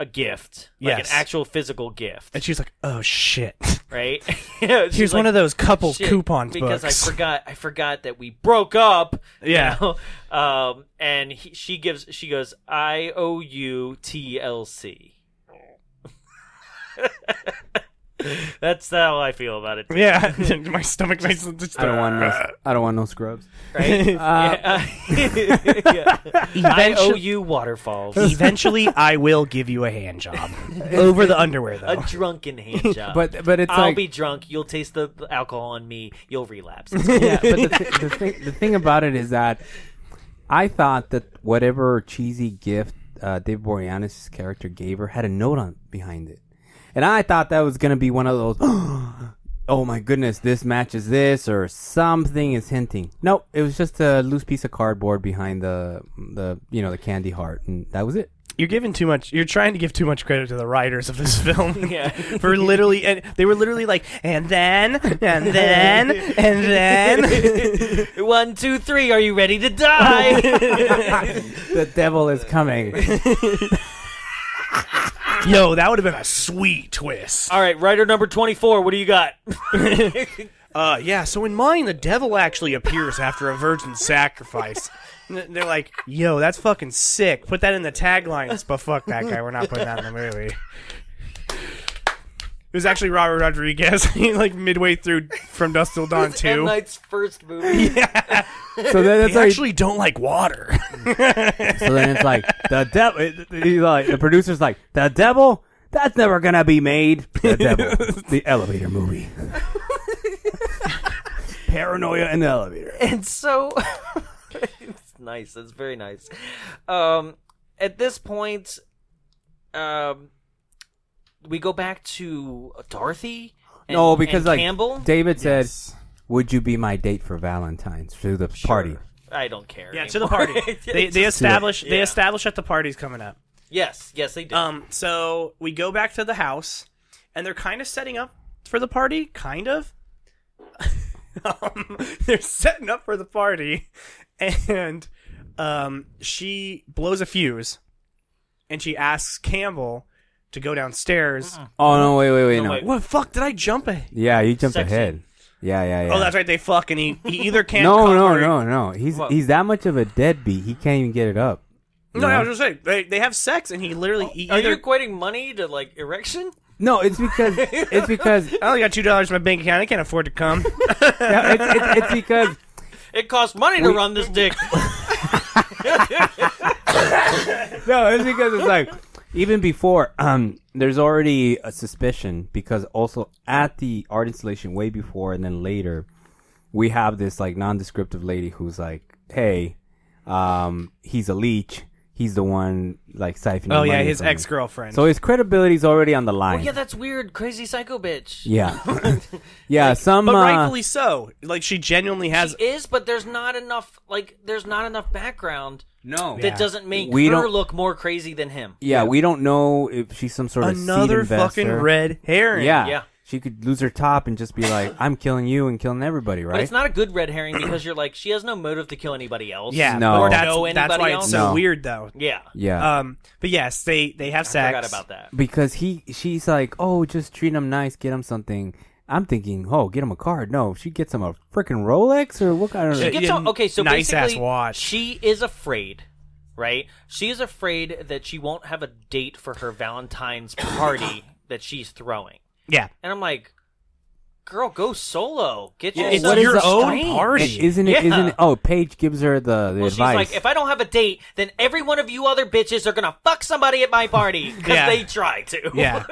Speaker 2: a gift, like
Speaker 1: Yes.
Speaker 2: an actual physical gift,
Speaker 1: And she's like, oh shit.
Speaker 2: right?
Speaker 1: Here's one of those couple
Speaker 2: Shit,
Speaker 1: coupon
Speaker 2: because
Speaker 1: books.
Speaker 2: I forgot I forgot that we broke up. you
Speaker 1: Yeah.
Speaker 2: know? Um, and he, she gives she goes I O U T L C. That's how I feel about it.
Speaker 1: yeah, my stomach makes. Just, uh,
Speaker 3: I don't want no, I don't want no scrubs
Speaker 2: Right? yeah. I O U waterfalls.
Speaker 1: Eventually, I will give you a hand job over the underwear, though.
Speaker 2: A drunken hand job.
Speaker 3: but but it's
Speaker 2: I'll
Speaker 3: like
Speaker 2: be drunk. You'll taste the alcohol on me. You'll relapse.
Speaker 3: yeah but the, th- the thing the thing about it is that I thought that whatever cheesy gift uh, Dave Boreanaz's character gave her had a note on behind it and I thought that was gonna be one of those. Oh my goodness, this matches this, or something is hinting. Nope, it was just a loose piece of cardboard behind the the you know the candy heart, and that was it.
Speaker 1: You're giving too much. You're trying to give too much credit to the writers of this film.
Speaker 2: Yeah.
Speaker 1: for literally, and they were literally like, and then, and then, and then.
Speaker 2: One, two, three. Are you ready to die?
Speaker 3: the devil is coming.
Speaker 1: Yo, that would have been a sweet twist.
Speaker 2: All right, writer number twenty-four. What do you got?
Speaker 1: Uh, yeah. So in mine, the devil actually appears after a virgin sacrifice. N- They're like, yo, that's fucking sick. Put that in the taglines, but fuck that guy. We're not putting that in the movie. It was actually Robert Rodriguez, like midway through From Dust Till Dawn 2.
Speaker 2: Night's first movie.
Speaker 3: So then it's
Speaker 1: They
Speaker 3: like,
Speaker 1: actually don't like water.
Speaker 3: so then it's like the devil. He's like the producer's like the devil. That's never gonna be made. The devil, the elevator movie. Paranoia in the elevator.
Speaker 2: And so it's nice. It's very nice. Um, at this point, um, we go back to Dorothy. And,
Speaker 3: no, because
Speaker 2: and
Speaker 3: like
Speaker 2: Campbell.
Speaker 3: David said, "Would you be my date for Valentine's through the party?"
Speaker 2: I don't care.
Speaker 1: yeah, to the
Speaker 2: anymore.
Speaker 1: party. They, they establish they
Speaker 2: Yeah.
Speaker 1: establish that the party's coming up.
Speaker 2: yes, yes,
Speaker 3: Uh,
Speaker 2: they did.
Speaker 1: Um, so we go back to the house, and they're kind of setting up for the party, kind of. um, they're setting up for the party, and um, she blows a fuse, and she asks Campbell to go downstairs.
Speaker 3: Oh no! Wait, wait, wait! No.
Speaker 2: wait.
Speaker 1: What the fuck did I jump ahead?
Speaker 3: Yeah, you jumped
Speaker 2: Sex
Speaker 3: ahead. Yeah, yeah, yeah.
Speaker 1: Oh, that's right. They fuck, and he, he either can't.
Speaker 3: no,
Speaker 1: come
Speaker 3: no,
Speaker 1: or-
Speaker 3: no, no. He's
Speaker 2: What?
Speaker 3: he's that much of a deadbeat. He can't even get it up.
Speaker 1: No, I was just saying they, they have sex, and he literally he
Speaker 3: Oh,
Speaker 2: Are
Speaker 1: either.
Speaker 2: you equating money to like erection?
Speaker 3: No, it's because it's because
Speaker 1: I only got two dollars in my bank account. I can't afford to come.
Speaker 3: yeah, it's, it's, it's because
Speaker 2: It costs money to run this dick.
Speaker 3: no, it's because it's like even before um, there's already a suspicion because also at the art installation way before and then later we have this like nondescriptive lady who's like, hey, um, he's a leech. He's the one like siphoning.
Speaker 1: oh yeah,
Speaker 3: money
Speaker 1: his
Speaker 3: from him."
Speaker 1: ex girlfriend.
Speaker 3: So his credibility's already on the line.
Speaker 2: oh yeah, that's weird. Crazy psycho bitch.
Speaker 3: yeah, yeah. some
Speaker 1: but
Speaker 3: uh,
Speaker 1: rightfully so. Like she genuinely has.
Speaker 2: She is, but there's not enough. Like there's not enough background
Speaker 3: no.
Speaker 2: that doesn't make
Speaker 3: We
Speaker 2: her
Speaker 3: don't-
Speaker 2: look more crazy than him.
Speaker 3: yeah, we don't know if she's some sort of seed
Speaker 1: Another fucking
Speaker 3: investor.
Speaker 1: red herring.
Speaker 3: Yeah.
Speaker 2: Yeah.
Speaker 3: She could lose her top and just be like, I'm killing you and killing everybody,
Speaker 2: But
Speaker 3: right?
Speaker 2: it's not a good red herring because you're like she has no motive to kill anybody else.
Speaker 1: yeah.
Speaker 3: No.
Speaker 1: but
Speaker 3: Or
Speaker 1: that's,
Speaker 2: know
Speaker 1: that's
Speaker 2: anybody
Speaker 1: why
Speaker 2: else?
Speaker 1: it's so
Speaker 3: No.
Speaker 1: weird though.
Speaker 2: yeah. Uh,
Speaker 3: yeah.
Speaker 1: Um, but yes, they they have
Speaker 2: I
Speaker 1: sex.
Speaker 2: forgot about that.
Speaker 3: because he she's like, Oh, just treat him nice, get him something. I'm thinking, oh, get him a card. No, she gets him a freaking Rolex or what kind of
Speaker 2: She
Speaker 1: Shit.
Speaker 2: gets
Speaker 1: Yeah,
Speaker 2: on, okay, so
Speaker 1: nice ass
Speaker 2: basically,
Speaker 1: watch.
Speaker 2: she is afraid, right? She is afraid that she won't have a date for her Valentine's party that she's throwing.
Speaker 1: Yeah.
Speaker 2: And I'm like, girl, go solo. Get
Speaker 1: Yeah,
Speaker 2: yourself
Speaker 1: it's
Speaker 2: some
Speaker 1: your own
Speaker 2: strength.
Speaker 1: party.
Speaker 3: It- isn't it
Speaker 2: Yeah.
Speaker 3: isn't it oh Paige gives her the, the
Speaker 2: Well, she's
Speaker 3: advice.
Speaker 2: like, if I don't have a date, then every one of you other bitches are gonna fuck somebody at my party because
Speaker 1: Yeah.
Speaker 2: they try to.
Speaker 1: Yeah.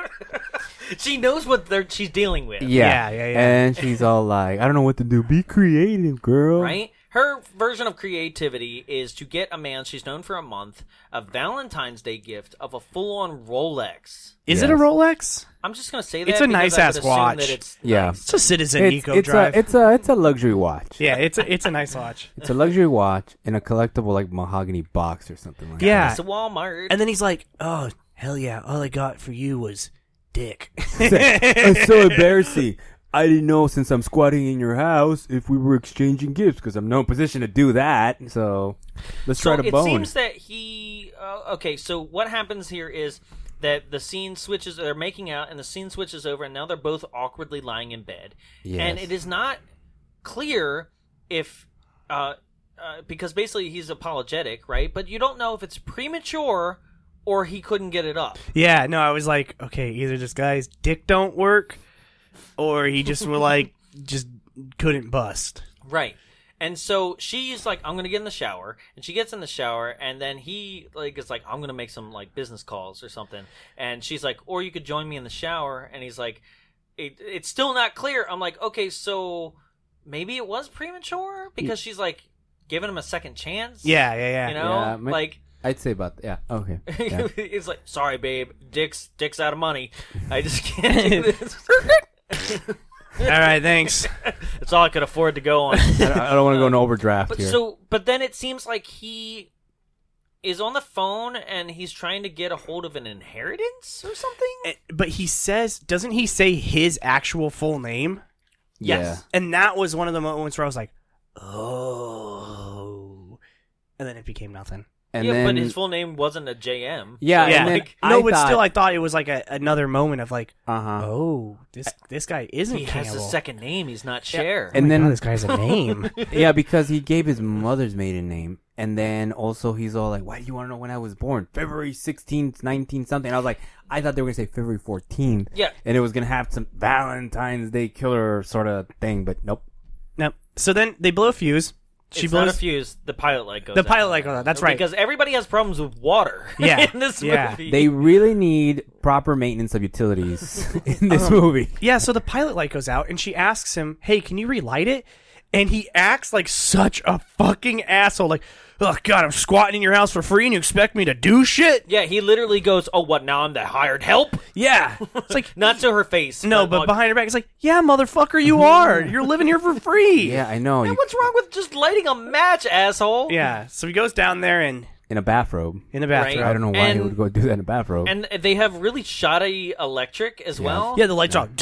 Speaker 2: she knows what they're she's dealing with.
Speaker 3: yeah.
Speaker 1: Yeah, yeah, yeah.
Speaker 3: And she's all like, I don't know what to do. Be creative, girl.
Speaker 2: right? Her version of creativity is to get a man she's known for a month a Valentine's Day gift of a full-on Rolex.
Speaker 1: Is
Speaker 3: Yes.
Speaker 1: it a Rolex?
Speaker 2: I'm just gonna say that
Speaker 1: It's a
Speaker 2: because
Speaker 1: nice
Speaker 2: I would
Speaker 1: ass
Speaker 2: assume
Speaker 1: watch.
Speaker 2: That it's
Speaker 3: Yeah.
Speaker 1: It's a Citizen
Speaker 3: It's,
Speaker 1: Eco
Speaker 3: it's
Speaker 1: Drive.
Speaker 3: a it's a it's a luxury watch.
Speaker 1: yeah, it's a, it's a nice watch.
Speaker 3: It's a luxury watch in a collectible like mahogany box or something like that.
Speaker 1: Yeah.
Speaker 2: It's a Walmart.
Speaker 1: And then he's like, "Oh hell yeah! All I got for you was dick."
Speaker 3: it's so embarrassing. I didn't know since I'm squatting in your house if we were exchanging gifts because I'm no position to do that. So let's
Speaker 2: so
Speaker 3: try to
Speaker 2: it
Speaker 3: bone.
Speaker 2: seems that he. Uh, okay, so what happens here is that the scene switches. They're making out, and the scene switches over, and now they're both awkwardly lying in bed. And
Speaker 3: Yes.
Speaker 2: it is not clear if. Uh, uh, because basically he's apologetic, right? But you don't know if it's premature or he couldn't get it up.
Speaker 1: yeah, no, I was like, okay, either this guy's dick don't work, or he just were like just couldn't bust.
Speaker 2: Right. And so she's like, I'm gonna get in the shower, and she gets in the shower, and then he like is like, I'm gonna make some like business calls or something, and she's like, or you could join me in the shower, and he's like, it, it's still not clear. I'm like, okay, so maybe it was premature because she's like giving him a second chance.
Speaker 1: Yeah, yeah, yeah.
Speaker 2: you know,
Speaker 3: Yeah, ma-
Speaker 2: like
Speaker 3: I'd say about yeah. Okay. Yeah.
Speaker 2: it's like, sorry, babe, dick's dick's out of money. I just can't do this.
Speaker 1: All right, thanks.
Speaker 2: it's all I could afford to go on.
Speaker 3: I don't, want to go in overdraft
Speaker 2: But
Speaker 3: here.
Speaker 2: so, but then it seems like he is on the phone and he's trying to get a hold of an inheritance or something.
Speaker 1: Eh, but he says, doesn't he say his actual full name?
Speaker 2: yes.
Speaker 1: And that was one of the moments where I was like, oh. And then it became nothing.
Speaker 3: And
Speaker 2: yeah,
Speaker 3: then
Speaker 2: but his full name wasn't a JM.
Speaker 1: yeah.
Speaker 3: yeah, and then
Speaker 1: like, no,
Speaker 3: I
Speaker 1: but
Speaker 3: thought,
Speaker 1: still, I thought it was like a, another moment of like,
Speaker 3: uh huh.
Speaker 1: oh, this this guy isn't
Speaker 2: He
Speaker 1: Campbell.
Speaker 2: has a second name. He's not Cher.
Speaker 1: and
Speaker 3: And
Speaker 1: then
Speaker 3: then-
Speaker 1: this guy has a name.
Speaker 3: yeah, because he gave his mother's maiden name, and then also he's all like, "Why do you want to know when I was born? February sixteenth, nineteen something." I was like, I thought they were gonna say February fourteenth.
Speaker 2: Yeah.
Speaker 3: and it was gonna have some Valentine's Day killer sort of thing, but nope.
Speaker 1: no. So then they blow a fuse. She
Speaker 2: it's
Speaker 1: blows
Speaker 2: not a fuse. The pilot light goes.
Speaker 1: the
Speaker 2: out.
Speaker 1: pilot light goes out. That's right.
Speaker 2: Because everybody has problems with water.
Speaker 1: Yeah.
Speaker 2: in this
Speaker 1: Yeah.
Speaker 2: movie.
Speaker 3: They really need proper maintenance of utilities in this
Speaker 2: Um,
Speaker 3: movie.
Speaker 1: yeah. So the pilot light goes out, and she asks him, "Hey, can you relight it?" And he acts like such a fucking asshole. Like, oh god, I'm squatting in your house for free, and you expect me to do shit?
Speaker 2: yeah, he literally goes, "Oh, what? Now I'm the hired help."
Speaker 1: Yeah. It's like
Speaker 2: Not to her face.
Speaker 1: No, but
Speaker 2: like,
Speaker 1: behind her back, it's like, yeah, motherfucker, you are. You're living here for free.
Speaker 3: Yeah, I know. You,
Speaker 2: what's wrong with just lighting a match, asshole?
Speaker 1: Yeah. So he goes down there and
Speaker 3: in a bathrobe.
Speaker 1: in the bathroom.
Speaker 2: Right.
Speaker 3: I don't know why he
Speaker 2: And-
Speaker 3: would go do that in a bathrobe.
Speaker 2: And they have really shoddy electric as well.
Speaker 1: Yeah, the lights on.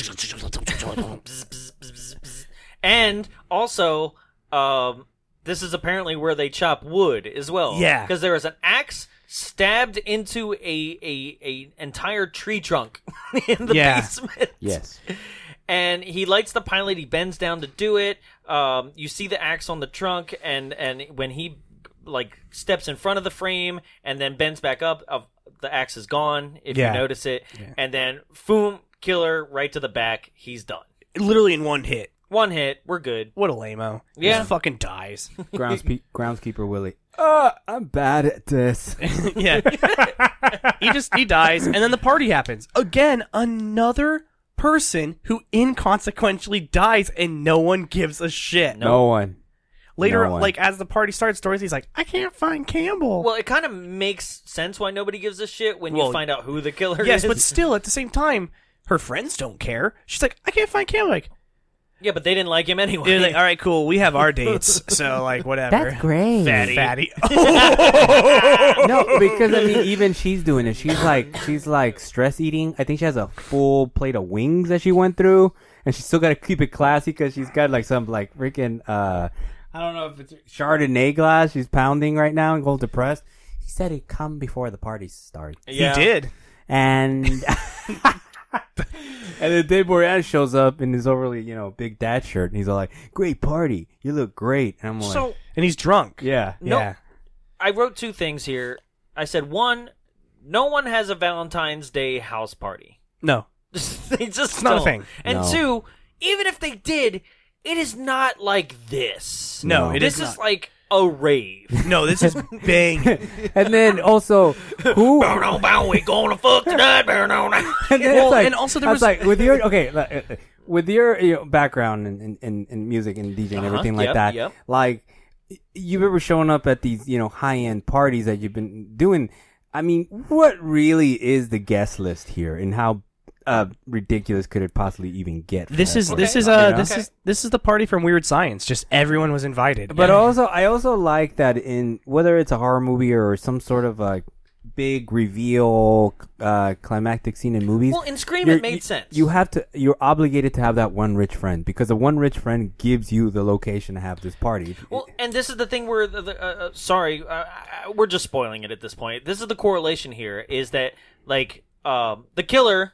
Speaker 2: And also, um, this is apparently where they chop wood as well.
Speaker 1: Yeah.
Speaker 2: because there is an axe stabbed into a a, a entire tree trunk in the
Speaker 1: Yeah.
Speaker 2: basement.
Speaker 3: Yes.
Speaker 2: and he lights the pilot. He bends down to do it. Um, you see the axe on the trunk, and and when he like steps in front of the frame and then bends back up, of the axe is gone. If
Speaker 1: Yeah.
Speaker 2: you notice it, and then boom, killer right to the back. He's done.
Speaker 1: Literally in one hit.
Speaker 2: One hit, we're good.
Speaker 1: What a lameo.
Speaker 2: Yeah.
Speaker 1: Just fucking dies.
Speaker 3: Groundspe- groundskeeper Willie. Uh, I'm bad at this.
Speaker 1: yeah. he just he dies and then the party happens. Again, another person who inconsequentially dies and no one gives a shit.
Speaker 3: no one.
Speaker 1: Later
Speaker 3: No one.
Speaker 1: like as the party starts, Dorothy's like, I can't find Campbell.
Speaker 2: Well, it kind of makes sense why nobody gives a shit when
Speaker 1: Well,
Speaker 2: you find out who the killer
Speaker 1: yes,
Speaker 2: is.
Speaker 1: but still at the same time, her friends don't care. She's like, I can't find Campbell. Like,
Speaker 2: yeah, but they didn't like him anyway.
Speaker 1: they're like, all right, cool, we have our dates, so like whatever.
Speaker 3: That's great.
Speaker 1: Fatty. Fatty.
Speaker 3: no, because I mean, even she's doing it. She's like, she's like stress eating. I think she has a full plate of wings that she went through, and she's still got to keep it classy because she's got like some like freaking uh, I don't know if it's Chardonnay glass. She's pounding right now and going depressed. He said he'd come before the party starts,
Speaker 2: yeah.
Speaker 1: He did.
Speaker 3: and and then Dave Boreanaz shows up in his overly you know big dad shirt, and he's all like, "Great party, you look great," and I'm like,
Speaker 2: So
Speaker 1: And he's drunk.
Speaker 3: "Yeah,
Speaker 2: No.
Speaker 1: Yeah.
Speaker 2: I wrote two things here. I said one, no one has a Valentine's Day house party.
Speaker 1: No.
Speaker 2: they just
Speaker 1: not a
Speaker 2: don't.
Speaker 1: thing.
Speaker 2: And
Speaker 3: No.
Speaker 2: two, even if they did, it is not like this.
Speaker 1: No,
Speaker 3: No.
Speaker 1: it
Speaker 2: this
Speaker 1: is
Speaker 2: is
Speaker 1: not.
Speaker 2: like a rave.
Speaker 1: No, this is bang.
Speaker 3: and then also who
Speaker 2: bow, bow, we gonna fuck tonight. bow, bow, bow.
Speaker 3: and, then
Speaker 1: Well,
Speaker 3: it's like,
Speaker 1: and also there
Speaker 3: I
Speaker 1: was-
Speaker 3: like with your okay like, uh, uh, with your you know, background in, in- in, in music and DJ
Speaker 1: Uh-huh.
Speaker 3: and everything like
Speaker 2: yep,
Speaker 3: that
Speaker 2: yep.
Speaker 3: like y- you've ever shown up at these you know high end parties that you've been doing I mean what really is the guest list here and how uh, ridiculous could it possibly even get for
Speaker 1: This
Speaker 3: that
Speaker 1: is
Speaker 3: sort of
Speaker 1: this is
Speaker 3: stuff, you
Speaker 1: uh
Speaker 3: know?
Speaker 1: this is this is the party from Weird Science. Just everyone was invited.
Speaker 3: But also, I also like that in whether it's a horror movie or some sort of a big reveal, uh, climactic scene in movies.
Speaker 2: Well, in Scream,
Speaker 3: you're-
Speaker 2: it made
Speaker 3: you-
Speaker 2: sense.
Speaker 3: You have to. You're obligated to have that one rich friend because the one rich friend gives you the location to have this party.
Speaker 2: Well, and this is the thing where the, the, uh, uh, sorry, uh, uh, we're just spoiling it at this point. This is the correlation here is that like um, the killer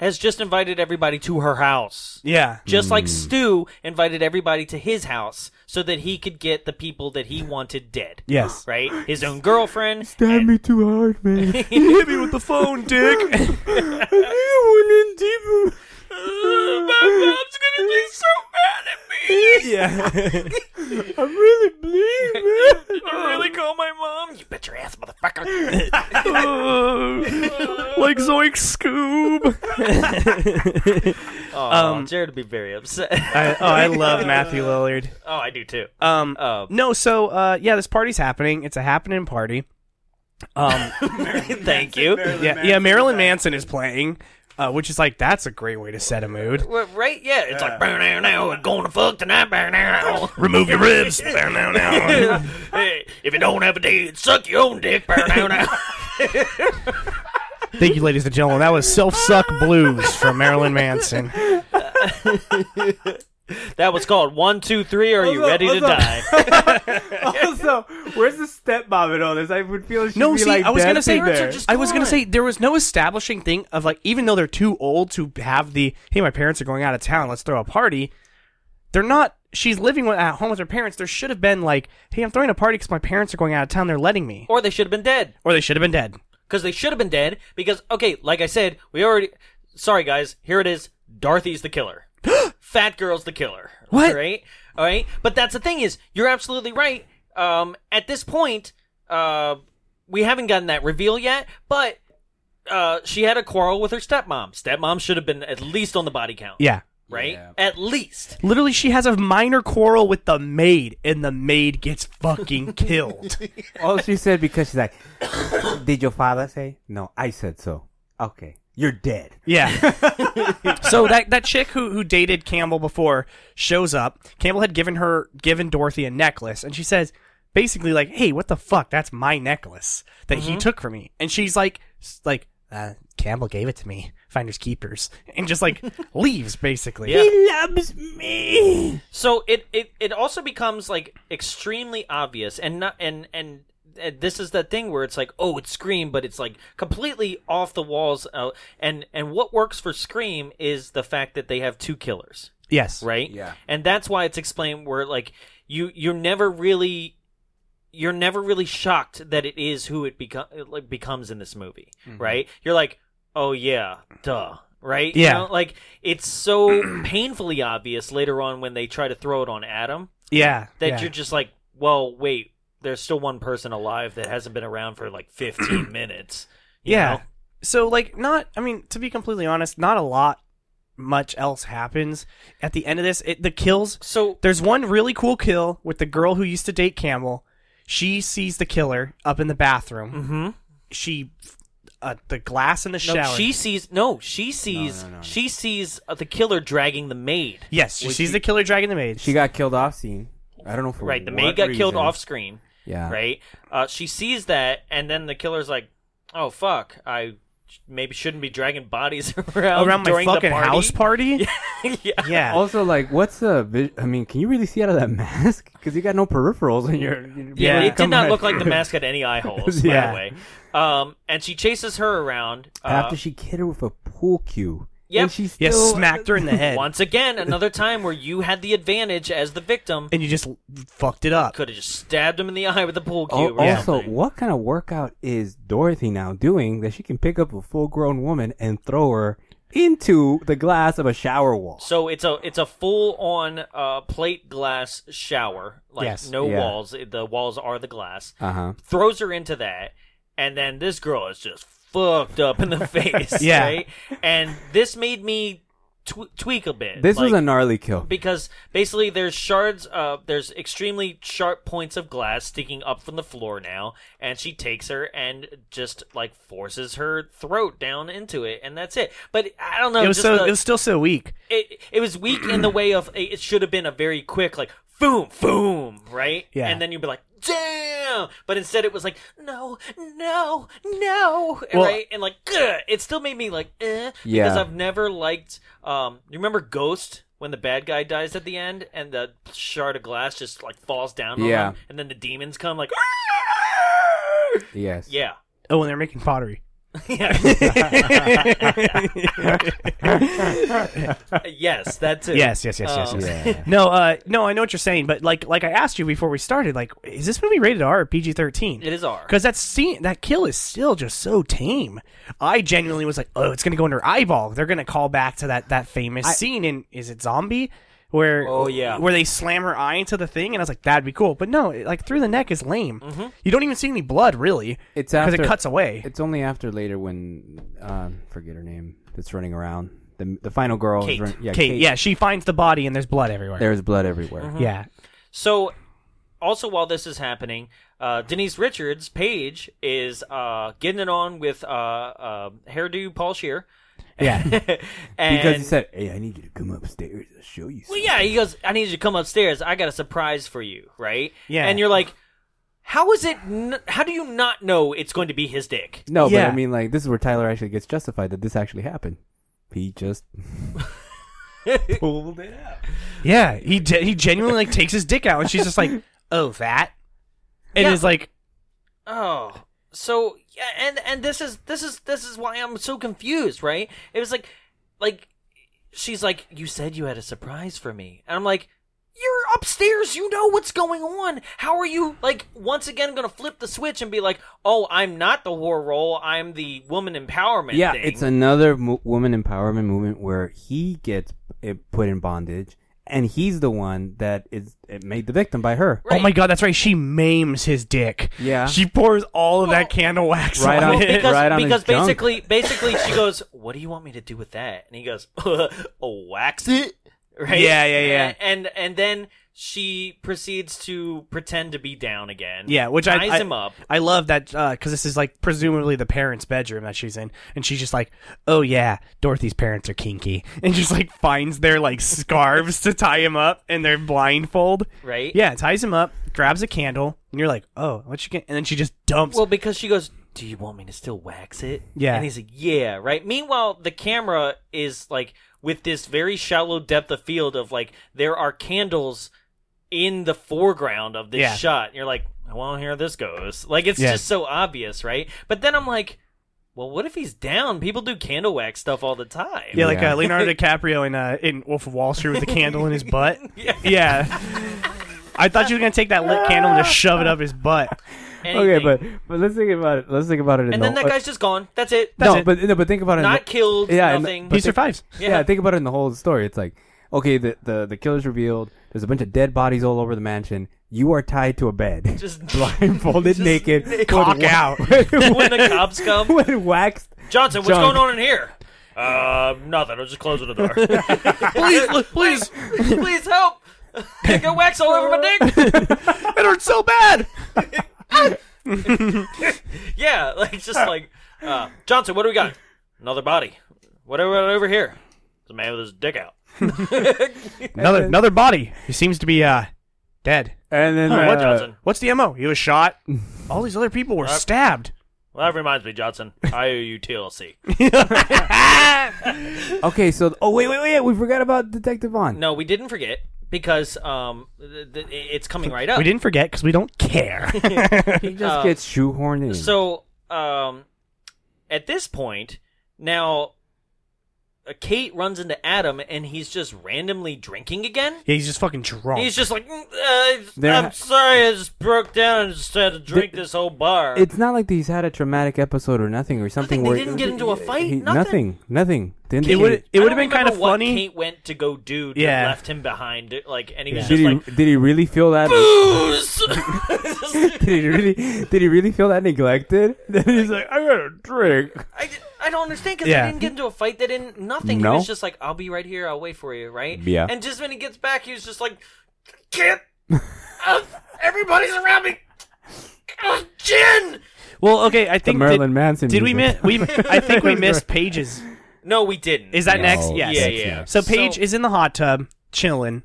Speaker 2: has just invited everybody to her house.
Speaker 1: yeah,
Speaker 2: Just like Stu invited everybody to his house so that he could get the people that he wanted dead.
Speaker 1: Yes.
Speaker 2: Right? His own girlfriend.
Speaker 3: Stab
Speaker 2: and-
Speaker 3: me too hard, man. I
Speaker 1: you hit me with the phone, Dick.
Speaker 3: think I went in deeper.
Speaker 2: My mom's gonna be so mad at me.
Speaker 1: yeah,
Speaker 3: I'm really bleeding, man.
Speaker 2: I really call my mom. You bet your ass, motherfucker.
Speaker 1: like Zoink Scoob.
Speaker 2: Oh, Jared would be very upset.
Speaker 1: Um, I, oh, I love Matthew Lillard.
Speaker 2: oh, I do too.
Speaker 1: Um,
Speaker 2: Uh,
Speaker 1: no, so uh, yeah, this party's happening. It's a happening party. Um,
Speaker 2: thank you.
Speaker 1: yeah, yeah, Marilyn Manson is playing, uh, which is like that's a great way to set a mood.
Speaker 2: Well, right? Yeah, it's like burn now, now, we're going to fuck tonight, burn now.
Speaker 1: Remove your ribs. Bow, now, now.
Speaker 2: hey, if you don't have a dick, suck your own dick, burn now, now.
Speaker 1: Thank you, ladies and gentlemen. That was Self Suck Blues from Marilyn Manson.
Speaker 2: That was called one, two, three. Are you
Speaker 3: Hold up,
Speaker 2: ready to
Speaker 3: hold up.
Speaker 2: die?
Speaker 3: also, where's the stepmom in all this? I would feel she
Speaker 1: No,
Speaker 3: be
Speaker 1: see,
Speaker 3: like
Speaker 1: I was gonna
Speaker 3: dancing
Speaker 1: say,
Speaker 3: there.
Speaker 2: just
Speaker 1: I was gonna
Speaker 2: gone.
Speaker 1: say there was no establishing thing of like, even though they're too old to have the, hey, my parents are going out of town, let's throw a party. They're not. She's living with, at home with her parents. There should have been like, hey, I'm throwing a party because my parents are going out of town. They're letting me,
Speaker 2: or they should have been dead.
Speaker 1: or they should have been dead.
Speaker 2: because they should have been dead. Because okay, like I said, we already. Sorry, guys. Here it is. Dorothy's the killer. Fat girl's the killer.
Speaker 1: What?
Speaker 2: Right. All right. But that's the thing is, you're absolutely right. Um, at this point, uh, we haven't gotten that reveal yet, but. Uh, she had a quarrel with her stepmom. Stepmom should have been at least on the body count.
Speaker 1: Yeah,
Speaker 2: Right? At least.
Speaker 1: literally, she has a minor quarrel with the maid, and the maid gets fucking killed.
Speaker 3: All she said because she's like, "Did your father say?" No, I said so. Okay, you're dead.
Speaker 1: Yeah. so that that chick who who dated Campbell before shows up. Campbell had given her given Dorothy a necklace, and she says basically like, "Hey, what the fuck? That's
Speaker 2: Mm-hmm.
Speaker 1: my necklace that he took from me." And she's like, s- "Like uh, Campbell gave it to me." finders keepers, and just like leaves basically.
Speaker 2: Yeah.
Speaker 3: He loves me.
Speaker 2: So it, it it also becomes like extremely obvious and not and and and this is that thing where it's like oh it's scream but it's like completely off the walls uh, and and what works for scream is the fact that they have two killers
Speaker 1: Yes.
Speaker 2: right
Speaker 3: Yeah.
Speaker 2: and that's why it's explained where like you you're never really you're never really shocked that it is who it, become, it like, becomes in this movie right you're like oh yeah duh right You
Speaker 1: Yeah.
Speaker 2: know, like it's so painfully obvious later on when they try to throw it on adam
Speaker 1: Yeah.
Speaker 2: that
Speaker 1: yeah.
Speaker 2: you're just like well wait there's still one person alive that hasn't been around for like 15 minutes you
Speaker 1: yeah.
Speaker 2: know?
Speaker 1: So like not I mean to be completely honest, not a lot much else happens at the end of this. It, the kills
Speaker 2: so
Speaker 1: There's one really cool kill with the girl who used to date Camel. She sees the killer up in the bathroom.
Speaker 2: Mhm.
Speaker 1: She uh, the glass in the
Speaker 2: no,
Speaker 1: shower.
Speaker 2: she sees no she sees she sees uh, the killer dragging the maid
Speaker 1: yes, she
Speaker 3: Well,
Speaker 1: sees
Speaker 3: she-
Speaker 1: the killer dragging the maid.
Speaker 3: She got killed off scene. I don't know for
Speaker 2: Right, the
Speaker 3: what
Speaker 2: maid got killed
Speaker 3: reason.
Speaker 2: off screen.
Speaker 3: Yeah.
Speaker 2: Right, uh, she sees that, and then the killer's like, "Oh fuck, I sh- maybe shouldn't be dragging bodies around
Speaker 1: around my
Speaker 2: Oh, during the
Speaker 1: fucking
Speaker 2: party."
Speaker 1: house party.
Speaker 2: yeah.
Speaker 1: yeah.
Speaker 3: Also, like, what's the? vi- I mean, can you really see out of that mask? Because you got no peripherals in your. your
Speaker 1: Yeah.
Speaker 2: it did
Speaker 3: come
Speaker 2: not
Speaker 3: back.
Speaker 2: look like the mask had any eye holes. By
Speaker 1: Yeah.
Speaker 2: the way, um, and she chases her around. Uh,
Speaker 3: After she hit her with a pool cue.
Speaker 2: Yep.
Speaker 3: And she still.
Speaker 1: yeah, smacked her in the head.
Speaker 2: once again, another time where you had the advantage as the victim,
Speaker 1: and you just l- fucked it up.
Speaker 2: could have just stabbed him in the eye with a pool cue.
Speaker 3: Al-
Speaker 2: or
Speaker 3: Oh, also,
Speaker 2: something.
Speaker 3: what kind of workout is Dorothy now doing that she can pick up a full-grown woman and throw her into the glass of a shower wall?
Speaker 2: So it's a it's a full on uh, plate glass shower, like
Speaker 1: Yes.
Speaker 2: no
Speaker 3: Yeah.
Speaker 2: walls. The walls are the glass.
Speaker 3: Uh huh.
Speaker 2: Throws her into that, and then this girl is just fucked up in the face.
Speaker 1: Yeah.
Speaker 2: right? and this made me tw- tweak a bit.
Speaker 3: This was
Speaker 2: like-
Speaker 3: a gnarly kill.
Speaker 2: because basically there's shards uh there's extremely sharp points of glass sticking up from the floor now and she takes her and just like forces her throat down into it and that's it but i don't know
Speaker 1: it was
Speaker 2: just
Speaker 1: so
Speaker 2: the-
Speaker 1: it was still so weak.
Speaker 2: it it was weak in the way of it should have been a very quick like boom boom right
Speaker 1: Yeah.
Speaker 2: and then you'd be like damn but instead it was like no no no
Speaker 1: Well-
Speaker 2: right and like "Gah!" it still made me like eh, because
Speaker 3: Yeah.
Speaker 2: I've never liked um you remember Ghost when the bad guy dies at the end and the shard of glass just like falls down
Speaker 3: Yeah.
Speaker 2: on him and then the demons come like
Speaker 3: Yes.
Speaker 2: yeah
Speaker 1: Oh, and they're making pottery.
Speaker 2: yeah
Speaker 1: yes,
Speaker 2: yes that's it
Speaker 1: yes, yes, yes, yes.
Speaker 2: Um,
Speaker 3: Oh. Yeah.
Speaker 1: No, uh, no, I know what you're saying, but like, like I asked you before we started, like, is this movie rated R or PG-13?
Speaker 2: it is R
Speaker 1: Because that scene, that kill is still just so tame. I genuinely was like, oh, it's gonna go in her eyeball. They're gonna call back to that that famous scene in is it Zombie, where
Speaker 2: Oh, yeah.
Speaker 1: where they slam her eye into the thing, and I was like, that'd be cool. But no, it, like through the neck is lame. You don't even see any blood really.
Speaker 3: It's
Speaker 1: because it
Speaker 3: after-
Speaker 1: cuts away.
Speaker 3: It's only after later when um, forget her name that's running around. The the final girl.
Speaker 2: Kate. Uh-huh.
Speaker 3: Is run, yeah,
Speaker 1: Kate, yeah, she finds the body and there's blood everywhere.
Speaker 3: There's blood everywhere.
Speaker 1: Yeah,
Speaker 2: So, also while this is happening, uh, Denise Richards Page is uh, getting it on with uh, uh, hairdo Paul Shear.
Speaker 1: yeah,
Speaker 2: and,
Speaker 3: Because he said, "Hey, I need you to come upstairs. I'll show you."
Speaker 2: well,
Speaker 3: Something.
Speaker 2: yeah, he goes, I need you to come upstairs. I got a surprise for you, right?
Speaker 1: Yeah.
Speaker 2: And you're like, how is it? N- how do you not know it's going to be his dick?
Speaker 3: No,
Speaker 1: Yeah.
Speaker 3: but I mean, like, this is where Tyler actually gets justified that this actually happened. He just pulled it out.
Speaker 1: yeah. He ge- he genuinely like takes his dick out, and she's just like, oh that, and
Speaker 2: Yeah.
Speaker 1: is like,
Speaker 2: Oh, so yeah, and and this is this is this is why I'm so confused, right? It was like, like she's like, you said you had a surprise for me, and I'm like. You're upstairs. You know what's going on. How are you, like, once again going to flip the switch and be like, oh, I'm not the whore role. I'm the woman empowerment
Speaker 3: Yeah,
Speaker 2: thing.
Speaker 3: it's oh another mo- woman empowerment movement where he gets it put in bondage, and he's the one that is it made the victim by her.
Speaker 1: Oh my god, that's right. She maims his dick.
Speaker 3: Yeah.
Speaker 1: She pours all of that candle wax
Speaker 3: Right
Speaker 1: on
Speaker 3: on-
Speaker 1: it.
Speaker 2: because,
Speaker 3: right on his
Speaker 2: because
Speaker 3: junk.
Speaker 2: basically basically she goes what do you want me to do with that and he goes "Oh, wax it right
Speaker 1: Yeah, yeah, yeah.
Speaker 2: and and then she proceeds to pretend to be down again
Speaker 1: Yeah, which I
Speaker 2: ties
Speaker 1: I,
Speaker 2: him up
Speaker 1: I love that because this is like presumably the parents' bedroom that she's in, and she's just like, "Oh yeah, Dorothy's parents are kinky," and just like finds their like scarves to tie him up and their blindfold.
Speaker 2: right
Speaker 1: Yeah, ties him up, grabs a candle, and you're like, "Oh, what you get?" And then she just dumps.
Speaker 2: well because she goes do you want me to still wax it?
Speaker 1: Yeah.
Speaker 2: And he's like, yeah, right. Meanwhile, the camera is like with this very shallow depth of field of like there are candles in the foreground of this
Speaker 1: Yeah.
Speaker 2: shot. You're like, well, here this goes. Like it's
Speaker 1: Yeah.
Speaker 2: just so obvious, right? But then I'm like, well, what if he's down? People do candle wax stuff all the time.
Speaker 1: Yeah, like
Speaker 3: Yeah.
Speaker 1: Uh, Leonardo DiCaprio in uh, in Wolf of Wall Street with the candle in his butt.
Speaker 2: Yeah.
Speaker 1: Yeah. I thought you were gonna take that lit candle and just shove it up his butt.
Speaker 2: Anything.
Speaker 3: Okay, but but let's think about it. Let's think about it. In
Speaker 2: and
Speaker 3: the,
Speaker 2: then that
Speaker 3: uh,
Speaker 2: guy's just gone. That's it.
Speaker 1: That's
Speaker 3: no,
Speaker 1: it.
Speaker 3: but no, but think about it. in
Speaker 2: Not
Speaker 3: the-
Speaker 2: killed.
Speaker 3: Yeah, and-
Speaker 2: nothing.
Speaker 3: but
Speaker 1: He
Speaker 3: they-
Speaker 1: survives.
Speaker 2: Yeah.
Speaker 3: yeah. think about it in the whole story. It's like, okay, the, the the killer's revealed. There's a bunch of dead bodies all over the mansion. You are tied to a bed,
Speaker 2: Just-
Speaker 3: blindfolded,
Speaker 2: just
Speaker 3: naked,
Speaker 2: naked.
Speaker 3: with
Speaker 1: Cock
Speaker 3: wa-
Speaker 1: out.
Speaker 2: when the cops come,
Speaker 3: with waxed.
Speaker 2: Johnson, what's
Speaker 3: John.
Speaker 2: going on in here? Uh, nothing. I'll just close the door. please, l- please, please help! I got wax all over my dick.
Speaker 1: It hurts so bad.
Speaker 2: Yeah, like just like uh, Johnson. What do we got? Another body. What do we got over here? It's a man with his dick out.
Speaker 1: Another another body. He seems to be uh dead.
Speaker 3: And then
Speaker 2: What,
Speaker 3: uh,
Speaker 2: Johnson?
Speaker 1: What's the mo? He was shot. All these other people were stabbed.
Speaker 2: Well, that reminds me, Johnson. I owe you TLC.
Speaker 3: okay, so oh wait, wait, wait, we forgot about Detective Vaughn.
Speaker 2: No, we didn't forget because um, th- th- it's coming right up.
Speaker 1: We didn't forget because we don't care.
Speaker 3: he just gets shoehorned in.
Speaker 2: uh, So, uh, um, at this point, now uh, Kate runs into Adam, and he's just randomly drinking again.
Speaker 1: He's just fucking drunk.
Speaker 2: He's just like, "Mm, uh,
Speaker 3: There-
Speaker 2: I'm sorry, I just broke down and just had to drink
Speaker 3: Th-
Speaker 2: this whole bar.
Speaker 3: it's not like he's had a traumatic episode or nothing or something.
Speaker 2: Nothing, they
Speaker 3: where
Speaker 2: didn't get into a fight,
Speaker 3: He-
Speaker 2: nothing.
Speaker 3: nothing, nothing. Didn't
Speaker 1: it would
Speaker 3: he-
Speaker 1: it
Speaker 2: I
Speaker 1: would have
Speaker 2: don't
Speaker 1: been kind of
Speaker 2: remember what
Speaker 1: funny.
Speaker 2: Kate went to go do that
Speaker 1: Yeah.
Speaker 2: left him behind, like, and he was just
Speaker 3: Did he?
Speaker 2: like,
Speaker 3: did he really feel that?
Speaker 2: "Booze!"
Speaker 3: did he really? Did he really feel that neglected? Then he's like, I got a drink.
Speaker 2: I, I don't understand because
Speaker 1: Yeah.
Speaker 2: they didn't get into a fight. They didn't nothing.
Speaker 3: No.
Speaker 2: He was just like, "I'll be right here. I'll wait for you." Right?
Speaker 3: Yeah.
Speaker 2: And just when he gets back, he was just like, "Get, uh, everybody's around me. Uh, gin."
Speaker 1: Well, okay, I think did-
Speaker 3: Marilyn Manson
Speaker 1: Did we miss?
Speaker 3: music.
Speaker 1: We I think we missed pages.
Speaker 2: No, we didn't.
Speaker 1: Is that
Speaker 3: No,
Speaker 1: next? Yes.
Speaker 2: yeah,
Speaker 3: that's
Speaker 2: yeah.
Speaker 3: next.
Speaker 1: So Paige
Speaker 2: So-
Speaker 1: is in the hot tub chilling,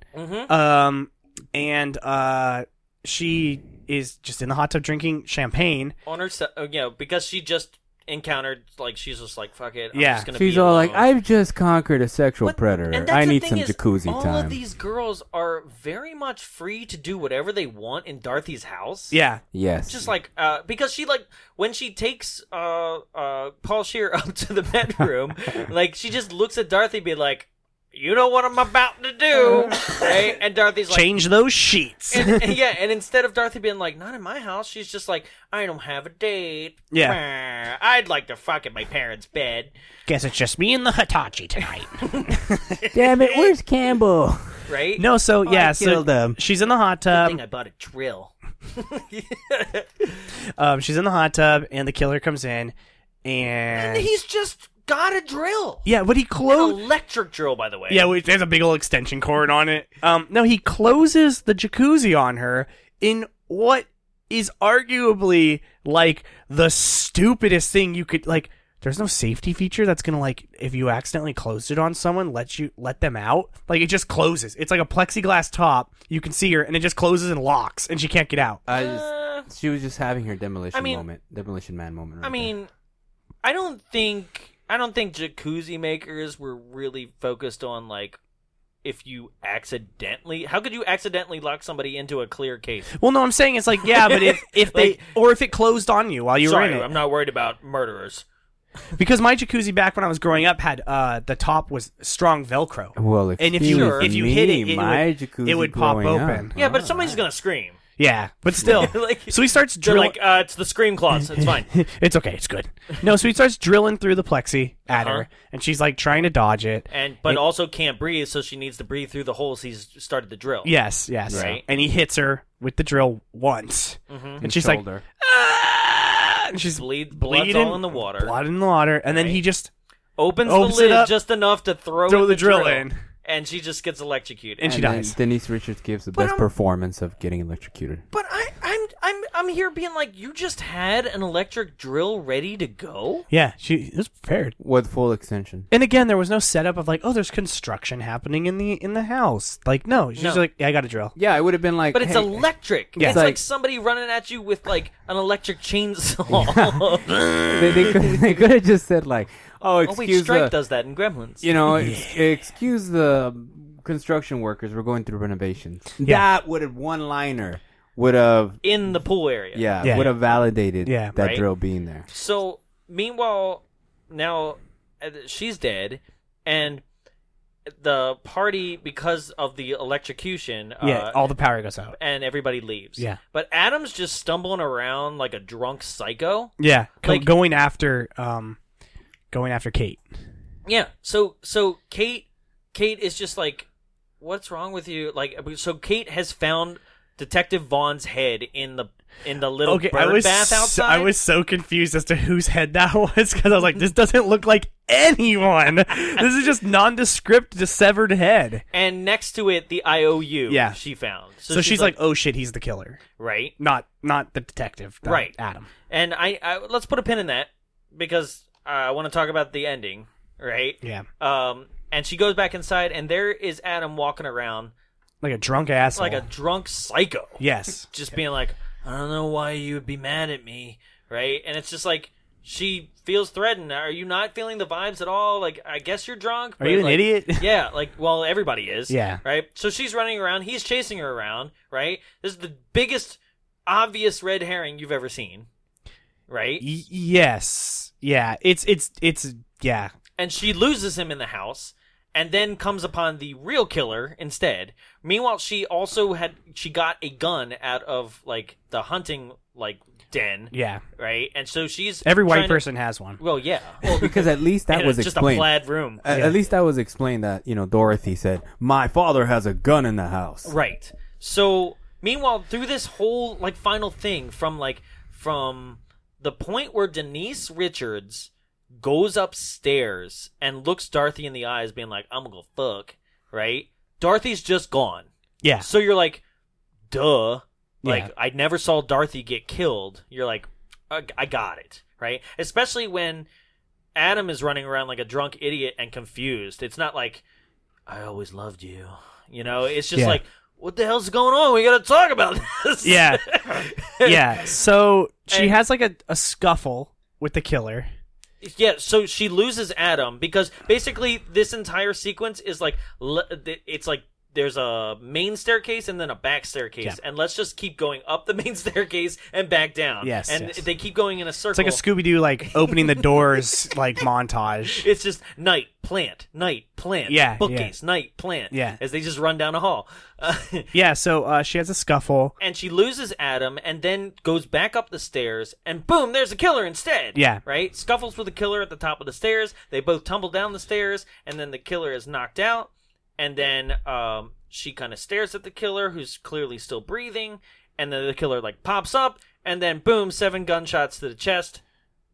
Speaker 1: um, and uh, she is just in the hot tub drinking champagne.
Speaker 2: on her? se- uh, You know, because she just encountered like she's just like, "Fuck it. I'm
Speaker 1: Yeah.
Speaker 2: just gonna
Speaker 3: She's
Speaker 2: be
Speaker 3: all
Speaker 2: alone.
Speaker 3: like, I've just conquered a sexual
Speaker 2: But-
Speaker 3: predator.
Speaker 2: and that's
Speaker 3: I
Speaker 2: the
Speaker 3: need
Speaker 2: thing
Speaker 3: some
Speaker 2: is,
Speaker 3: jacuzzi
Speaker 2: all
Speaker 3: time.
Speaker 2: of these girls are very much free to do whatever they want in Dorothy's house.
Speaker 1: Yeah.
Speaker 3: yes.
Speaker 2: just like uh because she like when she takes uh uh Paul Shear up to the bedroom, like she just looks at Dorothy be like, You know what I'm about to do right? And Dorothy's like
Speaker 1: Change those sheets.
Speaker 2: and, and yeah, and instead of Dorothy being like, "Not in my house," she's just like, "I don't have a date."
Speaker 1: Yeah.
Speaker 2: I'd like to fuck in my parents' bed.
Speaker 1: Guess it's just me and the Hitachi tonight.
Speaker 3: Damn it, where's Campbell?
Speaker 2: Right?
Speaker 1: no, so yeah, so
Speaker 3: killed them.
Speaker 1: she's in the hot
Speaker 2: I
Speaker 1: tub.
Speaker 2: think I bought a drill.
Speaker 1: Um, she's in the hot tub, and the killer comes in, and,
Speaker 2: And he's just got a drill.
Speaker 1: yeah, but he closed.
Speaker 2: Electric drill, by the way. Uh,
Speaker 1: Yeah, wait, there's a big old extension cord on it. Um, no, he closes the jacuzzi on her in what is arguably like the stupidest thing you could like. There's no safety feature that's gonna like if you accidentally closed it on someone, let you let them out. Like it just closes. It's like a plexiglass top. You can see her, and it just closes and locks, and she can't get out.
Speaker 3: I just,
Speaker 2: Uh,
Speaker 3: she was just having her demolition
Speaker 2: I mean-
Speaker 3: moment, demolition man moment.
Speaker 2: I
Speaker 3: right there.
Speaker 2: mean, I don't think I don't think jacuzzi makers were really focused on like if you accidentally how could you accidentally lock somebody into a clear case?
Speaker 1: Well, no, I'm saying it's like yeah, but if if they
Speaker 2: Like-
Speaker 1: or if it closed on you while you
Speaker 2: Sorry,
Speaker 1: were in it,
Speaker 2: I'm not worried about murderers.
Speaker 1: because my jacuzzi back when I was growing up had uh the top was strong Velcro.
Speaker 3: well, if
Speaker 1: and if
Speaker 3: he
Speaker 1: you
Speaker 3: was
Speaker 1: if you
Speaker 3: me,
Speaker 1: hit it, it
Speaker 3: my
Speaker 1: would,
Speaker 3: jacuzzi
Speaker 1: it would pop
Speaker 3: blowing up.
Speaker 1: open.
Speaker 2: Yeah, but somebody's gonna scream.
Speaker 1: Yeah, but still.
Speaker 2: Like-
Speaker 1: so he starts
Speaker 2: They're
Speaker 1: drilling.
Speaker 2: like, uh, it's the scream clause. It's fine.
Speaker 1: it's okay, it's good. No, so he starts drilling through the plexi at
Speaker 2: Uh-huh.
Speaker 1: her, and she's like trying to dodge it.
Speaker 2: And but also can't breathe, so she needs to breathe through the holes he's started the drill.
Speaker 1: Yes, yes.
Speaker 2: Right. Mm.
Speaker 1: And he hits her with the drill once, and she's like,
Speaker 3: Shoulder.
Speaker 1: "Ah!" and she's
Speaker 2: Bleed, blood's
Speaker 1: bleeding
Speaker 2: all in the water.
Speaker 1: blood in the water, and then he just
Speaker 2: opens,
Speaker 1: Opens it
Speaker 2: the lid
Speaker 1: up,
Speaker 2: just enough to throw,
Speaker 1: throw
Speaker 2: in
Speaker 1: the drill in.
Speaker 2: and she just gets electrocuted.
Speaker 1: And she
Speaker 3: And then
Speaker 1: dies.
Speaker 3: Denise Richards gives the best
Speaker 2: I'm-
Speaker 3: performance of getting electrocuted.
Speaker 2: But I, I'm I'm I'm here being like, you just had an electric drill ready to go.
Speaker 1: Yeah, she was prepared.
Speaker 3: with full extension.
Speaker 1: And again, there was no setup of like, oh, there's construction happening in the in the house. Like, no, she's
Speaker 2: No.
Speaker 1: just like, yeah, I got a drill.
Speaker 3: Yeah, it would have been like.
Speaker 2: But it's
Speaker 3: hey,
Speaker 2: electric.
Speaker 1: Yeah.
Speaker 2: It's like,
Speaker 3: Like-
Speaker 2: somebody running at you with like an electric chainsaw.
Speaker 3: They, they could, they could have just said like, "Oh,
Speaker 2: oh
Speaker 3: excuse
Speaker 2: wait, Strike
Speaker 3: the,
Speaker 2: does that in Gremlins.
Speaker 3: you know, ex- excuse the construction workers. We're going through renovations."
Speaker 1: Yeah.
Speaker 3: That would have one liner would have
Speaker 2: in the pool area.
Speaker 3: yeah,
Speaker 1: Yeah.
Speaker 3: would have validated
Speaker 1: Yeah.
Speaker 3: that
Speaker 2: Right.
Speaker 3: drill being there.
Speaker 2: So meanwhile, now uh, she's dead, and the party because of the electrocution.
Speaker 1: Yeah,
Speaker 2: uh,
Speaker 1: all the power goes out.
Speaker 2: and everybody leaves.
Speaker 1: Yeah.
Speaker 2: But Adam's just stumbling around like a drunk psycho.
Speaker 1: Yeah, go-
Speaker 2: Like-
Speaker 1: going after um, going after Kate.
Speaker 2: Yeah. So so Kate Kate is just like, what's wrong with you? Like so Kate has found Detective Vaughn's head in the in the little
Speaker 1: Okay,
Speaker 2: bird
Speaker 1: I was
Speaker 2: bath
Speaker 1: so,
Speaker 2: outside.
Speaker 1: I was so confused as to whose head that was because I was like, this doesn't look like anyone. this is just nondescript, just severed head.
Speaker 2: and next to it the IOU
Speaker 1: Yeah.
Speaker 2: she found.
Speaker 1: So, she's, like, oh shit, he's the killer,
Speaker 2: right.
Speaker 1: not not the detective, not
Speaker 2: Right.
Speaker 1: Adam.
Speaker 2: And I, I let's put a pin in that because uh, I want to talk about the ending, right?
Speaker 1: Yeah,
Speaker 2: Um and she goes back inside and there is Adam walking around
Speaker 1: like a drunk asshole.
Speaker 2: like a drunk psycho.
Speaker 1: yes.
Speaker 2: just being like, I don't know why you would be mad at me, right? And it's just like she feels threatened. Are you not feeling the vibes at all? Like, I guess you're drunk.
Speaker 1: Are you an
Speaker 2: like-
Speaker 1: idiot?
Speaker 2: yeah, like well, everybody is.
Speaker 1: Yeah.
Speaker 2: right. So she's running around. He's chasing her around. Right. This is the biggest obvious red herring you've ever seen. Right.
Speaker 1: Y- yes. Yeah. It's it's it's yeah.
Speaker 2: and she loses him in the house and then comes upon the real killer instead meanwhile she also had she got a gun out of like the hunting like den
Speaker 1: Yeah.
Speaker 2: right and so she's
Speaker 1: Every white
Speaker 2: trying to-
Speaker 1: person has one.
Speaker 2: well yeah well,
Speaker 3: Because at least that
Speaker 2: and
Speaker 3: was
Speaker 2: it's just a
Speaker 3: explained. Uh,
Speaker 2: plaid room
Speaker 3: A- At least that was explained that you know Dorothy said, "My father has a gun in the house."
Speaker 2: right so meanwhile through this whole like final thing from like from the point where denise richards goes upstairs and looks dorothy in the eyes being like i'm gonna go fuck right dorothy's just gone
Speaker 1: Yeah.
Speaker 2: So you're like, duh. Like,
Speaker 1: Yeah.
Speaker 2: I never saw Dorothy get killed. You're like, I, I got it, right? Especially when Adam is running around like a drunk idiot and confused. It's not like, I always loved you. You know, it's just
Speaker 1: Yeah.
Speaker 2: like, what the hell's going on? We got to talk about this.
Speaker 1: Yeah. yeah. So she
Speaker 2: And-
Speaker 1: has like a, a scuffle with the killer.
Speaker 2: Yeah, so she loses Adam because basically this entire sequence is like le- th- it's like there's a main staircase and then a back staircase,
Speaker 1: Yeah.
Speaker 2: and let's just keep going up the main staircase and back down.
Speaker 1: Yes,
Speaker 2: and
Speaker 1: yes.
Speaker 2: they keep going in a circle.
Speaker 1: It's like a Scooby Doo like opening the doors like montage.
Speaker 2: It's just night plant, night plant,
Speaker 1: Yeah,
Speaker 2: bookcase, night plant,
Speaker 1: Yeah.
Speaker 2: as they just run down a hall.
Speaker 1: Yeah. So uh, she has a scuffle.
Speaker 2: and she loses Adam and then goes back up the stairs and boom, there's a killer instead.
Speaker 1: Yeah.
Speaker 2: Right? Scuffles with the killer at the top of the stairs. They both tumble down the stairs and then the killer is knocked out. And then um, she kind of stares at the killer who's clearly still breathing. And then the killer like pops up and then boom, seven gunshots to the chest.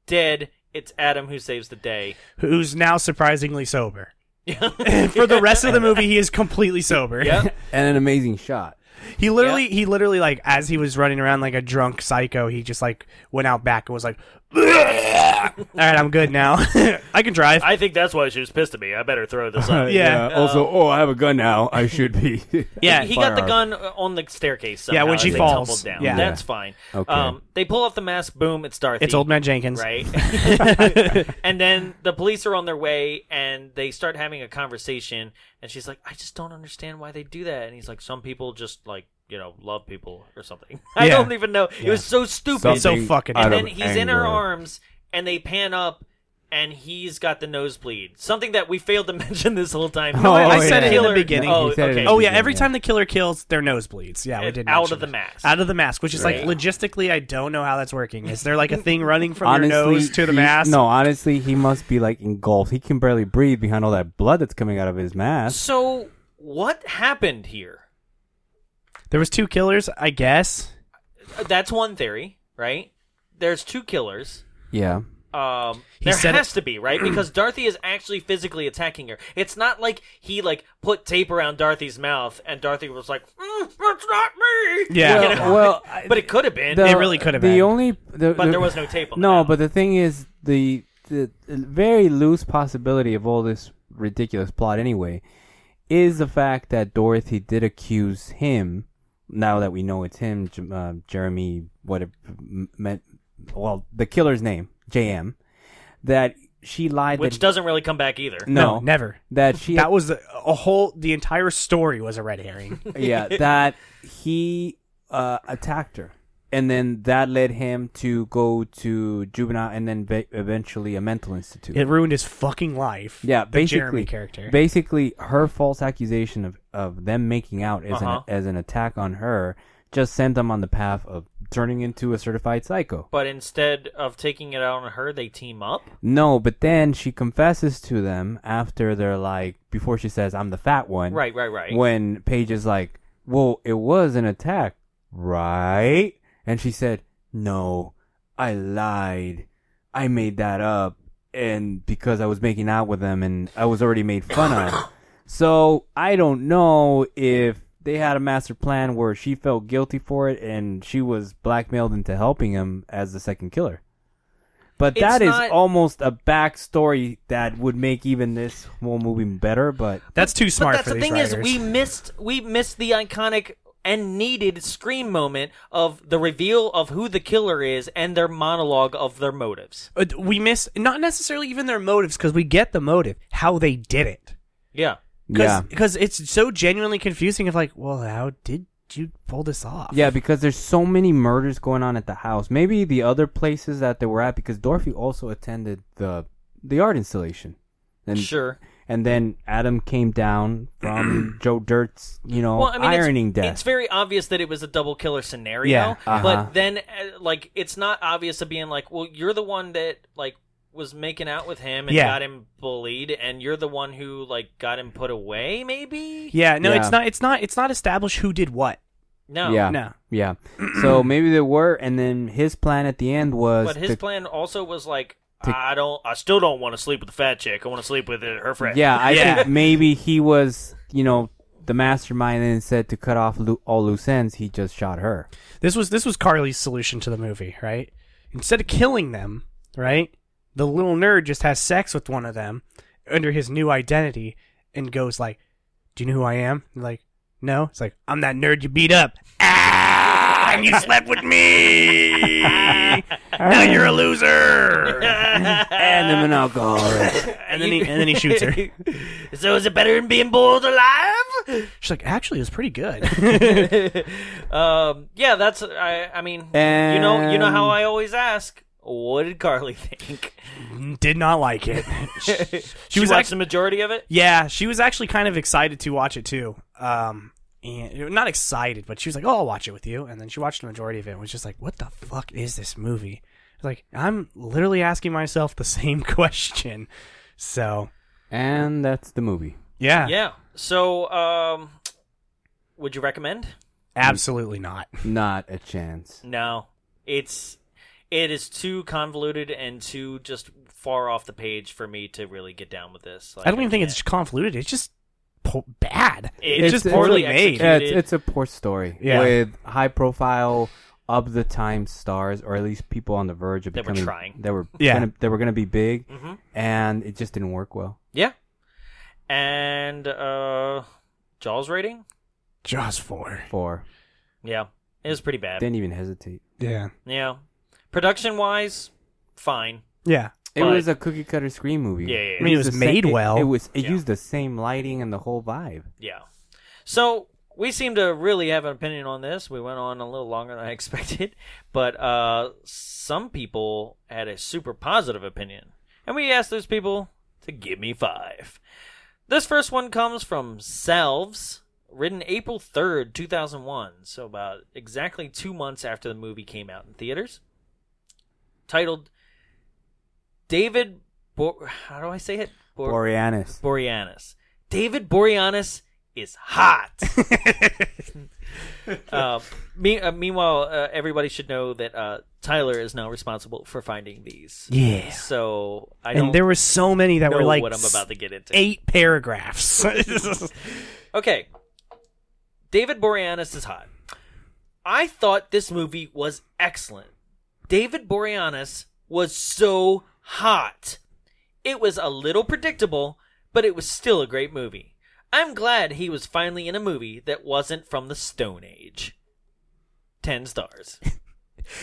Speaker 2: Dead. It's Adam who saves the day.
Speaker 1: Who's now surprisingly sober. For the rest of the movie, he is completely sober.
Speaker 2: Yep.
Speaker 3: And an amazing shot.
Speaker 1: He literally, he literally, like as he was running around like a drunk psycho, he just like went out back and was like, "All right, I'm good now. I can drive."
Speaker 2: I think that's why she was pissed at me. I better throw this up.
Speaker 1: Yeah.
Speaker 3: Also, oh, I have a gun now. I should be.
Speaker 1: yeah,
Speaker 2: he got the
Speaker 3: firearm.
Speaker 2: gun uh, on the staircase.
Speaker 1: Yeah,
Speaker 2: Somehow
Speaker 1: when she
Speaker 2: as they
Speaker 1: falls.
Speaker 2: tumbled down.
Speaker 1: Yeah.
Speaker 2: that's fine.
Speaker 3: Okay.
Speaker 2: Um, they pull off the mask. Boom! It's Dorothy.
Speaker 1: it's old man Jenkins.
Speaker 2: right? and then the police are on their way, and they start having a conversation. And she's like, "I just don't understand why they do that." And he's like, "Some people just like you know love people or something. I
Speaker 1: Yeah.
Speaker 2: don't even know. It was so stupid.
Speaker 1: Something So fucking-
Speaker 3: out
Speaker 2: and
Speaker 3: of
Speaker 2: then he's in her
Speaker 3: anger.
Speaker 2: arms, and they pan up. And he's got the nosebleed. Something that we failed to mention this whole
Speaker 1: Oh,
Speaker 2: time.
Speaker 3: No, I- I
Speaker 2: The
Speaker 3: said it in the
Speaker 2: killer-
Speaker 1: beginning.
Speaker 2: Oh,
Speaker 3: He said it in
Speaker 2: okay.
Speaker 3: the
Speaker 1: Oh
Speaker 3: He
Speaker 1: yeah,
Speaker 3: did,
Speaker 1: every
Speaker 3: yeah.
Speaker 1: time the killer kills, their nose bleeds. Yeah, we
Speaker 2: And
Speaker 1: did
Speaker 2: out
Speaker 1: mention
Speaker 2: of the
Speaker 1: this.
Speaker 2: mask.
Speaker 1: Out of the mask, which is
Speaker 2: Right.
Speaker 1: like logistically, I don't know how that's working. Is there like a thing running from
Speaker 3: honestly,
Speaker 1: your nose to the
Speaker 3: he-
Speaker 1: mask?
Speaker 3: No, honestly, he must be like engulfed. He can barely breathe behind all that blood that's coming out of his mask.
Speaker 2: So what happened here?
Speaker 1: there was two killers, I guess.
Speaker 2: Uh, That's one theory, right? There's two killers.
Speaker 3: Yeah.
Speaker 2: Um,
Speaker 1: He
Speaker 2: there
Speaker 1: said
Speaker 2: has
Speaker 1: it-
Speaker 2: to be right because Dorothy is actually physically attacking her. It's not like he like put tape around Dorothy's mouth and Dorothy was like, mm, "That's not me."
Speaker 1: Yeah.
Speaker 2: You know?
Speaker 3: Well, I-
Speaker 2: but it could have been.
Speaker 1: It really could have
Speaker 3: The
Speaker 1: been.
Speaker 3: only, the,
Speaker 2: But
Speaker 3: the-
Speaker 2: there was no tape on the
Speaker 3: No,
Speaker 2: mouth.
Speaker 3: but the thing is, the the very loose possibility of all this ridiculous plot anyway is the fact that Dorothy did accuse him. Now that we know it's him, J- uh, Jeremy, what it m- meant, well, the killer's name, J.M. That she lied.
Speaker 2: which
Speaker 3: that,
Speaker 2: doesn't really come back either.
Speaker 3: no,
Speaker 1: never.
Speaker 3: That she
Speaker 1: That was a, a whole. The entire story was a red herring.
Speaker 3: yeah, that he uh, attacked her, and then that led him to go to juvenile, and then ve- eventually a mental institute.
Speaker 1: it ruined his fucking life.
Speaker 3: yeah,
Speaker 1: the
Speaker 3: basically,
Speaker 1: Jeremy character.
Speaker 3: Basically, her false accusation of, of them making out as
Speaker 2: Uh-huh.
Speaker 3: an as an attack on her just sent them on the path of turning into a certified psycho.
Speaker 2: But instead of taking it out on her, they team up.
Speaker 3: No, but then she confesses to them after they're like, before she says, I'm the fat one.
Speaker 2: Right, right, right.
Speaker 3: When Paige is like, well, it was an attack, right? And she said, no, I lied. I made that up. And because I was making out with them and I was already made fun of. So I don't know if they had a master plan where she felt guilty for it and she was blackmailed into helping him as the second killer. But
Speaker 2: It's
Speaker 3: that is
Speaker 2: not-
Speaker 3: almost a backstory that would make even this whole movie better. But
Speaker 1: that's too smart
Speaker 2: but that's
Speaker 1: for
Speaker 2: the
Speaker 1: these
Speaker 2: thing is
Speaker 1: writers.
Speaker 2: we missed we missed the iconic and needed scream moment of the reveal of who the killer is and their monologue of their motives.
Speaker 1: Uh, we miss not necessarily even their motives because we get the motive how they did it.
Speaker 2: Yeah.
Speaker 1: Cause,
Speaker 3: yeah,
Speaker 1: because it's so genuinely confusing. Of like, well, how did you pull this off?
Speaker 3: yeah, because there's so many murders going on at the house. Maybe the other places that they were at, because Dorothy also attended the the art installation. And,
Speaker 2: sure.
Speaker 3: And then Adam came down from Joe Dirt's, you know,
Speaker 2: Well, I mean,
Speaker 3: ironing
Speaker 2: it's,
Speaker 3: death.
Speaker 2: it's very obvious that it was a double killer scenario.
Speaker 1: Yeah,
Speaker 3: uh-huh.
Speaker 2: But then, uh, like, it's not obvious to being like, well, you're the one that like was making out with him and
Speaker 1: Yeah.
Speaker 2: got him bullied, and you're the one who like got him put away. Maybe.
Speaker 1: yeah. No,
Speaker 3: Yeah.
Speaker 1: it's not. It's not. It's not established who did what.
Speaker 2: No.
Speaker 3: yeah,
Speaker 1: No.
Speaker 3: yeah. so maybe there were, and then his plan at the end was
Speaker 2: But his
Speaker 3: to-
Speaker 2: plan also was like,
Speaker 3: to-
Speaker 2: I don't, I still don't want to sleep with the fat chick. I want to sleep with uh, her friend.
Speaker 3: Yeah, I
Speaker 1: Yeah.
Speaker 3: think maybe he was, you know, the mastermind and said to cut off lo- all loose ends, he just shot her.
Speaker 1: This was this was Carly's solution to the movie, right? Instead of killing them, right? The little nerd just has sex with one of them under his new identity and goes like, "Do you know who I am?" And like, "No." It's like, "I'm that nerd you beat up." Ah! And you slept with me. now you're a loser.
Speaker 3: And I'm an alcoholic.
Speaker 1: And then he and then he shoots her.
Speaker 2: so is it better than being boiled alive?
Speaker 1: She's like, "Actually, it was pretty good."
Speaker 2: um, yeah, that's. I, I mean, you know, you know how
Speaker 3: And-
Speaker 2: I always ask. What did Carly think?
Speaker 1: Did not like it. She,
Speaker 2: She
Speaker 1: was
Speaker 2: watched
Speaker 1: act-
Speaker 2: the majority of it.
Speaker 1: Yeah, she was actually kind of excited to watch it too. Um, and not excited, but she was like, "Oh, I'll watch it with you." And then she watched the majority of it and was just like, "What the fuck is this movie?" It's Like, I'm literally asking myself the same question. So,
Speaker 3: and that's the movie.
Speaker 1: yeah,
Speaker 2: Yeah. So, um, would you recommend?
Speaker 1: absolutely not.
Speaker 3: Not a chance.
Speaker 2: No, it's it is too convoluted and too just far off the page for me to really get down with this. Like,
Speaker 1: I don't even think
Speaker 2: can't.
Speaker 1: it's convoluted. It's just po- bad.
Speaker 2: It's
Speaker 1: It's, just
Speaker 2: it's
Speaker 1: poorly
Speaker 2: really
Speaker 1: made.
Speaker 2: executed.
Speaker 3: Yeah, it's, it's a poor story
Speaker 1: Yeah.
Speaker 3: with high profile of the time stars, or at least people on the verge of
Speaker 2: That were
Speaker 3: becoming
Speaker 2: trying. Mm-hmm.
Speaker 3: that were
Speaker 1: Yeah.
Speaker 3: gonna, that were going to be big, and it just didn't work well.
Speaker 2: yeah. And uh, Jaws rating?
Speaker 1: Jaws four.
Speaker 3: For
Speaker 2: Yeah, it was pretty bad.
Speaker 3: didn't even hesitate.
Speaker 1: Yeah,
Speaker 2: yeah, production wise, fine.
Speaker 1: yeah.
Speaker 3: It
Speaker 2: But-
Speaker 3: was a cookie cutter screen movie.
Speaker 2: Yeah, yeah, yeah.
Speaker 1: I mean, it
Speaker 3: used
Speaker 1: was
Speaker 3: the sa-
Speaker 1: made well.
Speaker 3: It, was it
Speaker 2: Yeah.
Speaker 3: used the same lighting and the whole vibe.
Speaker 2: Yeah. So we seem to really have an opinion on this. We went on a little longer than I expected, but uh, some people had a super positive opinion, and we asked those people to give me five. This first one comes from Selves, written April third, two thousand one. So about exactly two months after the movie came out in theaters. Titled David, Bo- how do I say it? Bo-
Speaker 3: Boreanis.
Speaker 2: Boreanaz. David Boreanaz is hot. Uh, Me- uh, meanwhile, uh, everybody should know that uh, Tyler is now responsible for finding these.
Speaker 1: Yeah.
Speaker 2: So I don't
Speaker 1: And there were so many that
Speaker 2: know
Speaker 1: were like
Speaker 2: what I'm about to get into.
Speaker 1: eight paragraphs.
Speaker 2: Okay. David Boreanaz is hot. I thought this movie was excellent. David Boreanaz was so hot. It was a little predictable, but it was still a great movie. I'm glad he was finally in a movie that wasn't from the Stone Age. 10 stars.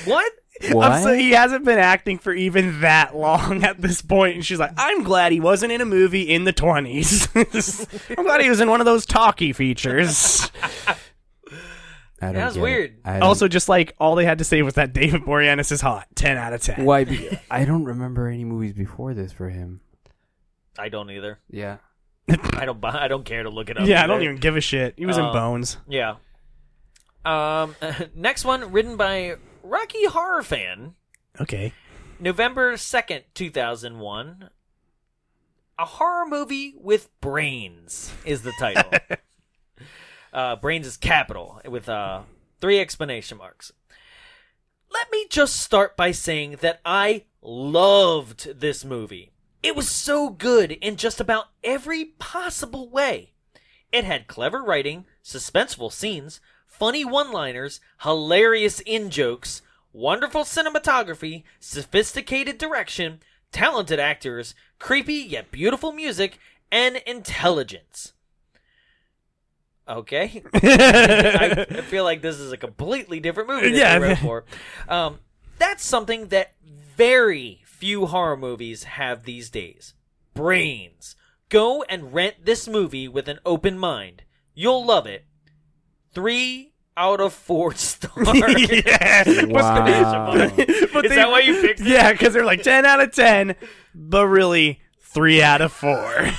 Speaker 2: what?
Speaker 1: I'm so, he hasn't been acting for even that long at this point, and she's like, "I'm glad he wasn't in a movie in the 20s. I'm glad he was in one of those talkie features."
Speaker 3: I don't
Speaker 2: That was
Speaker 3: get it.
Speaker 2: weird.
Speaker 3: I don't-
Speaker 1: also, just like all they had to say was that David Boreanaz is hot, 10 out of 10.
Speaker 3: why? be- I don't remember any movies before this for him.
Speaker 2: I don't either.
Speaker 3: Yeah.
Speaker 2: I don't buy, I don't care to look it up.
Speaker 1: Yeah, I don't
Speaker 2: either.
Speaker 1: even give a shit. He was
Speaker 2: Oh.
Speaker 1: in Bones.
Speaker 2: Yeah. Um, next one written by Rocky Horror Fan,
Speaker 1: Okay.
Speaker 2: November 2nd, 2001. A horror movie with brains is the title. uh, brains is capital with uh, three explanation marks. Let me just start by saying that I loved this movie. It was so good in just about every possible way. It had clever writing, suspenseful scenes, funny one liners, hilarious in jokes, wonderful cinematography, sophisticated direction, talented actors, creepy yet beautiful music, and intelligence. Okay. I I feel like this is a completely different movie than
Speaker 1: Yeah.
Speaker 2: they wrote for. Um, that's something that very few horror movies have these days. Brains. Go and rent this movie with an open mind. You'll love it. Three out of four stars. Um,
Speaker 1: yeah.
Speaker 3: Wow.
Speaker 1: But
Speaker 2: Is that why you picked it?
Speaker 1: Yeah, because they're like 10 out of 10, but really 3 out of 4.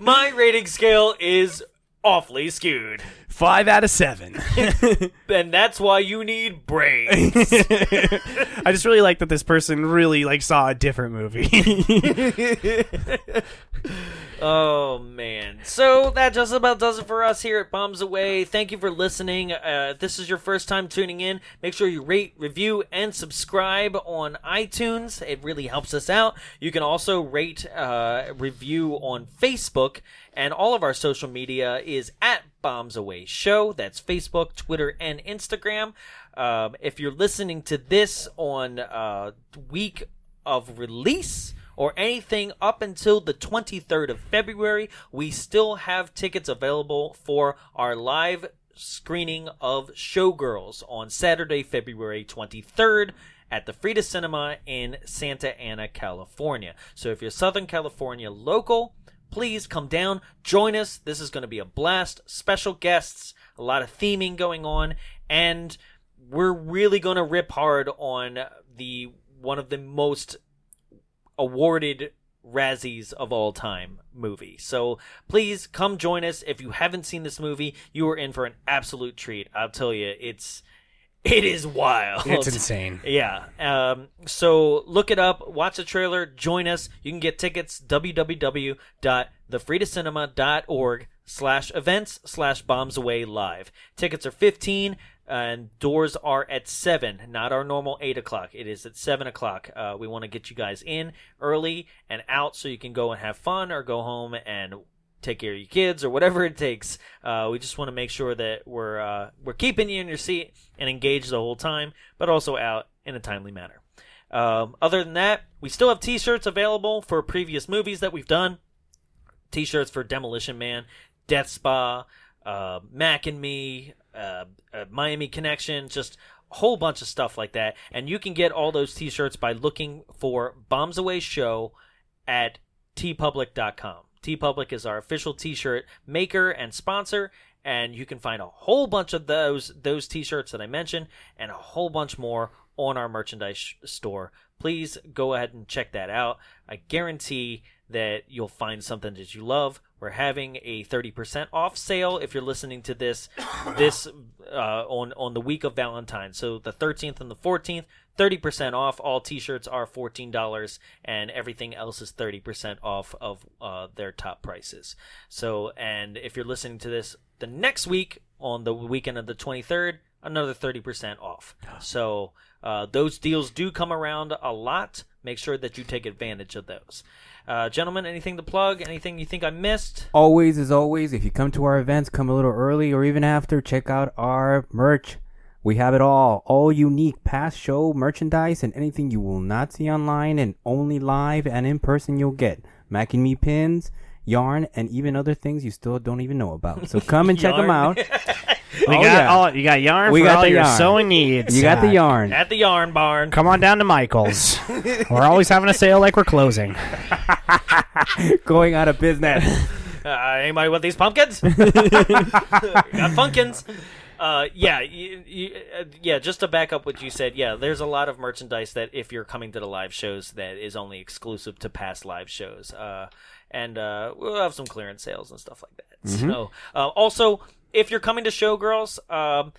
Speaker 2: My rating scale is awfully skewed.
Speaker 1: 5 out of 7.
Speaker 2: And that's why you need brains.
Speaker 1: I just really like that this person really like saw a different movie.
Speaker 2: Oh man! So that just about does it for us here at Bombs Away. Thank you for listening. Uh, if this is your first time tuning in, make sure you rate, review, and subscribe on iTunes. It really helps us out. You can also rate, uh, review on Facebook, and all of our social media is at Bombs Away Show. That's Facebook, Twitter, and Instagram. Um, if you're listening to this on uh, week of release or anything up until the 23rd of February, we still have tickets available for our live screening of Showgirls on Saturday, February 23rd at the Frida Cinema in Santa Ana, California. So if you're Southern California local, please come down, join us. This is going to be a blast. Special guests, a lot of theming going on, and we're really going to rip hard on the one of the most awarded Razzies of all time movie. So please come join us. If you haven't seen this movie, you are in for an absolute treat. I'll tell you, it's it is wild.
Speaker 1: it's insane.
Speaker 2: Yeah. Um, so look it up, watch the trailer, join us. You can get tickets www.thefreetocinema.org slash events slash bombs away live. Tickets are 15 and doors are at 7, not our normal 8 o'clock. It is at 7 o'clock. Uh, we want to get you guys in early and out so you can go and have fun or go home and take care of your kids or whatever it takes. Uh, we just want to make sure that we're uh, we're keeping you in your seat and engaged the whole time, but also out in a timely manner. Um, other than that, we still have T-shirts available for previous movies that we've done. T-shirts for Demolition Man, Death Spa, uh, Mac and Me, uh, uh, Miami Connection, just a whole bunch of stuff like that. And you can get all those T-shirts by looking for Bombs Away Show at tpublic.com. tpublic is our official t-shirt maker and sponsor and you can find a whole bunch of those those t-shirts that I mentioned and a whole bunch more on our merchandise sh- store. Please go ahead and check that out. I guarantee that you'll find something that you love. We're having a 30% off sale if you're listening to this this uh, on on the week of Valentine's. So the 13th and the 14th, 30% off. All t-shirts are $14 and everything else is 30% off of uh, their top prices. So and if you're listening to this the next week on the weekend of the 23rd, another 30% off. So uh, those deals do come around a lot. Make sure that you take advantage of those. Uh, gentlemen, anything to plug? Anything you think I missed?
Speaker 3: always as always if you come to our events come a little early or even after check out our merch we have it all all unique past show merchandise and anything you will not see online and only live and in person you'll get mac and me pins yarn and even other things you still don't even know about so come and check them out
Speaker 1: We
Speaker 3: Oh,
Speaker 1: got
Speaker 3: yeah.
Speaker 1: all you got yarn
Speaker 3: We
Speaker 1: for
Speaker 3: got
Speaker 1: all
Speaker 3: the
Speaker 1: your
Speaker 3: yarn.
Speaker 1: sewing needs.
Speaker 3: you got the
Speaker 1: Uh,
Speaker 3: yarn
Speaker 2: At the Yarn Barn.
Speaker 1: Come on down to Michael's. we're always having a sale like we're closing.
Speaker 3: going out of business
Speaker 2: Uh, anybody want these pumpkins? got pumpkins. Uh, yeah, you, you, uh, yeah. Just to back up what you said, yeah, there's a lot of merchandise that if you're coming to the live shows, that is only exclusive to past live shows. Uh, and uh, we'll have some clearance sales and stuff like that. So, uh, also, if you're coming to Showgirls, um,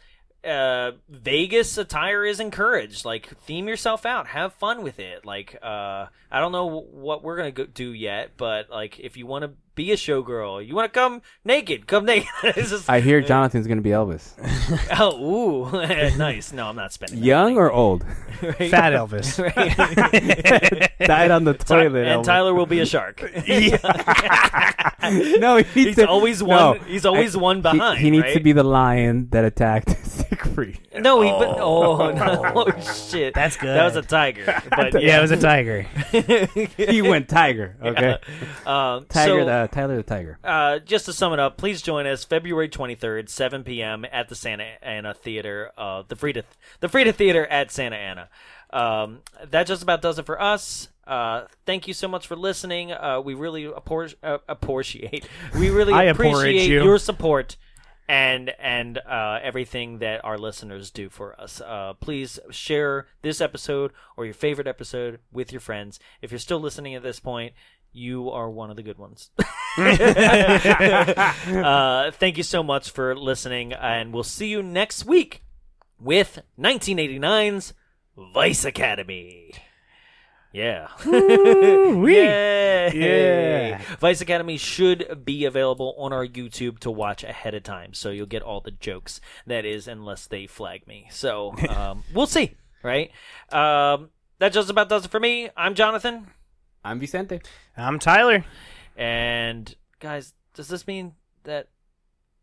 Speaker 2: uh, Vegas attire is encouraged. Like, theme yourself out, have fun with it. Like, uh, I don't know what we're gonna go- do yet, but like, if you want to be a showgirl, you want to come naked, come naked. It's just-
Speaker 3: i hear jonathan's gonna be elvis
Speaker 2: Oh, ooh, nice. No, I'm not spending. that
Speaker 3: young
Speaker 2: money.
Speaker 3: or old
Speaker 1: Fat Elvis.
Speaker 3: died on the toilet
Speaker 2: and
Speaker 3: Elvis.
Speaker 2: Tyler will be a shark.
Speaker 3: no he
Speaker 2: He's
Speaker 3: said-
Speaker 2: always
Speaker 3: no.
Speaker 2: one. He's always one
Speaker 3: He-
Speaker 2: behind.
Speaker 3: he, needs to
Speaker 2: right?
Speaker 3: be the lion that attacked siegfried
Speaker 2: No, he. But, oh no! Oh, shit.
Speaker 1: That's good.
Speaker 2: That was a tiger. But
Speaker 1: Yeah, it
Speaker 2: yeah,
Speaker 1: was a tiger.
Speaker 3: he went tiger. Okay,
Speaker 2: um,
Speaker 3: tiger.
Speaker 2: so-
Speaker 3: the, Tyler the tiger.
Speaker 2: uh, just to sum it up, please join us February 23rd, 7 p.m. at the Santa Ana Theater, uh, the Frida, the Frida Theater at Santa Ana. Um, that just about does it for us. Uh, thank you so much for listening. Uh, we really appor- uh, appreciate. We really
Speaker 1: I apporage
Speaker 2: appreciate
Speaker 1: you.
Speaker 2: your support and and uh, everything that our listeners do for us. Uh, please share this episode or your favorite episode with your friends. If you're still listening at this point, you are one of the good ones. uh, thank you so much for listening, and we'll see you next week with 1989's Vice Academy. Yeah. Yay.
Speaker 1: Yeah.
Speaker 2: Vice Academy should be available on our YouTube to watch ahead of time, so you'll get all the jokes. That is, unless they flag me. So um, we'll see, right? Um, that just about does it for me. I'm Jonathan,
Speaker 3: I'm Vicente.
Speaker 1: I'm Tyler.
Speaker 2: and guys, does this mean that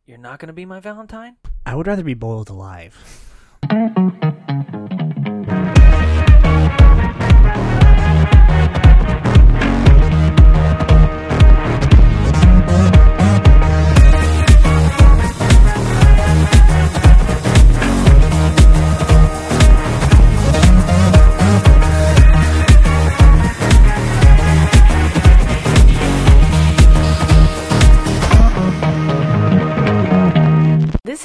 Speaker 2: you're not going to be my Valentine?
Speaker 1: I would rather be boiled alive.
Speaker 4: This